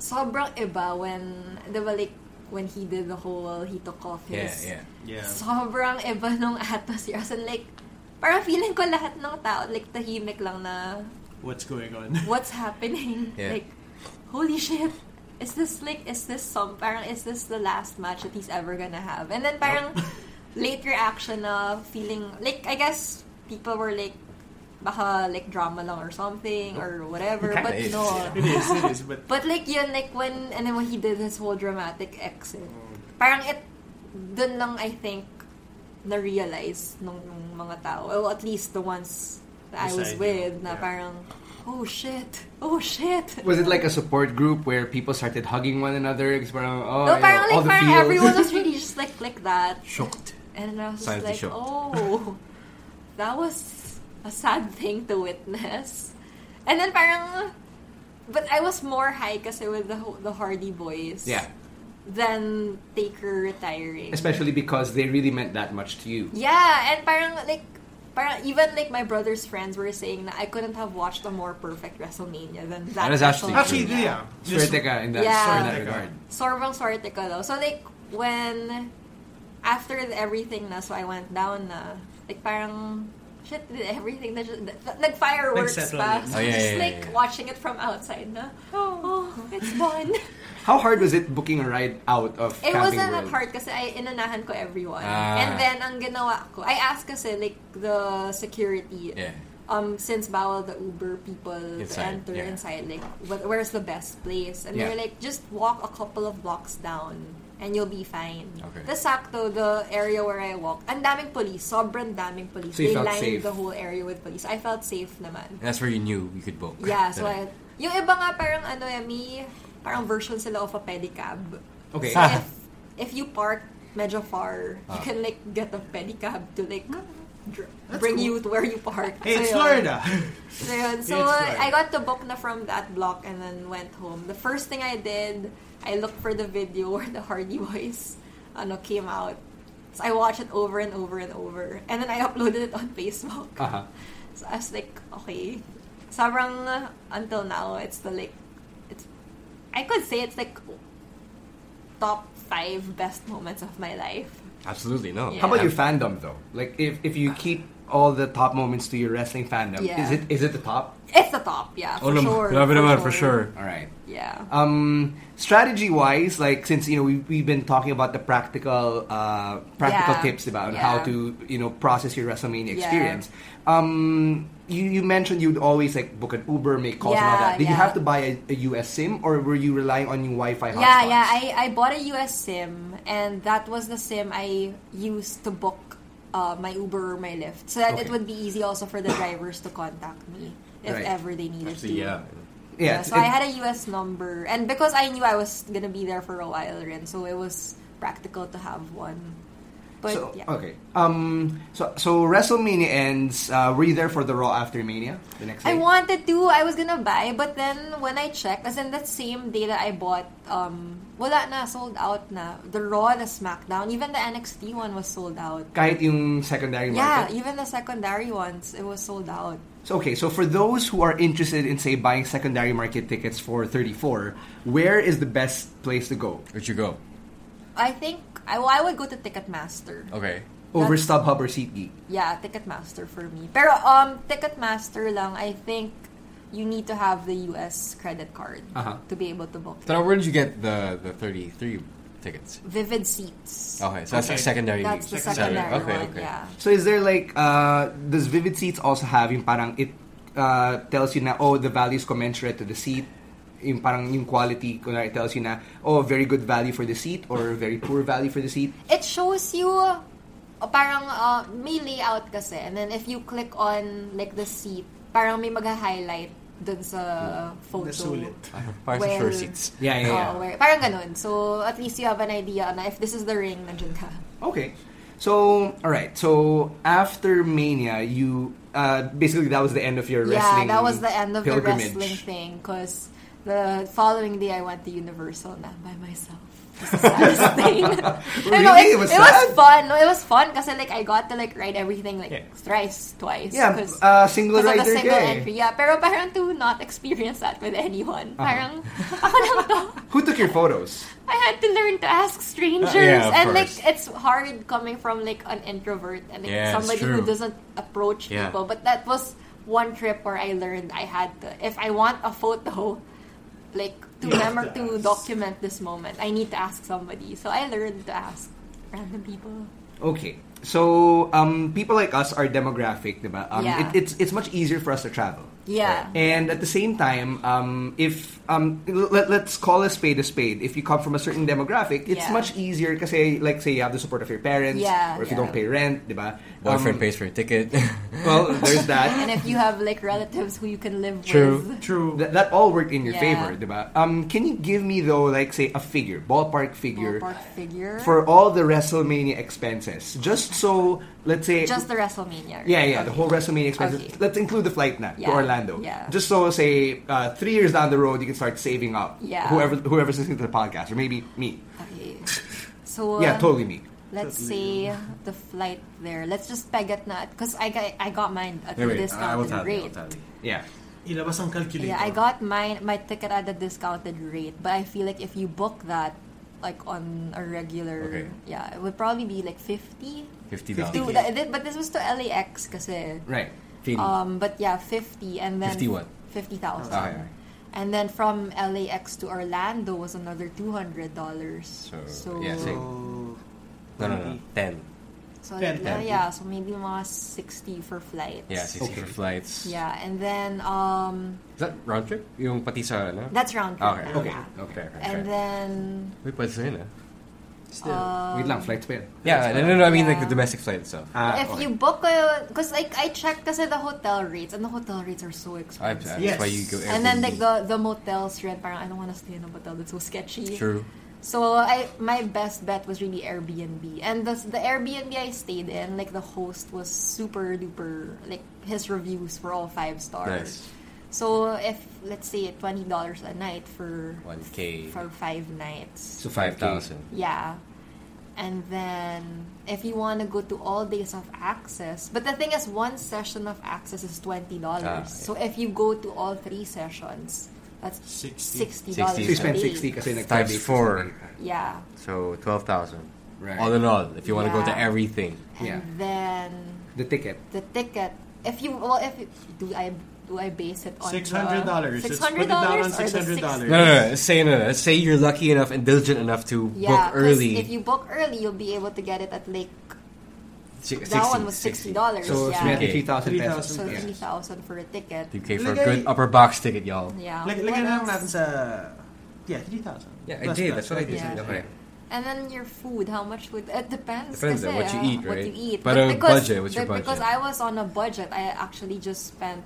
Speaker 6: sobrang iba when the ba like when he did the whole he took off
Speaker 4: Yeah,
Speaker 6: his
Speaker 4: yeah.
Speaker 5: Yeah.
Speaker 6: sobrang iba nung atmosphere. As in like parang feeling ko lahat ng tao like tahimik lang na
Speaker 5: What's going on?
Speaker 6: what's happening?
Speaker 4: Yeah.
Speaker 6: Like, holy shit. Is this like is this some parang is this the last match that he's ever gonna have? And then parang late reaction of feeling like I guess people were like baka like drama lang or something or whatever.
Speaker 4: Kinda
Speaker 6: But
Speaker 4: is,
Speaker 6: no.
Speaker 5: It is, it is, but
Speaker 6: But like yun, like when and then when he did his whole dramatic exit, parang it dun lang I think na realize nung, nung mga tao. Well, at least the ones that I
Speaker 5: Beside
Speaker 6: was
Speaker 5: you,
Speaker 6: with na
Speaker 5: yeah.
Speaker 6: parang oh shit, oh shit.
Speaker 3: Was it like a support group where people started hugging one another? 'Cause parang, oh, you
Speaker 6: no,
Speaker 3: know,
Speaker 6: parang
Speaker 3: all
Speaker 6: like
Speaker 3: the
Speaker 6: parang
Speaker 3: feels.
Speaker 6: everyone was really just like like that,
Speaker 4: Shocked.
Speaker 6: and I was just
Speaker 4: Silently
Speaker 6: like
Speaker 4: shocked.
Speaker 6: oh, that was a sad thing to witness. And then parang, but I was more high kasi with the the Hardy Boys.
Speaker 3: yeah,
Speaker 6: than Taker retiring.
Speaker 3: especially because they really meant that much to you.
Speaker 6: Yeah, and parang like parang even like my brother's friends were saying that I couldn't have watched a more perfect WrestleMania than that.
Speaker 4: That is actually
Speaker 6: WrestleMania.
Speaker 5: actually, yeah.
Speaker 3: Swerte ka in that, in
Speaker 6: Yeah.
Speaker 3: that
Speaker 5: Swerte ka.
Speaker 3: regard.
Speaker 6: Sobrang swerte ko though. So like when after the everything na so I went down na like parang shit did everything na just nag fireworks
Speaker 5: Nagsettle
Speaker 6: pa.
Speaker 5: yun.
Speaker 6: So
Speaker 4: Oh, yeah,
Speaker 6: just
Speaker 4: yeah,
Speaker 6: like
Speaker 4: yeah, yeah.
Speaker 6: watching it from outside na. Oh, it's fun.
Speaker 3: How hard was it booking a ride out of
Speaker 6: It
Speaker 3: Camping
Speaker 6: wasn't
Speaker 3: World?
Speaker 6: that hard kasi I inanahan ko everyone.
Speaker 4: Ah.
Speaker 6: And then ang ginawa ko, I asked kasi like the security
Speaker 4: Yeah.
Speaker 6: um since bawal the Uber people
Speaker 4: Inside,
Speaker 6: to enter
Speaker 4: yeah.
Speaker 6: inside like what, where's the best place? And
Speaker 4: Yeah.
Speaker 6: they were like just walk a couple of blocks down and you'll be fine.
Speaker 4: Okay.
Speaker 6: The sakto the area where I walked, ang daming police, sobrang daming police.
Speaker 3: So you
Speaker 6: they
Speaker 3: felt
Speaker 6: lined
Speaker 3: safe?
Speaker 6: the whole area with police. I felt safe naman.
Speaker 4: And that's where you knew you could book.
Speaker 6: Yeah, so I, yung iba nga parang ano eh, may parang version sila of a pedicab.
Speaker 3: Okay.
Speaker 6: So
Speaker 5: Ah.
Speaker 6: if, if you park medyo far, you can like get a pedicab to like dr- bring you to where you park.
Speaker 5: Hey, it's
Speaker 6: So, yun.
Speaker 5: Florida.
Speaker 6: So, yun.
Speaker 5: It's
Speaker 6: so uh,
Speaker 5: Florida.
Speaker 6: I got the book na from that block and then went home. The first thing I did, I looked for the video where the Hardy Boys ano, came out. So I watched it over and over and over. And then I uploaded it on Facebook.
Speaker 3: Uh-huh.
Speaker 6: So I was like, okay. Sobrang uh, until now, it's the like, it's, I could say it's like top five best moments of my life.
Speaker 4: Absolutely, no.
Speaker 6: Yeah.
Speaker 3: How about your fandom though? Like if, if you keep all the top moments to your wrestling fandom,
Speaker 6: Yeah.
Speaker 3: is it is it the top?
Speaker 6: It's the top, yeah,
Speaker 4: Oh,
Speaker 6: for
Speaker 4: no.
Speaker 6: sure.
Speaker 4: Grabe naman, for sure. Ah,
Speaker 3: All right.
Speaker 6: Yeah.
Speaker 3: Um, strategy wise, like since you know we we've been talking about the practical uh, practical
Speaker 6: Yeah.
Speaker 3: tips about
Speaker 6: Yeah.
Speaker 3: how to you know process your WrestleMania
Speaker 6: Yeah.
Speaker 3: experience. Um, you, you mentioned you'd always like book an Uber, make calls and all
Speaker 6: Yeah,
Speaker 3: that. Did you
Speaker 6: yeah.
Speaker 3: have to buy a, a US SIM or were you relying on your Wi-Fi hotspots?
Speaker 6: Yeah, yeah. I, I bought a US SIM, and that was the SIM I used to book uh, my Uber or my Lyft. So that
Speaker 3: Okay.
Speaker 6: it would be easy also for the drivers to contact me. if
Speaker 3: Right.
Speaker 6: ever they needed
Speaker 4: Actually,
Speaker 6: to.
Speaker 4: yeah.
Speaker 3: Yeah,
Speaker 6: so
Speaker 3: it-
Speaker 6: I had a US number, and because I knew I was gonna be there for a while, rin, so it was practical to have one. But
Speaker 3: so,
Speaker 6: yeah,
Speaker 3: okay. Um. So so WrestleMania ends. Uh, were you there for the Raw after Mania the next day?
Speaker 6: I wanted to, I was gonna buy, but then when I checked, as in that same day that I bought, um, wala na, sold out na. The Raw, the SmackDown, even the NXT one was sold out.
Speaker 3: Kahit yung secondary
Speaker 6: Yeah,
Speaker 3: market.
Speaker 6: even the secondary ones, it was sold out.
Speaker 3: So, okay, so for those who are interested in say buying secondary market tickets for 34, where is the best place to go?
Speaker 4: Where'd you go?
Speaker 6: I think I, I would go to Ticketmaster.
Speaker 4: Okay.
Speaker 3: Over StubHub or SeatGeek?
Speaker 6: Yeah, Ticketmaster for me. Pero um Ticketmaster lang, I think you need to have the US credit card
Speaker 3: Uh-huh.
Speaker 6: to be able to book.
Speaker 4: So now, where did you get the the thirty three tickets?
Speaker 6: Vivid Seats.
Speaker 4: Okay, so that's
Speaker 5: Okay.
Speaker 4: a secondary.
Speaker 6: That's the
Speaker 4: Saturday.
Speaker 6: secondary
Speaker 4: Okay,
Speaker 6: one,
Speaker 4: okay.
Speaker 6: yeah.
Speaker 3: So is there like uh, does Vivid Seats also have yung parang it uh, tells you na oh the value is commensurate to the seat yung parang yung quality kunwari, it tells you na oh very good value for the seat or very poor value for the seat
Speaker 6: It shows you uh, parang uh, may layout kasi and then if you click on like the seat, parang may mag-highlight dun sa
Speaker 4: Hmm.
Speaker 6: photo.
Speaker 5: Nasulit.
Speaker 4: Ah, Parang
Speaker 6: Well,
Speaker 4: sure seats.
Speaker 3: yeah yeah, yeah.
Speaker 6: Oo, where- parang ganun. So, at least you have an idea na if this is the ring, nandiyan ka.
Speaker 3: Okay. So, all right. So after Mania, you uh, basically that was the end of your
Speaker 6: Yeah,
Speaker 3: wrestling.
Speaker 6: that was the end of
Speaker 3: pilgrimage.
Speaker 6: the wrestling thing because the following day I went to Universal na by myself. This is the saddest thing. I know,
Speaker 3: Really?
Speaker 6: it,
Speaker 3: It was
Speaker 6: it was
Speaker 3: sad?
Speaker 6: fun. No, it was fun because like I got to like ride everything like
Speaker 3: Yeah.
Speaker 6: thrice, twice.
Speaker 3: Yeah,
Speaker 6: 'cause-
Speaker 3: uh, single
Speaker 6: 'cause of
Speaker 3: rider
Speaker 6: the single
Speaker 3: kay.
Speaker 6: entry. Yeah, pero parang to not experience that with anyone.
Speaker 3: Uh-huh.
Speaker 6: Parang ako lang to.
Speaker 3: Who took your photos?
Speaker 6: I had to learn to ask strangers,
Speaker 4: Uh, yeah, of
Speaker 6: and
Speaker 4: course.
Speaker 6: like it's hard coming from like an introvert and like
Speaker 4: Yeah, it's
Speaker 6: somebody
Speaker 4: true.
Speaker 6: who doesn't approach
Speaker 4: Yeah.
Speaker 6: people. But that was one trip where I learned I had to, if I want a photo, like to remember
Speaker 5: to ask.
Speaker 6: to document this moment, I need to ask somebody. So I learned to ask random people.
Speaker 3: Okay. So um, people like us are demographic, diba? Um,
Speaker 6: Yeah.
Speaker 3: it, it's it's much easier for us to travel.
Speaker 6: Yeah.
Speaker 3: And at the same time, um, if um, let, let's call a spade a spade. If you come from a certain demographic, it's
Speaker 6: Yeah.
Speaker 3: much easier because, like, say you have the support of your parents,
Speaker 6: Yeah,
Speaker 3: or if you
Speaker 6: yeah.
Speaker 3: don't pay rent, diba? Um,
Speaker 4: Boyfriend pays for a ticket.
Speaker 3: Well, there's that.
Speaker 6: And if you have like relatives who you can live
Speaker 4: True.
Speaker 6: with,
Speaker 5: True.
Speaker 3: Th- that all worked in your
Speaker 6: Yeah.
Speaker 3: favor, diba? Um, can you give me though, like say a figure, ballpark figure,
Speaker 6: ballpark figure
Speaker 3: for all the WrestleMania expenses, just so let's say
Speaker 6: just the WrestleMania. right?
Speaker 3: yeah, yeah, the whole WrestleMania expenses.
Speaker 6: Okay.
Speaker 3: Let's include the flight now to
Speaker 6: Yeah,
Speaker 3: Orlando.
Speaker 6: yeah.
Speaker 3: Just so say uh, three years down the road, you can start saving up.
Speaker 6: Yeah.
Speaker 3: Whoever whoever's listening to the podcast, or maybe me.
Speaker 6: Okay. So
Speaker 3: yeah,
Speaker 6: uh,
Speaker 3: totally me.
Speaker 6: Let's say the flight there. Let's just peg it na because I got I got mine at the discounted rate.
Speaker 3: Yeah.
Speaker 5: Ilabas ang calculator.
Speaker 6: Yeah, I got mine my ticket at the discounted rate, but I feel like if you book that like on a regular,
Speaker 4: Okay.
Speaker 6: yeah, it would probably be like fifty.
Speaker 4: Fifty
Speaker 6: Dude,
Speaker 4: dollars.
Speaker 6: that- but this was to LAX, kasi.
Speaker 3: Right.
Speaker 6: Um, but yeah, fifty and then
Speaker 4: 50 what?
Speaker 6: Fifty thousand.
Speaker 4: Ah, yeah.
Speaker 6: And then from LAX to Orlando was another two hundred dollars.
Speaker 4: So, yeah, same.
Speaker 5: Oh.
Speaker 4: No, no, no. Ten.
Speaker 6: So
Speaker 5: Ten,
Speaker 6: yeah,
Speaker 5: ten.
Speaker 6: yeah, so maybe mga 60 for flights.
Speaker 4: Yeah, sixty
Speaker 3: Okay.
Speaker 4: for flights.
Speaker 6: Yeah, and then um
Speaker 4: Is that round trip? Yung pati sa ano?
Speaker 6: that's round trip.
Speaker 4: Okay.
Speaker 6: na,
Speaker 4: Okay.
Speaker 6: yeah.
Speaker 4: Okay. okay.
Speaker 6: And then
Speaker 4: Wait, pwede sa yun ah.
Speaker 5: Still.
Speaker 6: uh,
Speaker 3: Wait lang, flight spare.
Speaker 4: Yeah, no, no, no, I mean like the
Speaker 6: Yeah.
Speaker 4: domestic flight itself.
Speaker 3: Ah,
Speaker 6: um, if
Speaker 3: okay.
Speaker 6: you book a cuz like I checked kasi the hotel rates and the hotel rates are
Speaker 4: I, I,
Speaker 6: so expensive.
Speaker 4: that's
Speaker 5: Yes.
Speaker 4: why you go
Speaker 6: and then like
Speaker 4: Airbnb.
Speaker 6: the the motels rent parang I don't want to stay in a motel that's so sketchy.
Speaker 4: True.
Speaker 6: So I my best bet was really Airbnb, and the the Airbnb I stayed in, like the host was super duper. Like his reviews were all five stars.
Speaker 4: Nice.
Speaker 6: So if let's say twenty dollars a night for
Speaker 4: 1K.
Speaker 6: for five nights,
Speaker 4: So 5,000.
Speaker 6: yeah, and then if you want to go to all days of access, but the thing is, one session of access is twenty dollars.
Speaker 4: Ah, yeah.
Speaker 6: So if you go to all three sessions, that's sixty
Speaker 5: Sixty.
Speaker 6: dollars.
Speaker 3: So you spend
Speaker 6: a day.
Speaker 3: 60 kasi nag
Speaker 4: Times four.
Speaker 6: Yeah.
Speaker 4: So 12,000.
Speaker 3: Right.
Speaker 4: All in all, if you want to go to
Speaker 6: Yeah.
Speaker 4: everything.
Speaker 6: And
Speaker 3: uh, Yeah.
Speaker 6: then
Speaker 3: The ticket.
Speaker 6: the ticket. If you well, if you, do I do I base it on
Speaker 5: $600.
Speaker 6: Six
Speaker 5: Let's put it
Speaker 6: hundred
Speaker 5: down on
Speaker 6: dollars or the
Speaker 5: $600.
Speaker 6: $600?
Speaker 4: No, no, no. let's Say, no, no. let's Say you're lucky enough and diligent enough to
Speaker 6: Yeah,
Speaker 4: book
Speaker 6: 'cause
Speaker 4: early.
Speaker 6: If you book early, you'll be able to get it at like
Speaker 4: Si-
Speaker 6: that one was sixty dollars.
Speaker 3: So it's
Speaker 6: yeah,
Speaker 4: really-
Speaker 3: 3,000 pesos.
Speaker 6: so
Speaker 5: $3,000.
Speaker 3: Yeah.
Speaker 6: three thousand for a ticket.
Speaker 4: 3K for a
Speaker 5: Ilagay-
Speaker 4: good upper box ticket, y'all.
Speaker 6: Yeah,
Speaker 5: Lag-
Speaker 6: what
Speaker 5: Lagyan na lang
Speaker 6: else?
Speaker 5: natin sa... Yeah, 3,000.
Speaker 4: Yeah, I
Speaker 5: Plus,
Speaker 4: did.
Speaker 5: plus,
Speaker 4: That's what I did.
Speaker 6: yeah.
Speaker 4: Okay.
Speaker 6: And then your food, how much food? It depends.
Speaker 4: Depends
Speaker 6: kasi,
Speaker 4: on what you
Speaker 6: ah,
Speaker 4: eat,
Speaker 6: what
Speaker 4: right?
Speaker 6: you eat.
Speaker 4: But
Speaker 6: But
Speaker 4: a
Speaker 6: because,
Speaker 4: budget, what's your
Speaker 6: but Because
Speaker 4: budget?
Speaker 6: I was on a budget, I actually just spent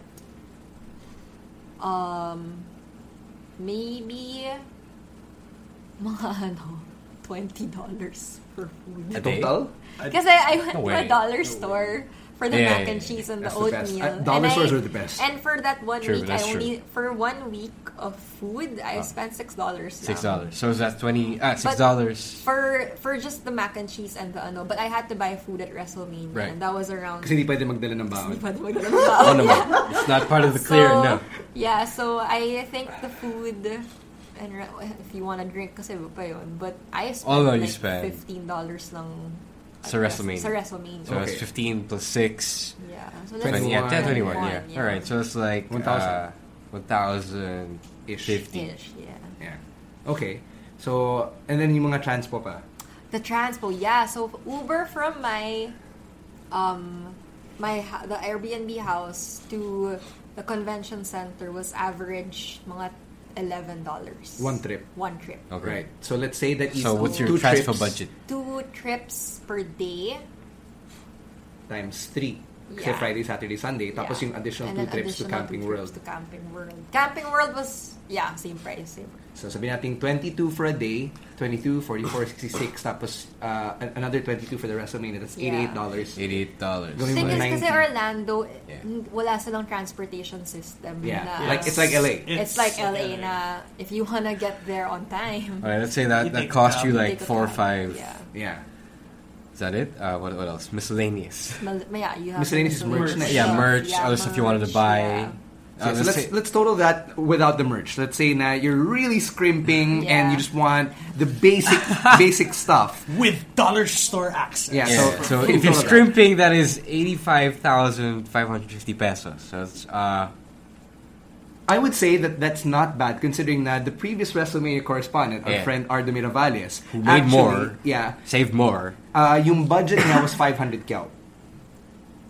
Speaker 6: Um, maybe mga ano, $20 per food.
Speaker 4: A day?
Speaker 3: Total?
Speaker 6: Kasi I went
Speaker 7: No
Speaker 6: to a
Speaker 7: way.
Speaker 6: dollar store for the
Speaker 4: Yeah,
Speaker 6: mac
Speaker 4: yeah,
Speaker 6: and
Speaker 4: yeah.
Speaker 6: cheese and the
Speaker 3: That's the best.
Speaker 6: oatmeal.
Speaker 3: Uh, dollar
Speaker 6: And
Speaker 3: stores
Speaker 6: I-
Speaker 3: are the best.
Speaker 6: And for that one
Speaker 4: True,
Speaker 6: week, I
Speaker 4: that's true.
Speaker 6: only for one week of food, I spent six dollars.
Speaker 4: Six dollars. So is that twenty? Ah, six
Speaker 6: But-
Speaker 4: dollars.
Speaker 6: For for just the mac and cheese and the ano, but I had to buy food at WrestleMania,
Speaker 4: Right.
Speaker 6: and that was around.
Speaker 3: Kasi hindi pwede magdala ng baon.
Speaker 6: But wag na
Speaker 4: Oh
Speaker 6: mag-
Speaker 4: no, no. it's not part of the clear.
Speaker 6: So,
Speaker 4: No.
Speaker 6: Yeah, so I think the food and re- if you want to drink kasi iba pa yun. But I spent
Speaker 4: Although you spent-
Speaker 6: like $15 lang at
Speaker 4: Sa WrestleMania.
Speaker 6: Sa WrestleMania.
Speaker 4: So it's
Speaker 3: Okay.
Speaker 4: fifteen plus six.
Speaker 6: Yeah. So that's
Speaker 4: 20, yeah, 10, 21, yeah.
Speaker 6: 21,
Speaker 4: All right, so it's like
Speaker 3: 1,000.
Speaker 4: uh, 1,000
Speaker 3: Ish.
Speaker 6: Ish, yeah.
Speaker 3: Yeah. Okay. So, and then yung mga transpo pa.
Speaker 6: The transpo, yeah. So Uber from my, um, my ho- the Airbnb house to the convention center was average mga eleven dollars.
Speaker 3: One trip.
Speaker 6: One trip.
Speaker 4: Okay.
Speaker 3: Right. So let's say that is
Speaker 4: So what's your
Speaker 3: two
Speaker 4: transfer
Speaker 3: trips
Speaker 4: budget?
Speaker 6: Two trips per day.
Speaker 3: times three. Kasi
Speaker 6: Yeah.
Speaker 3: Friday, Saturday, Sunday. Tapos
Speaker 6: Yeah.
Speaker 3: yung additional
Speaker 6: And
Speaker 3: two
Speaker 6: then
Speaker 3: trips to
Speaker 6: additional
Speaker 3: Camping
Speaker 6: two trips
Speaker 3: World.
Speaker 6: To Camping World. Camping World was yeah same price same. price.
Speaker 3: So sabihin natin 22 for a day, 22, 44, 66, tapos uh, an- another 22 for the WrestleMania. That's
Speaker 6: Yeah.
Speaker 3: $88. dollars
Speaker 4: Eighty-eight dollars.
Speaker 3: Going
Speaker 6: Thing is
Speaker 3: Nineteen.
Speaker 6: kasi Orlando
Speaker 4: Yeah.
Speaker 6: n- wala silang transportation system.
Speaker 3: Yeah.
Speaker 6: na-
Speaker 3: Like, it's like LA.
Speaker 6: It's, like LA na if you wanna get there on time.
Speaker 4: All right, let's say
Speaker 5: You
Speaker 4: that that
Speaker 5: take
Speaker 4: cost you
Speaker 5: cab.
Speaker 4: like
Speaker 6: take a
Speaker 4: four or
Speaker 6: cab.
Speaker 4: five.
Speaker 6: Yeah.
Speaker 3: Yeah.
Speaker 4: Is that it? Uh, what what else? Miscellaneous.
Speaker 6: Mal- yeah, you have
Speaker 3: Miscellaneous is merch
Speaker 6: miscellaneous
Speaker 3: na-
Speaker 4: Yeah,
Speaker 6: stuff.
Speaker 4: merch,
Speaker 6: Yeah,
Speaker 4: other stuff you wanted to
Speaker 6: merch,
Speaker 4: buy. Uh,
Speaker 6: yeah.
Speaker 3: so
Speaker 4: let's
Speaker 3: let's
Speaker 4: say-
Speaker 3: let's total that without the merch. Let's say na you're really scrimping and
Speaker 6: Yeah.
Speaker 3: you just want the basic basic stuff.
Speaker 5: with dollar store access.
Speaker 3: Yeah.
Speaker 4: yeah.
Speaker 3: So,
Speaker 4: So, if
Speaker 3: total
Speaker 4: you're
Speaker 3: that.
Speaker 4: scrimping, that is eighty-five thousand five hundred fifty pesos. So it's uh,
Speaker 3: I would say that that's not bad considering that the previous WrestleMania correspondent, our
Speaker 4: Yeah.
Speaker 3: friend Ardo Miravalles,
Speaker 4: Who made
Speaker 3: actually-
Speaker 4: more.
Speaker 3: Yeah.
Speaker 4: save more.
Speaker 3: Uh, yung budget niya was 500 kel.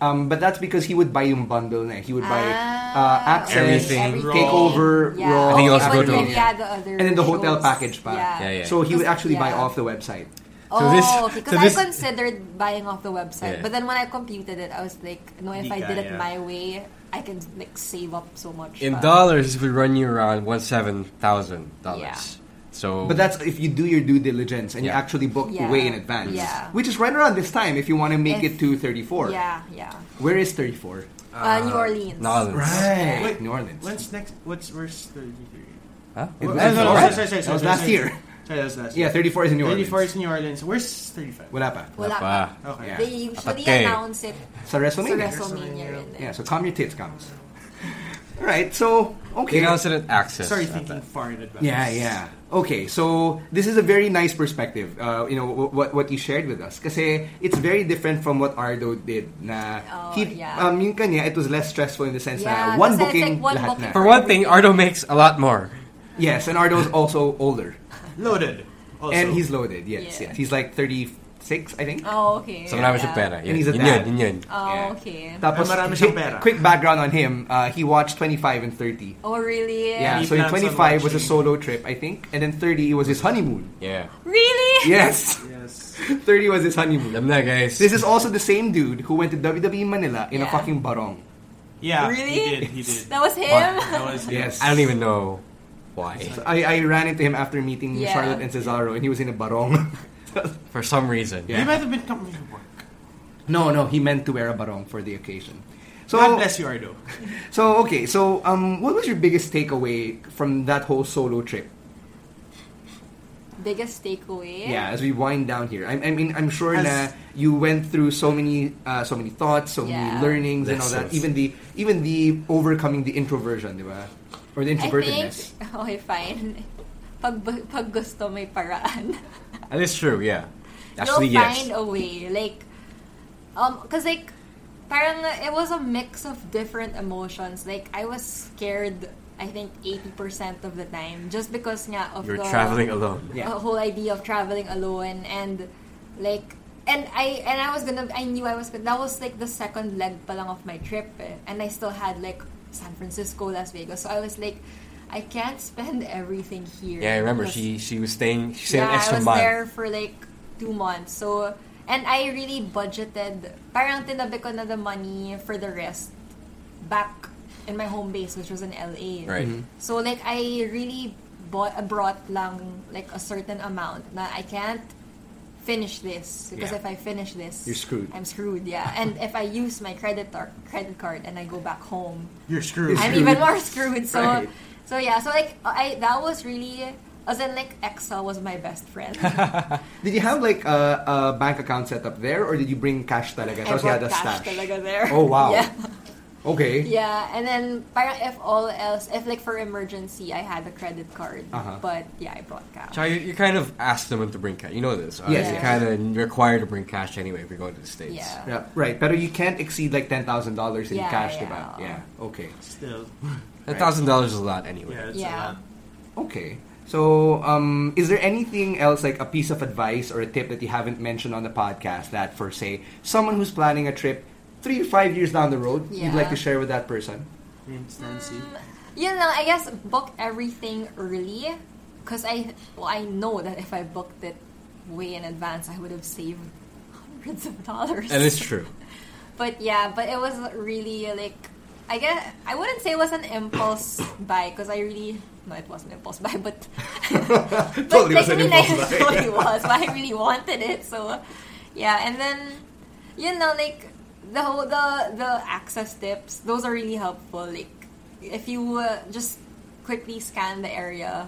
Speaker 3: Um, but that's because he would buy yung bundle na. eh. He would buy uh,
Speaker 6: Ah,
Speaker 3: access,
Speaker 4: Everything.
Speaker 6: everything.
Speaker 3: takeover,
Speaker 6: Yeah.
Speaker 3: raw.
Speaker 4: I think you also
Speaker 6: But
Speaker 4: go to-
Speaker 6: when we had the other
Speaker 3: and then the hotel
Speaker 6: shows,
Speaker 3: package pa.
Speaker 6: Yeah.
Speaker 4: Yeah, yeah.
Speaker 3: So he would actually buy
Speaker 6: Yeah.
Speaker 3: off the website.
Speaker 6: Oh,
Speaker 4: So this-
Speaker 6: okay,
Speaker 4: so
Speaker 6: because
Speaker 4: this-
Speaker 6: I considered buying off the website,
Speaker 4: Yeah.
Speaker 6: but then when I computed it, I was like, no, if I
Speaker 5: Hindi
Speaker 6: did
Speaker 5: kaya.
Speaker 6: it my way, I can like save up so much.
Speaker 4: In
Speaker 6: pa.
Speaker 4: dollars, it would run you around one seven thousand dollars. So
Speaker 3: But that's if you do your due diligence and you
Speaker 4: Yeah.
Speaker 3: actually book
Speaker 6: Yeah.
Speaker 3: way in advance.
Speaker 6: Yeah.
Speaker 3: Which is right around this time if you want to make
Speaker 6: If-
Speaker 3: it to 34.
Speaker 6: Yeah, yeah.
Speaker 3: Where is 34?
Speaker 6: Uh, New Orleans.
Speaker 4: dollars.
Speaker 3: Right.
Speaker 5: Wait,
Speaker 3: New Orleans.
Speaker 5: What's next? What's verse thirty-three?
Speaker 4: Huh?
Speaker 3: Well,
Speaker 5: No, no, no,
Speaker 3: Alright.
Speaker 5: sorry, sorry, sorry,
Speaker 3: That was
Speaker 5: sorry,
Speaker 3: last
Speaker 5: sorry.
Speaker 3: year.
Speaker 5: Sorry, that was last
Speaker 3: Yeah,
Speaker 5: year.
Speaker 3: 34 is in New Orleans.
Speaker 5: 34 is New Orleans. Where's 35?
Speaker 3: Wala pa.
Speaker 6: Wala pa.
Speaker 4: Pa.
Speaker 5: Okay.
Speaker 3: Oh, Yeah.
Speaker 6: They usually
Speaker 4: Apate.
Speaker 6: announce it
Speaker 3: Sa
Speaker 6: sa
Speaker 3: WrestleMania.
Speaker 6: WrestleMania. rin eh.
Speaker 3: Yeah, so calm your tits, comes. All right, so okay.
Speaker 4: They announced it at Access.
Speaker 5: Sorry,
Speaker 4: Not
Speaker 5: thinking
Speaker 4: that.
Speaker 5: far in advance.
Speaker 3: Yeah, yeah. Okay, so this is a very nice perspective. Uh, you know wh- what what you shared with us, because it's very different from what Ardo did. Na
Speaker 6: Oh,
Speaker 3: he,
Speaker 6: yeah.
Speaker 3: um, yung kanya, it was less stressful in the sense
Speaker 6: Yeah,
Speaker 3: na one
Speaker 6: kasi it's
Speaker 3: booking,
Speaker 6: like one
Speaker 3: lahat
Speaker 6: booking.
Speaker 3: na.
Speaker 4: For one thing, Ardo makes a lot more.
Speaker 3: Yes, and Ardo's also older,
Speaker 5: Loaded. Also.
Speaker 3: and he's loaded. Yes,
Speaker 6: Yeah.
Speaker 3: yes, he's like thirty six, I think.
Speaker 6: Oh, okay.
Speaker 4: So marami siyang
Speaker 6: yeah.
Speaker 4: pera. Yun,
Speaker 3: And he's a
Speaker 4: yun,
Speaker 3: dad.
Speaker 4: yun, yun.
Speaker 6: Oh,
Speaker 3: Yeah.
Speaker 6: okay.
Speaker 3: Tapos,
Speaker 5: Ay, marami
Speaker 3: quick,
Speaker 5: siyang pera.
Speaker 3: quick background on him. Uh, he watched twenty five and thirty.
Speaker 6: Oh, really?
Speaker 3: Yeah,
Speaker 5: He
Speaker 3: so in
Speaker 5: plans on
Speaker 3: 25 was a
Speaker 5: watching-
Speaker 3: solo trip, I think, and then 30 was his honeymoon.
Speaker 4: Yeah.
Speaker 6: Really?
Speaker 3: Yes,
Speaker 5: Yes.
Speaker 3: 30 was his honeymoon.
Speaker 4: Them na, guys.
Speaker 3: This is also the same dude who went to WWE Manila in a
Speaker 6: Yeah.
Speaker 3: fucking barong.
Speaker 5: Yeah. He
Speaker 6: Really?
Speaker 5: did. He did.
Speaker 6: That was
Speaker 4: Wow.
Speaker 6: him?
Speaker 5: That was
Speaker 3: Yes,
Speaker 4: I don't even know why.
Speaker 3: I, I ran into him after meeting
Speaker 6: Yeah.
Speaker 3: Charlotte and Cesaro, and he was in a barong.
Speaker 4: For some reason.
Speaker 5: He might have been coming to work.
Speaker 3: no, no, he meant to wear a barong for the occasion. So,
Speaker 5: God bless you, Ardo.
Speaker 3: so okay, so um, what was your biggest takeaway from that whole solo trip?
Speaker 6: Biggest takeaway?
Speaker 3: Yeah, as we wind down here, I, I mean, I'm sure
Speaker 5: As-
Speaker 3: that you went through so many, uh, so many thoughts, so
Speaker 6: Yeah.
Speaker 3: many learnings, and all that.
Speaker 4: Lessons.
Speaker 3: Even the, even the overcoming the introversion, di ba? Or the
Speaker 6: I think,
Speaker 3: introvertedness.
Speaker 6: okay, fine. Pag, pag gusto, may paraan.
Speaker 4: That is true, yeah. Actually,
Speaker 6: You'll
Speaker 4: yes.
Speaker 6: find a way. Like, um, cause like, parang it was a mix of different emotions. Like, I was scared, I think, 80% of the time. Just because nga of
Speaker 4: You're
Speaker 6: the...
Speaker 4: traveling alone.
Speaker 3: Yeah.
Speaker 6: uh, whole idea of traveling alone and like and I and I was gonna I knew I was gonna that was like the second leg pa lang of my trip eh. and I still had like San Francisco, Las Vegas. So I was like I can't spend everything here.
Speaker 4: Yeah, I remember
Speaker 6: Because-
Speaker 4: she she was staying she stayed
Speaker 6: yeah,
Speaker 4: an extra
Speaker 6: I was
Speaker 4: month.
Speaker 6: there for like two months. So, and I really budgeted. Parang tinabi ko na the money for the rest back in my home base, which was in LA.
Speaker 4: Right.
Speaker 3: Mm-hmm.
Speaker 4: Mhm.
Speaker 6: So like I really bought brought lang like a certain amount na I can't finish this because
Speaker 4: Yeah.
Speaker 6: if I finish this,
Speaker 3: You're screwed.
Speaker 6: I'm screwed. Yeah, and if I use my credit tar- credit card and I go back home,
Speaker 5: You're screwed.
Speaker 6: I'm even more screwed. So,
Speaker 3: Right.
Speaker 6: so yeah. So like, I that was really. As in, like, Excel was my best friend.
Speaker 3: Did you have like a, a bank account set up there, or did you bring cash talaga?
Speaker 6: I
Speaker 3: Tapos you had a
Speaker 6: brought cash
Speaker 3: stash.
Speaker 6: talaga there.
Speaker 3: Oh wow.
Speaker 6: Yeah,
Speaker 3: Okay.
Speaker 6: yeah. And then, parang if all else, if like for emergency, I had a credit card.
Speaker 3: Uh-huh.
Speaker 6: But yeah, I brought cash.
Speaker 4: So you, you kind of asked them to bring cash. You know this. Uh,
Speaker 3: Yes.
Speaker 4: You're
Speaker 6: Yeah.
Speaker 4: kind of required to bring cash anyway if you're going to the States.
Speaker 3: Yeah,
Speaker 6: Yeah.
Speaker 3: right. But you can't exceed like ten thousand dollars in
Speaker 6: Yeah,
Speaker 3: cash,
Speaker 6: yeah.
Speaker 3: diba? Yeah. Okay.
Speaker 5: Still,
Speaker 4: $1,000 is a lot anyway.
Speaker 5: yeah, it's uh, a
Speaker 6: Yeah.
Speaker 5: lot.
Speaker 3: Okay. So, um, is there anything else like a piece of advice or a tip that you haven't mentioned on the podcast that for say someone who's planning a trip three to five years down the road you'd like to
Speaker 6: Yeah.
Speaker 3: share with that person?
Speaker 5: Name's Nancy.
Speaker 6: You know, I guess book everything early, cause I well I know that if I booked it way in advance, I would have saved hundreds of dollars.
Speaker 4: And it's true.
Speaker 6: But yeah, but it was really like I guess I wouldn't say it was an impulse buy because I really no, it wasn't impulse buy, but but
Speaker 3: Totally was
Speaker 6: like,
Speaker 3: an
Speaker 6: I mean,
Speaker 3: impulse
Speaker 6: I
Speaker 3: buy.
Speaker 6: totally was, but I really wanted it, so yeah. And then you know, like the whole the the access tips, those are really helpful. Like if you uh, just quickly scan the area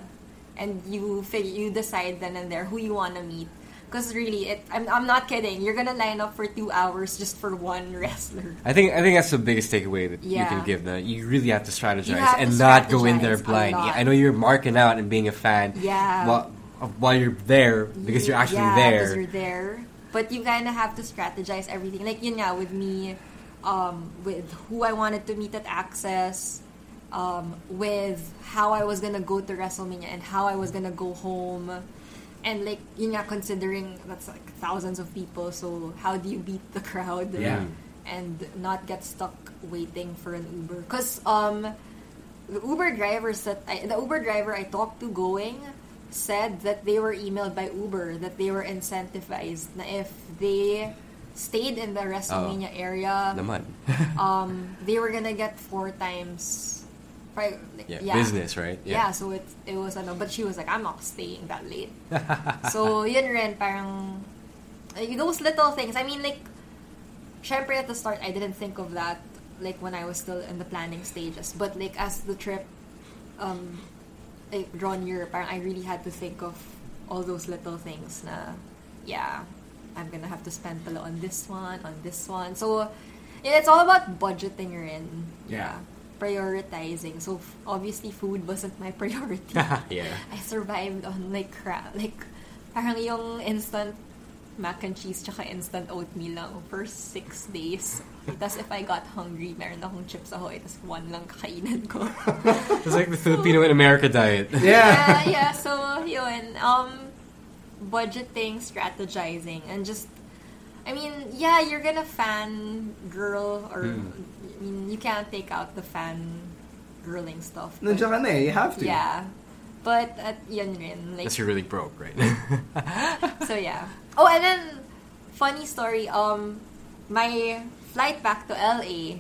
Speaker 6: and you fig- you decide then and there who you want to meet. Because really, it, I'm, I'm not kidding. You're gonna line up for two hours just for one wrestler.
Speaker 4: I think I think that's the biggest takeaway that you
Speaker 6: Yeah.
Speaker 4: can give. That you really have to strategize
Speaker 6: have to
Speaker 4: and not go in there
Speaker 6: strategize a
Speaker 4: blind. Yeah,
Speaker 6: lot.
Speaker 4: I know you're marking out and being a fan.
Speaker 6: Yeah.
Speaker 4: While, while you're there because you're actually
Speaker 6: yeah,
Speaker 4: there.
Speaker 6: Because you're there. But you kind of have to strategize everything. Like, yun nga, with me, um, with who I wanted to meet at Access, um, with how I was gonna go to WrestleMania and how I was gonna go home. And like, yun nga, considering that's like thousands of people, so how do you beat the crowd?
Speaker 3: Yeah.
Speaker 6: And not get stuck waiting for an Uber. Because, um, the Uber drivers that I, the Uber driver I talked to going said that they were emailed by Uber that they were incentivized na if they stayed in the
Speaker 4: Oh.
Speaker 6: WrestleMania area,
Speaker 4: Naman.
Speaker 6: um, they were gonna get four times. Pri-
Speaker 4: Yeah, business, right?
Speaker 6: Yeah. so it it was ano, but she was like, I'm not staying that late. so yun rin parang like, those little things. I mean, like, syempre at the start, I didn't think of that, like, when I was still in the planning stages. But, like, as the trip, um, like, draw near, parang I really had to think of all those little things na, yeah, I'm gonna have to spend pala on this one, on this one. So, yeah, it's all about budgeting rin.
Speaker 3: Yeah.
Speaker 6: Prioritizing. So, f- obviously, food wasn't my priority.
Speaker 4: yeah.
Speaker 6: I survived on like crap. Like, parang yung instant mac and cheese tsaka instant oatmeal lang for six days. Tapos if I got hungry, meron akong chips ahoy. Tapos one lang kakainin ko.
Speaker 4: It's like the Filipino in America diet.
Speaker 6: yeah, yeah. So, yun. Um, budgeting, strategizing, and just, I mean, yeah, you're gonna fan girl or, I mean, you can't take out the fan girling stuff. but-
Speaker 3: Nandiyan ka na eh, You have to.
Speaker 6: yeah. But, at yun rin. Like,
Speaker 4: Unless you're really broke, right?
Speaker 6: So yeah. Oh, and then funny story. Um, my flight back to LA.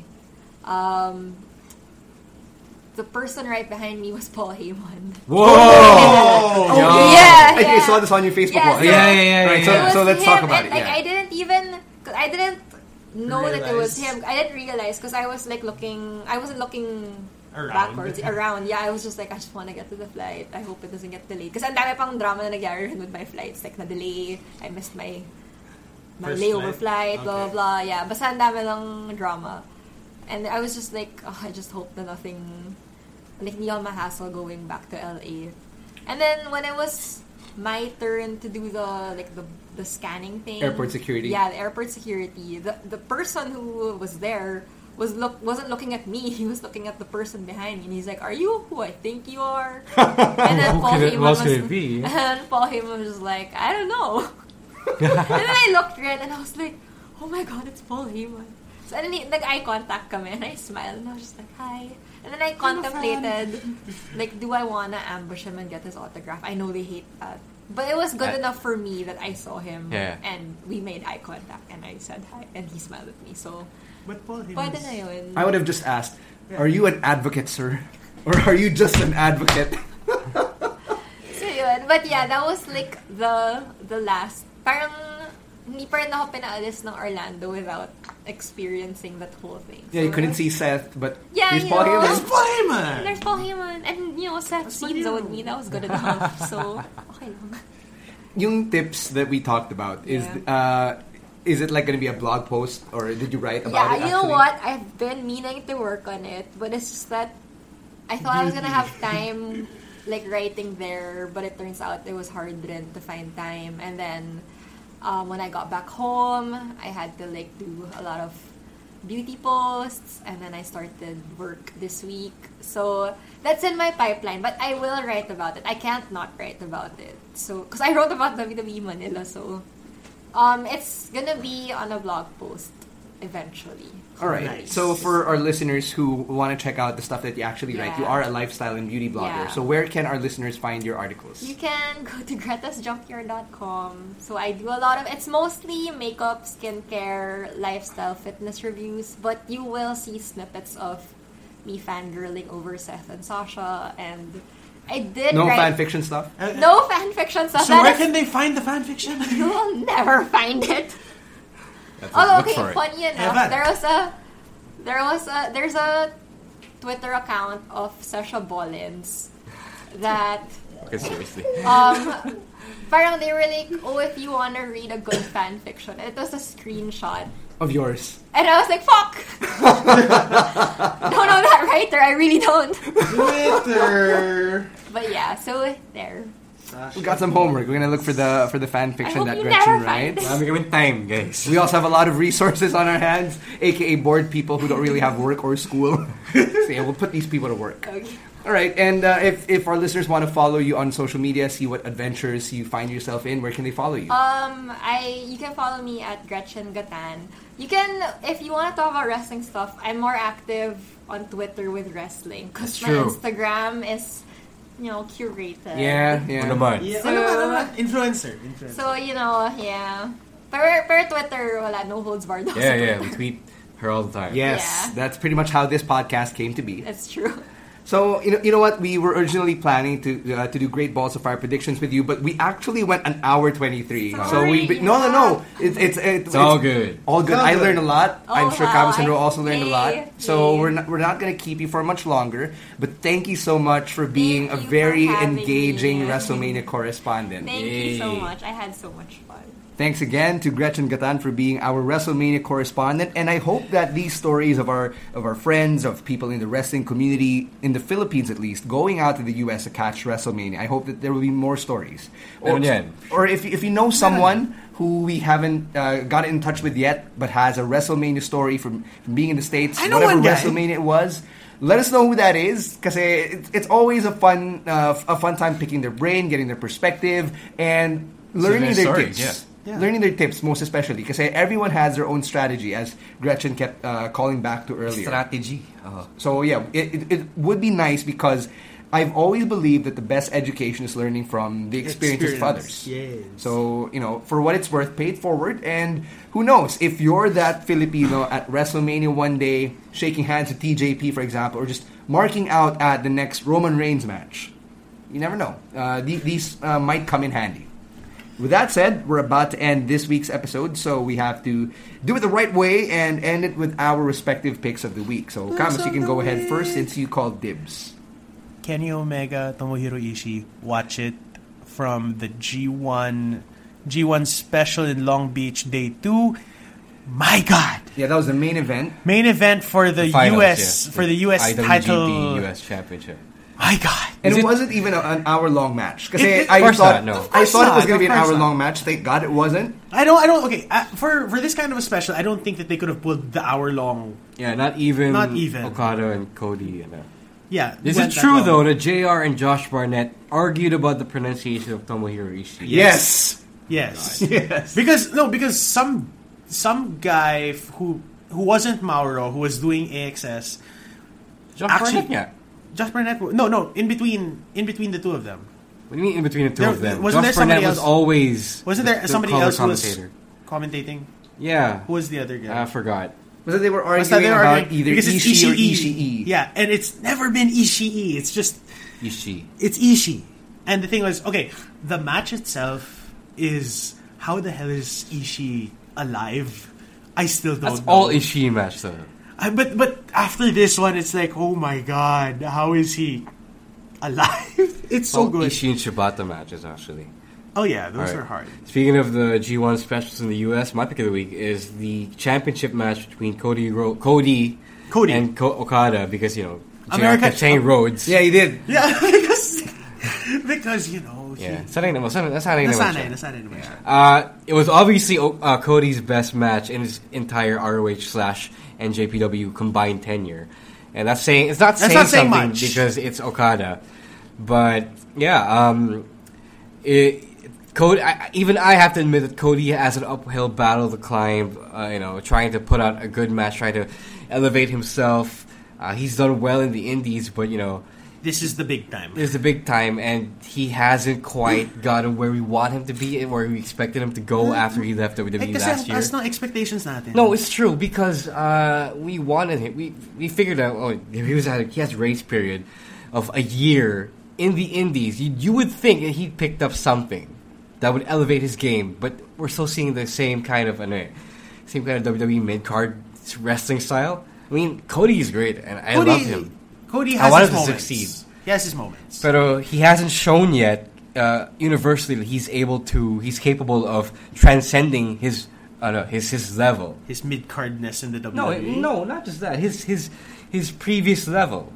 Speaker 6: Um, the person right behind me was Paul Heyman.
Speaker 4: Whoa!
Speaker 3: Oh,
Speaker 4: Yo.
Speaker 6: yeah,
Speaker 3: I, I
Speaker 6: yeah.
Speaker 3: saw this on your Facebook
Speaker 6: Yeah,
Speaker 3: wall.
Speaker 6: so-
Speaker 4: Yeah, yeah, yeah,
Speaker 3: Right,
Speaker 4: yeah.
Speaker 3: so-
Speaker 6: It was
Speaker 3: let's
Speaker 6: him,
Speaker 3: talk about
Speaker 6: and,
Speaker 3: it,
Speaker 6: Like
Speaker 3: yeah.
Speaker 6: I didn't even, cause I didn't know that it was
Speaker 5: Realize.
Speaker 6: him. I didn't realize because I was like looking. I wasn't looking
Speaker 5: Around.
Speaker 6: backwards around. Yeah, I was just like, I just want to get to the flight. I hope it doesn't get delayed. Because ang dami pang drama na nangyari rin with my flights. Like, na-delay. I missed my my
Speaker 5: First
Speaker 6: layover flight,
Speaker 5: flight?
Speaker 6: blah,
Speaker 5: Okay.
Speaker 6: blah, blah. Yeah, basta ang dami lang drama. And I was just like, oh, I just hope na nothing, like, hindi ako hassle going back to LA. And then, when it was my turn to do the, like, the, the scanning thing.
Speaker 3: Airport security.
Speaker 6: Yeah, the airport security. The, the person who was there was look wasn't looking at me. He was looking at the person behind me, and he's like, "Are you who I think you are?" And then
Speaker 4: Who
Speaker 6: Paul
Speaker 4: could it-
Speaker 6: Heyman
Speaker 4: who else
Speaker 6: was,
Speaker 4: could it be?
Speaker 6: and Paul Heyman was just like, "I don't know." and then I looked red, and I was like, "Oh my god, it's Paul Heyman." So and then he, like eye contact kami, and I smiled, and I was just like, "Hi." And then I contemplated, like, do I wanna ambush him and get his autograph? I know they hate that. But it was good
Speaker 4: I-
Speaker 6: enough for me that I saw him
Speaker 4: Yeah.
Speaker 6: and we made eye contact and I said hi and he smiled at me. So,
Speaker 5: But Paul Heyman.
Speaker 6: pwede na yun.
Speaker 3: I would have just asked, Are you an advocate, sir? Or are you just an advocate?
Speaker 6: So yun. But yeah, that was like the the last. Parang hindi pa rin ako pinaalis ng Orlando without experiencing that whole thing.
Speaker 3: yeah, you couldn't see Seth, but
Speaker 6: Yeah,
Speaker 3: here's
Speaker 6: you
Speaker 3: Paul
Speaker 6: know.
Speaker 3: Heyman.
Speaker 5: Spider-Man!
Speaker 6: There's Paul Heyman. And you know, Seth scenes with me. That was good enough. So, okay lang.
Speaker 3: Yung tips that we talked about is
Speaker 6: Yeah.
Speaker 3: uh, is it like going to be a blog post or did you write about
Speaker 6: Yeah,
Speaker 3: it?
Speaker 6: you know
Speaker 3: actually?
Speaker 6: what? I've been meaning to work on it, but it's just that I thought I was gonna have time like writing there, but it turns out it was hard rin to find time. And then um, when I got back home, I had to like do a lot of beauty posts, and then I started work this week. So that's in my pipeline, but I will write about it. I can't not write about it. So because I wrote about WWE Manila, so um, it's gonna be on a blog post eventually.
Speaker 3: All right.
Speaker 5: Nice.
Speaker 3: So for our listeners who want to check out the stuff that you actually write, you are
Speaker 6: Yeah.
Speaker 3: a lifestyle and beauty blogger.
Speaker 6: Yeah.
Speaker 3: So where can our listeners find your articles?
Speaker 6: You can go to gretasjunkyard.com. So I do a lot of it's mostly makeup, skincare, lifestyle, fitness reviews, but you will see snippets of me fangirling over Seth and Sasha and I did
Speaker 3: no fan
Speaker 6: write
Speaker 3: fiction stuff.
Speaker 6: no fan fiction stuff.
Speaker 5: So
Speaker 6: That
Speaker 5: where
Speaker 6: is-
Speaker 5: can they find the fanfiction?
Speaker 6: you will never find it.
Speaker 3: That's
Speaker 6: Oh, okay. Funny enough,
Speaker 5: Evan.
Speaker 6: there was a there was a there's a Twitter account of Sasha Bollins that
Speaker 4: Okay, seriously.
Speaker 6: um, parang they were like, oh, if you want to read a good fan fiction, it was a screenshot.
Speaker 3: Of yours.
Speaker 6: And I was like, fuck! don't know that writer, I really don't.
Speaker 5: Twitter!
Speaker 6: But yeah, so there.
Speaker 3: We got some homework. We're gonna look for the for the fan
Speaker 6: I
Speaker 3: fiction
Speaker 6: hope
Speaker 3: that
Speaker 6: you
Speaker 3: Gretchen
Speaker 6: never find
Speaker 3: writes.
Speaker 6: it.
Speaker 4: Marami kaming time, guys.
Speaker 3: We also have a lot of resources on our hands, aka bored people who don't really have work or school. so yeah, we'll put these people to work.
Speaker 6: Okay.
Speaker 3: All right, and uh, if if our listeners want to follow you on social media, see what adventures you find yourself in, where can they follow you?
Speaker 6: Um, I you can follow me at Gretchen Gatan. You can if you want to talk about wrestling stuff. I'm more active on Twitter with wrestling because
Speaker 4: That's
Speaker 6: my
Speaker 4: true.
Speaker 6: Instagram is you know curated.
Speaker 3: yeah,
Speaker 4: Ano
Speaker 3: yeah.
Speaker 4: naman?
Speaker 5: Yeah,
Speaker 6: So- uh,
Speaker 5: ano ba, ano ba? Influencer. Influencer.
Speaker 6: So you know, yeah. Pero, pero Twitter, wala, no holds barred. ako
Speaker 4: Yeah,
Speaker 6: sa
Speaker 4: yeah, we
Speaker 6: Twitter.
Speaker 4: tweet her all the time.
Speaker 3: Yes,
Speaker 6: Yeah.
Speaker 3: that's pretty much how this podcast came to be.
Speaker 6: That's true.
Speaker 3: So you know, you know what? We were originally planning to uh, to do great balls of fire predictions with you, but we actually went an hour twenty three. So we
Speaker 6: Sorry.
Speaker 3: no no no. It, it's it's
Speaker 4: It's all good.
Speaker 3: All good.
Speaker 5: It's all
Speaker 3: I
Speaker 5: good.
Speaker 3: learned a lot.
Speaker 6: Oh,
Speaker 3: I'm sure
Speaker 6: wow.
Speaker 3: Camus and Ro
Speaker 6: I-
Speaker 3: also learned a lot.
Speaker 6: Yay.
Speaker 3: So
Speaker 6: Yay.
Speaker 3: we're not, we're not going to keep you for much longer. But thank you so much for being a
Speaker 6: Thank you for
Speaker 3: very
Speaker 6: having
Speaker 3: engaging
Speaker 6: me.
Speaker 3: WrestleMania correspondent.
Speaker 6: Thank you so
Speaker 4: Yay.
Speaker 6: much. I had so much fun.
Speaker 3: Thanks again to Gretchen Gatan for being our WrestleMania correspondent, and I hope that these stories of our of our friends, of people in the wrestling community in the Philippines at least, going out to the U.S. to catch WrestleMania. I hope that there will be more stories. Or,
Speaker 4: Meron
Speaker 5: Oh,
Speaker 4: yan.
Speaker 3: or if if you know someone who we haven't uh, got in touch with yet, but has a WrestleMania story from, from being in the states,
Speaker 5: I know
Speaker 3: whatever
Speaker 5: one guy.
Speaker 3: WrestleMania it was. Let us know who that is, because it's, it's always a fun uh, a fun time picking their brain, getting their perspective, and learning
Speaker 4: their
Speaker 3: their
Speaker 4: stories,
Speaker 3: tips.
Speaker 5: yeah. Yeah.
Speaker 3: Learning their tips, most especially, because everyone has their own strategy, as Gretchen kept uh, calling back to earlier. Uh-huh.
Speaker 4: Strategy. Oh.
Speaker 3: so yeah, it, it, it would be nice because I've always believed that the best education is learning from the experiences of others.
Speaker 5: Yes.
Speaker 3: So you know, for what it's worth, pay it forward. And who knows if you're that Filipino at WrestleMania one day, shaking hands with TJP, for example, or just marking out at the next Roman Reigns match. You never know. Uh, the- these uh, might come in handy. With that said, we're about to end this week's episode, so we have to do it the right way and end it with our respective picks of the week. So, Kamas, you can go ahead first since you called dibs.
Speaker 5: Kenny Omega, Tomohiro Ishii, watch it from the G1 G1 special in Long Beach Day 2. My god.
Speaker 3: Yeah, that was the main event.
Speaker 5: Main event for the,
Speaker 4: Finals,
Speaker 5: US
Speaker 4: yeah.
Speaker 5: for the US
Speaker 4: IWGP
Speaker 5: title.
Speaker 4: US Championship.
Speaker 5: My god.
Speaker 3: And
Speaker 4: Is
Speaker 3: it,
Speaker 4: it-
Speaker 3: wasn't even a, an hour long match. Because
Speaker 5: It- it-
Speaker 3: I,
Speaker 5: of
Speaker 4: course
Speaker 3: thought,
Speaker 4: not, no. Of
Speaker 3: I
Speaker 5: course
Speaker 3: thought it was
Speaker 5: not,
Speaker 3: going to be an
Speaker 5: of course
Speaker 3: hour
Speaker 5: not.
Speaker 3: long match. Thank God it wasn't.
Speaker 5: I don't I don't okay, uh, for for this kind of a special, I don't think that they could have pulled the hour long.
Speaker 4: Yeah, not even
Speaker 5: Not even.
Speaker 4: Okada and Cody. And, uh,
Speaker 5: Yeah.
Speaker 4: is
Speaker 5: went
Speaker 4: it
Speaker 5: that
Speaker 4: true,
Speaker 5: long.
Speaker 4: though, that JR and Josh Barnett argued about the pronunciation of Tomohiro Ishii?
Speaker 3: Yes.
Speaker 5: Yes.
Speaker 3: Yes.
Speaker 5: Because no, because some some guy f- who who wasn't Mauro who was doing AXS
Speaker 4: Josh
Speaker 5: Actually-
Speaker 4: Barnett, yeah.
Speaker 5: Josh Barnett. No, no. In between, in between the two of them,
Speaker 4: What do you mean in between the two
Speaker 5: There-
Speaker 4: of them? Josh
Speaker 5: wasn't there somebody
Speaker 4: Barnett was
Speaker 5: else-
Speaker 4: always
Speaker 5: wasn't
Speaker 4: the-
Speaker 5: there
Speaker 4: the
Speaker 5: somebody
Speaker 4: color
Speaker 5: else who was
Speaker 4: commentator. Uh,
Speaker 5: commentating?
Speaker 4: Yeah.
Speaker 5: Who was the other guy?
Speaker 4: I forgot.
Speaker 3: But they were arguing
Speaker 5: Basta they were
Speaker 3: about
Speaker 5: arguing-
Speaker 3: either
Speaker 5: because it's
Speaker 3: Ishii, or Ishii.
Speaker 5: Yeah, and it's never been Ishii. It's just
Speaker 4: Ishii.
Speaker 5: it's Ishii. And the thing was, okay, the match itself is how the hell is Ishii alive? I still don't
Speaker 4: That's
Speaker 5: know.
Speaker 4: all Ishii match though.
Speaker 5: I, but but after this one, it's like, oh my god, how is he alive? It's so
Speaker 4: all
Speaker 5: good.
Speaker 4: Ishii and Shibata matches actually.
Speaker 5: Oh yeah, those
Speaker 4: All right.
Speaker 5: are hard.
Speaker 4: Speaking of the G1 specials in the US, my pick of the week is the championship match between Cody Ro- Cody,
Speaker 5: Cody.
Speaker 4: and Ko- Okada because you know JR
Speaker 5: America-
Speaker 4: kept saying Rhodes.
Speaker 3: Yeah, he did.
Speaker 5: Yeah, because because you know he,
Speaker 4: yeah. Sanay naman, sanay- sanay naman
Speaker 5: Nasanay,
Speaker 4: siya.
Speaker 5: nasanay naman siya.
Speaker 4: Uh, it was obviously O- uh, Cody's best match in his entire ROH slash NJPW combined tenure, and that's saying it's not
Speaker 5: That's
Speaker 4: saying
Speaker 5: not saying
Speaker 4: something
Speaker 5: much.
Speaker 4: because it's Okada, but yeah, um, it, Cody. I, even I have to admit that Cody has an uphill battle to climb. Uh, you know, trying to put out a good match, trying to elevate himself. Uh, he's done well in the Indies, but you know,
Speaker 5: This is the big time.
Speaker 4: is the big time, and he hasn't quite gotten where we want him to be and where we expected him to go after he left WWE
Speaker 5: Eh, kasi
Speaker 4: last year.
Speaker 5: taas ng expectations natin.
Speaker 4: No, it's true because uh, we wanted him. We we figured out. Oh, he was at a, he has race period of a year in the Indies. You, you would think that he picked up something that would elevate his game, but we're still seeing the same kind of ano, eh, same kind of WWE mid card wrestling style. I mean, Cody is great, and I
Speaker 5: Cody,
Speaker 4: love him.
Speaker 5: Cody
Speaker 4: I
Speaker 5: has
Speaker 4: wanted
Speaker 5: his
Speaker 4: to
Speaker 5: moments.
Speaker 4: succeed.
Speaker 5: He has his moments.
Speaker 4: But he hasn't shown yet uh, universally that he's able to, he's capable of transcending his, uh, no, his his level.
Speaker 5: his mid cardness in the E. WWE.
Speaker 4: No, it- no, not just that. His his his previous level.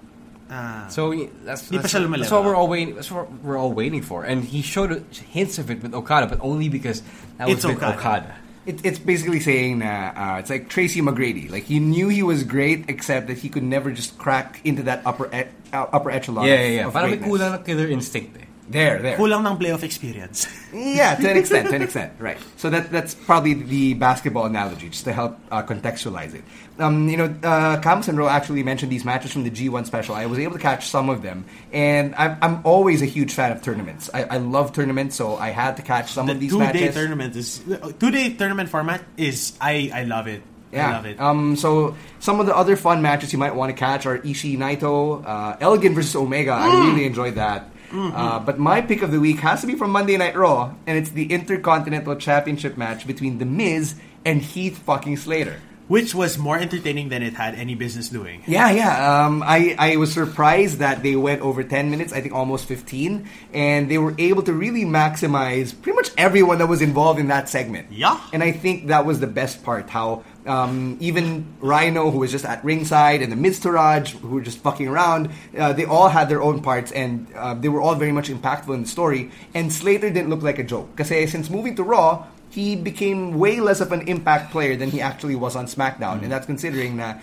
Speaker 5: Ah.
Speaker 4: So y- that's
Speaker 5: Di pa
Speaker 4: that's,
Speaker 5: siya lumalaban.
Speaker 4: that's what we're all waiting. That's what we're all waiting for. And he showed hints of it with Okada, but only because that was
Speaker 5: It's
Speaker 4: with
Speaker 5: Okada.
Speaker 4: Okada.
Speaker 3: It, it's basically saying that uh, it's like Tracy McGrady. Like he knew he was great, except that he could never just crack into that upper e- uh, upper echelon.
Speaker 4: Yeah,
Speaker 3: of-
Speaker 4: yeah, yeah.
Speaker 3: Of
Speaker 4: Parang may
Speaker 3: greatness.
Speaker 4: kulang ng killer instinct. Eh.
Speaker 3: There, there.
Speaker 5: Kulang ng playoff experience.
Speaker 3: Yeah, to an extent, to an extent, right. So that that's probably the basketball analogy, just to help uh, contextualize it. Um, you know, uh, Camus and Rowe actually mentioned these matches from the G1 special. I was able to catch some of them, and I'm, I'm always a huge fan of tournaments. I, I love tournaments, so I had to catch some
Speaker 5: the
Speaker 3: of these
Speaker 5: two day
Speaker 3: matches.
Speaker 5: tournament is two day tournament format is I I love it.
Speaker 3: Yeah.
Speaker 5: I love
Speaker 4: Uh,
Speaker 5: it.
Speaker 3: Um, so some of the other fun matches you might want to catch are Ishii Naito, uh, Elgin versus Omega.
Speaker 5: Mm.
Speaker 3: I really enjoyed that.
Speaker 5: Mm-hmm.
Speaker 3: Uh, but my pick of the week has to be from Monday Night Raw, and it's the Intercontinental Championship match between The Miz and Heath fucking Slater.
Speaker 5: which was more entertaining than it had any business doing.
Speaker 3: Yeah, yeah. Um, I, I was surprised that they went over 10 minutes, I think almost 15, and they were able to really maximize pretty much everyone that was involved in that segment.
Speaker 5: Yeah.
Speaker 3: And I think that was the best part how um, even Rhino, who was just at ringside, and the Miztourage, who were just fucking around, uh, they all had their own parts and uh, they were all very much impactful in the story. And Slater didn't look like a joke. Because since moving to Raw, he became way less of an impact player than he actually was on SmackDown. And that's considering that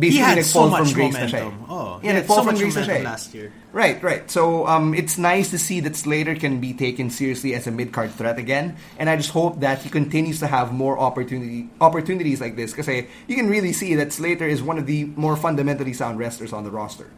Speaker 5: He
Speaker 3: basically
Speaker 5: had
Speaker 3: like
Speaker 5: so
Speaker 3: fall from
Speaker 5: much
Speaker 3: grace na siya eh.
Speaker 5: momentum.
Speaker 3: yeah,
Speaker 5: Oh, he
Speaker 3: like
Speaker 5: had
Speaker 3: fall
Speaker 5: so
Speaker 3: from
Speaker 5: much
Speaker 3: grace na siya
Speaker 5: momentum
Speaker 3: eh.
Speaker 5: last year.
Speaker 3: Right, right. So um, it's nice to see that Slater can be taken seriously as a mid card threat again, and I just hope that he continues to have more opportunity opportunities like this because you can really see that Slater is one of the more fundamentally sound wrestlers on the roster.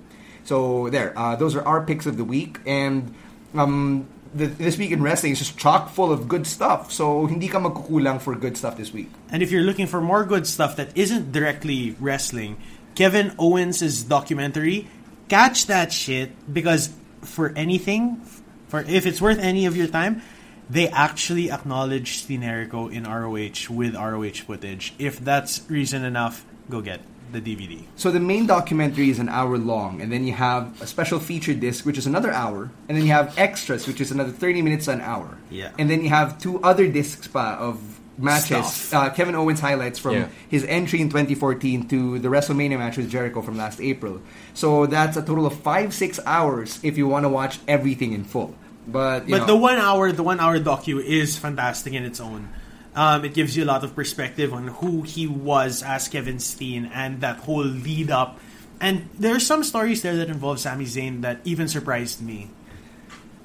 Speaker 3: So there, uh, those are our picks of the week, and um, the, this week in wrestling is just chock full of good stuff. So hindi ka magkukulang for good stuff this week.
Speaker 5: And if you're looking for more good stuff that isn't directly wrestling, Kevin Owens' documentary, catch that shit because for anything, for if it's worth any of your time, they actually acknowledge Steve Enrico in ROH with ROH footage. If that's reason enough, go get the DVD.
Speaker 3: So the main documentary is an hour long, and then you have a special feature disc, which is another hour, and then you have extras, which is another thirty minutes to an hour.
Speaker 5: Yeah.
Speaker 3: And then you have two other discs pa of matches.
Speaker 5: Stuff.
Speaker 3: Uh, Kevin Owens highlights from
Speaker 4: Yeah.
Speaker 3: his entry in 2014 to the WrestleMania match with Jericho from last April. So that's a total of five six hours if you want to watch everything in full. But you
Speaker 5: But
Speaker 3: know,
Speaker 5: the one hour, the one hour docu is fantastic in its own. Um, it gives you a lot of perspective on who he was as Kevin Steen and that whole lead up. And there are some stories there that involve Sami Zayn that even surprised me.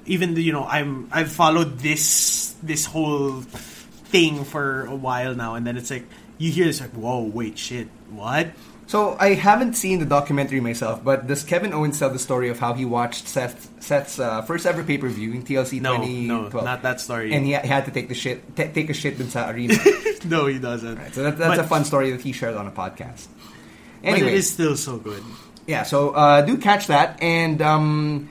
Speaker 5: Even though, you know, I'm I've followed this this whole thing for a while now, and then it's like you hear this like, whoa, wait, shit, what?
Speaker 3: So I haven't seen the documentary myself, but does Kevin Owens tell the story of how he watched Seth, Seth's uh, first ever pay per view in TLC
Speaker 5: No,
Speaker 3: 2012?
Speaker 5: no, not that story.
Speaker 3: And he, he had to take the shit, t- take a shit dun sa arena.
Speaker 5: No, he doesn't.
Speaker 3: so that, that's
Speaker 5: But-
Speaker 3: a fun story that he shared on a podcast.
Speaker 5: But
Speaker 3: Anyway,
Speaker 5: it is still so good.
Speaker 3: yeah. So uh, do catch that, and um,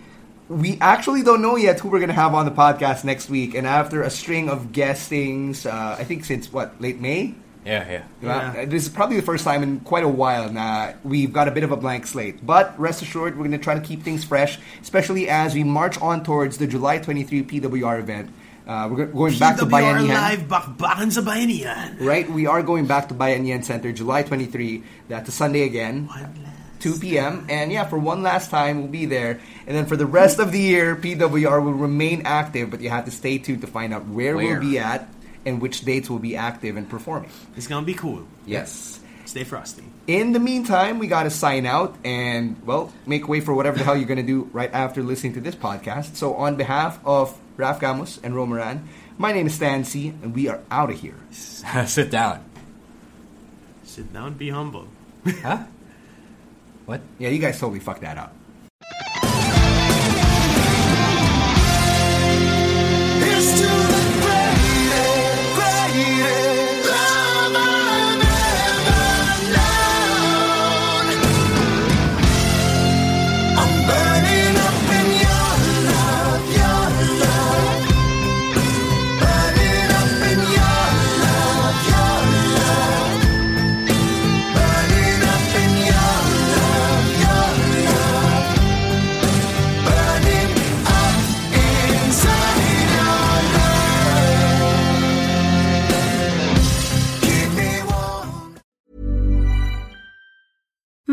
Speaker 3: we actually don't know yet who we're gonna have on the podcast next week. And after a string of guestings, uh, I think since what late May,
Speaker 4: Yeah, yeah.
Speaker 3: Diba?
Speaker 5: Yeah.
Speaker 3: Uh, This is probably the first time in quite a while now we've got a bit of a blank slate. But rest assured, we're going to try to keep things fresh, especially as we march on towards the July 23 PWR event. Uh, we're go- going back to
Speaker 5: PWR
Speaker 3: Bayanihan.
Speaker 5: Live, bakbakan sa Bayanihan.
Speaker 3: Right? We are going back to Bayanihan Center July 23. That's a Sunday again. 2 p.m. And yeah, for one last time, we'll be there. And then for the rest of the year, PWR will remain active, but you have to stay tuned to find out where,
Speaker 4: Where?
Speaker 3: we'll be at and which dates will be active and performing.
Speaker 5: It's gonna be cool.
Speaker 3: Yes.
Speaker 5: Stay frosty.
Speaker 3: In the meantime, we got to sign out and, well, make way for whatever the hell you're going to do right after listening to this podcast. So, on behalf of Raf Camus and Romaran, my name is Stan C, and we are out of here.
Speaker 4: Sit down.
Speaker 5: Sit down, be humble.
Speaker 4: Huh? What?
Speaker 3: Yeah, you guys totally fucked that up.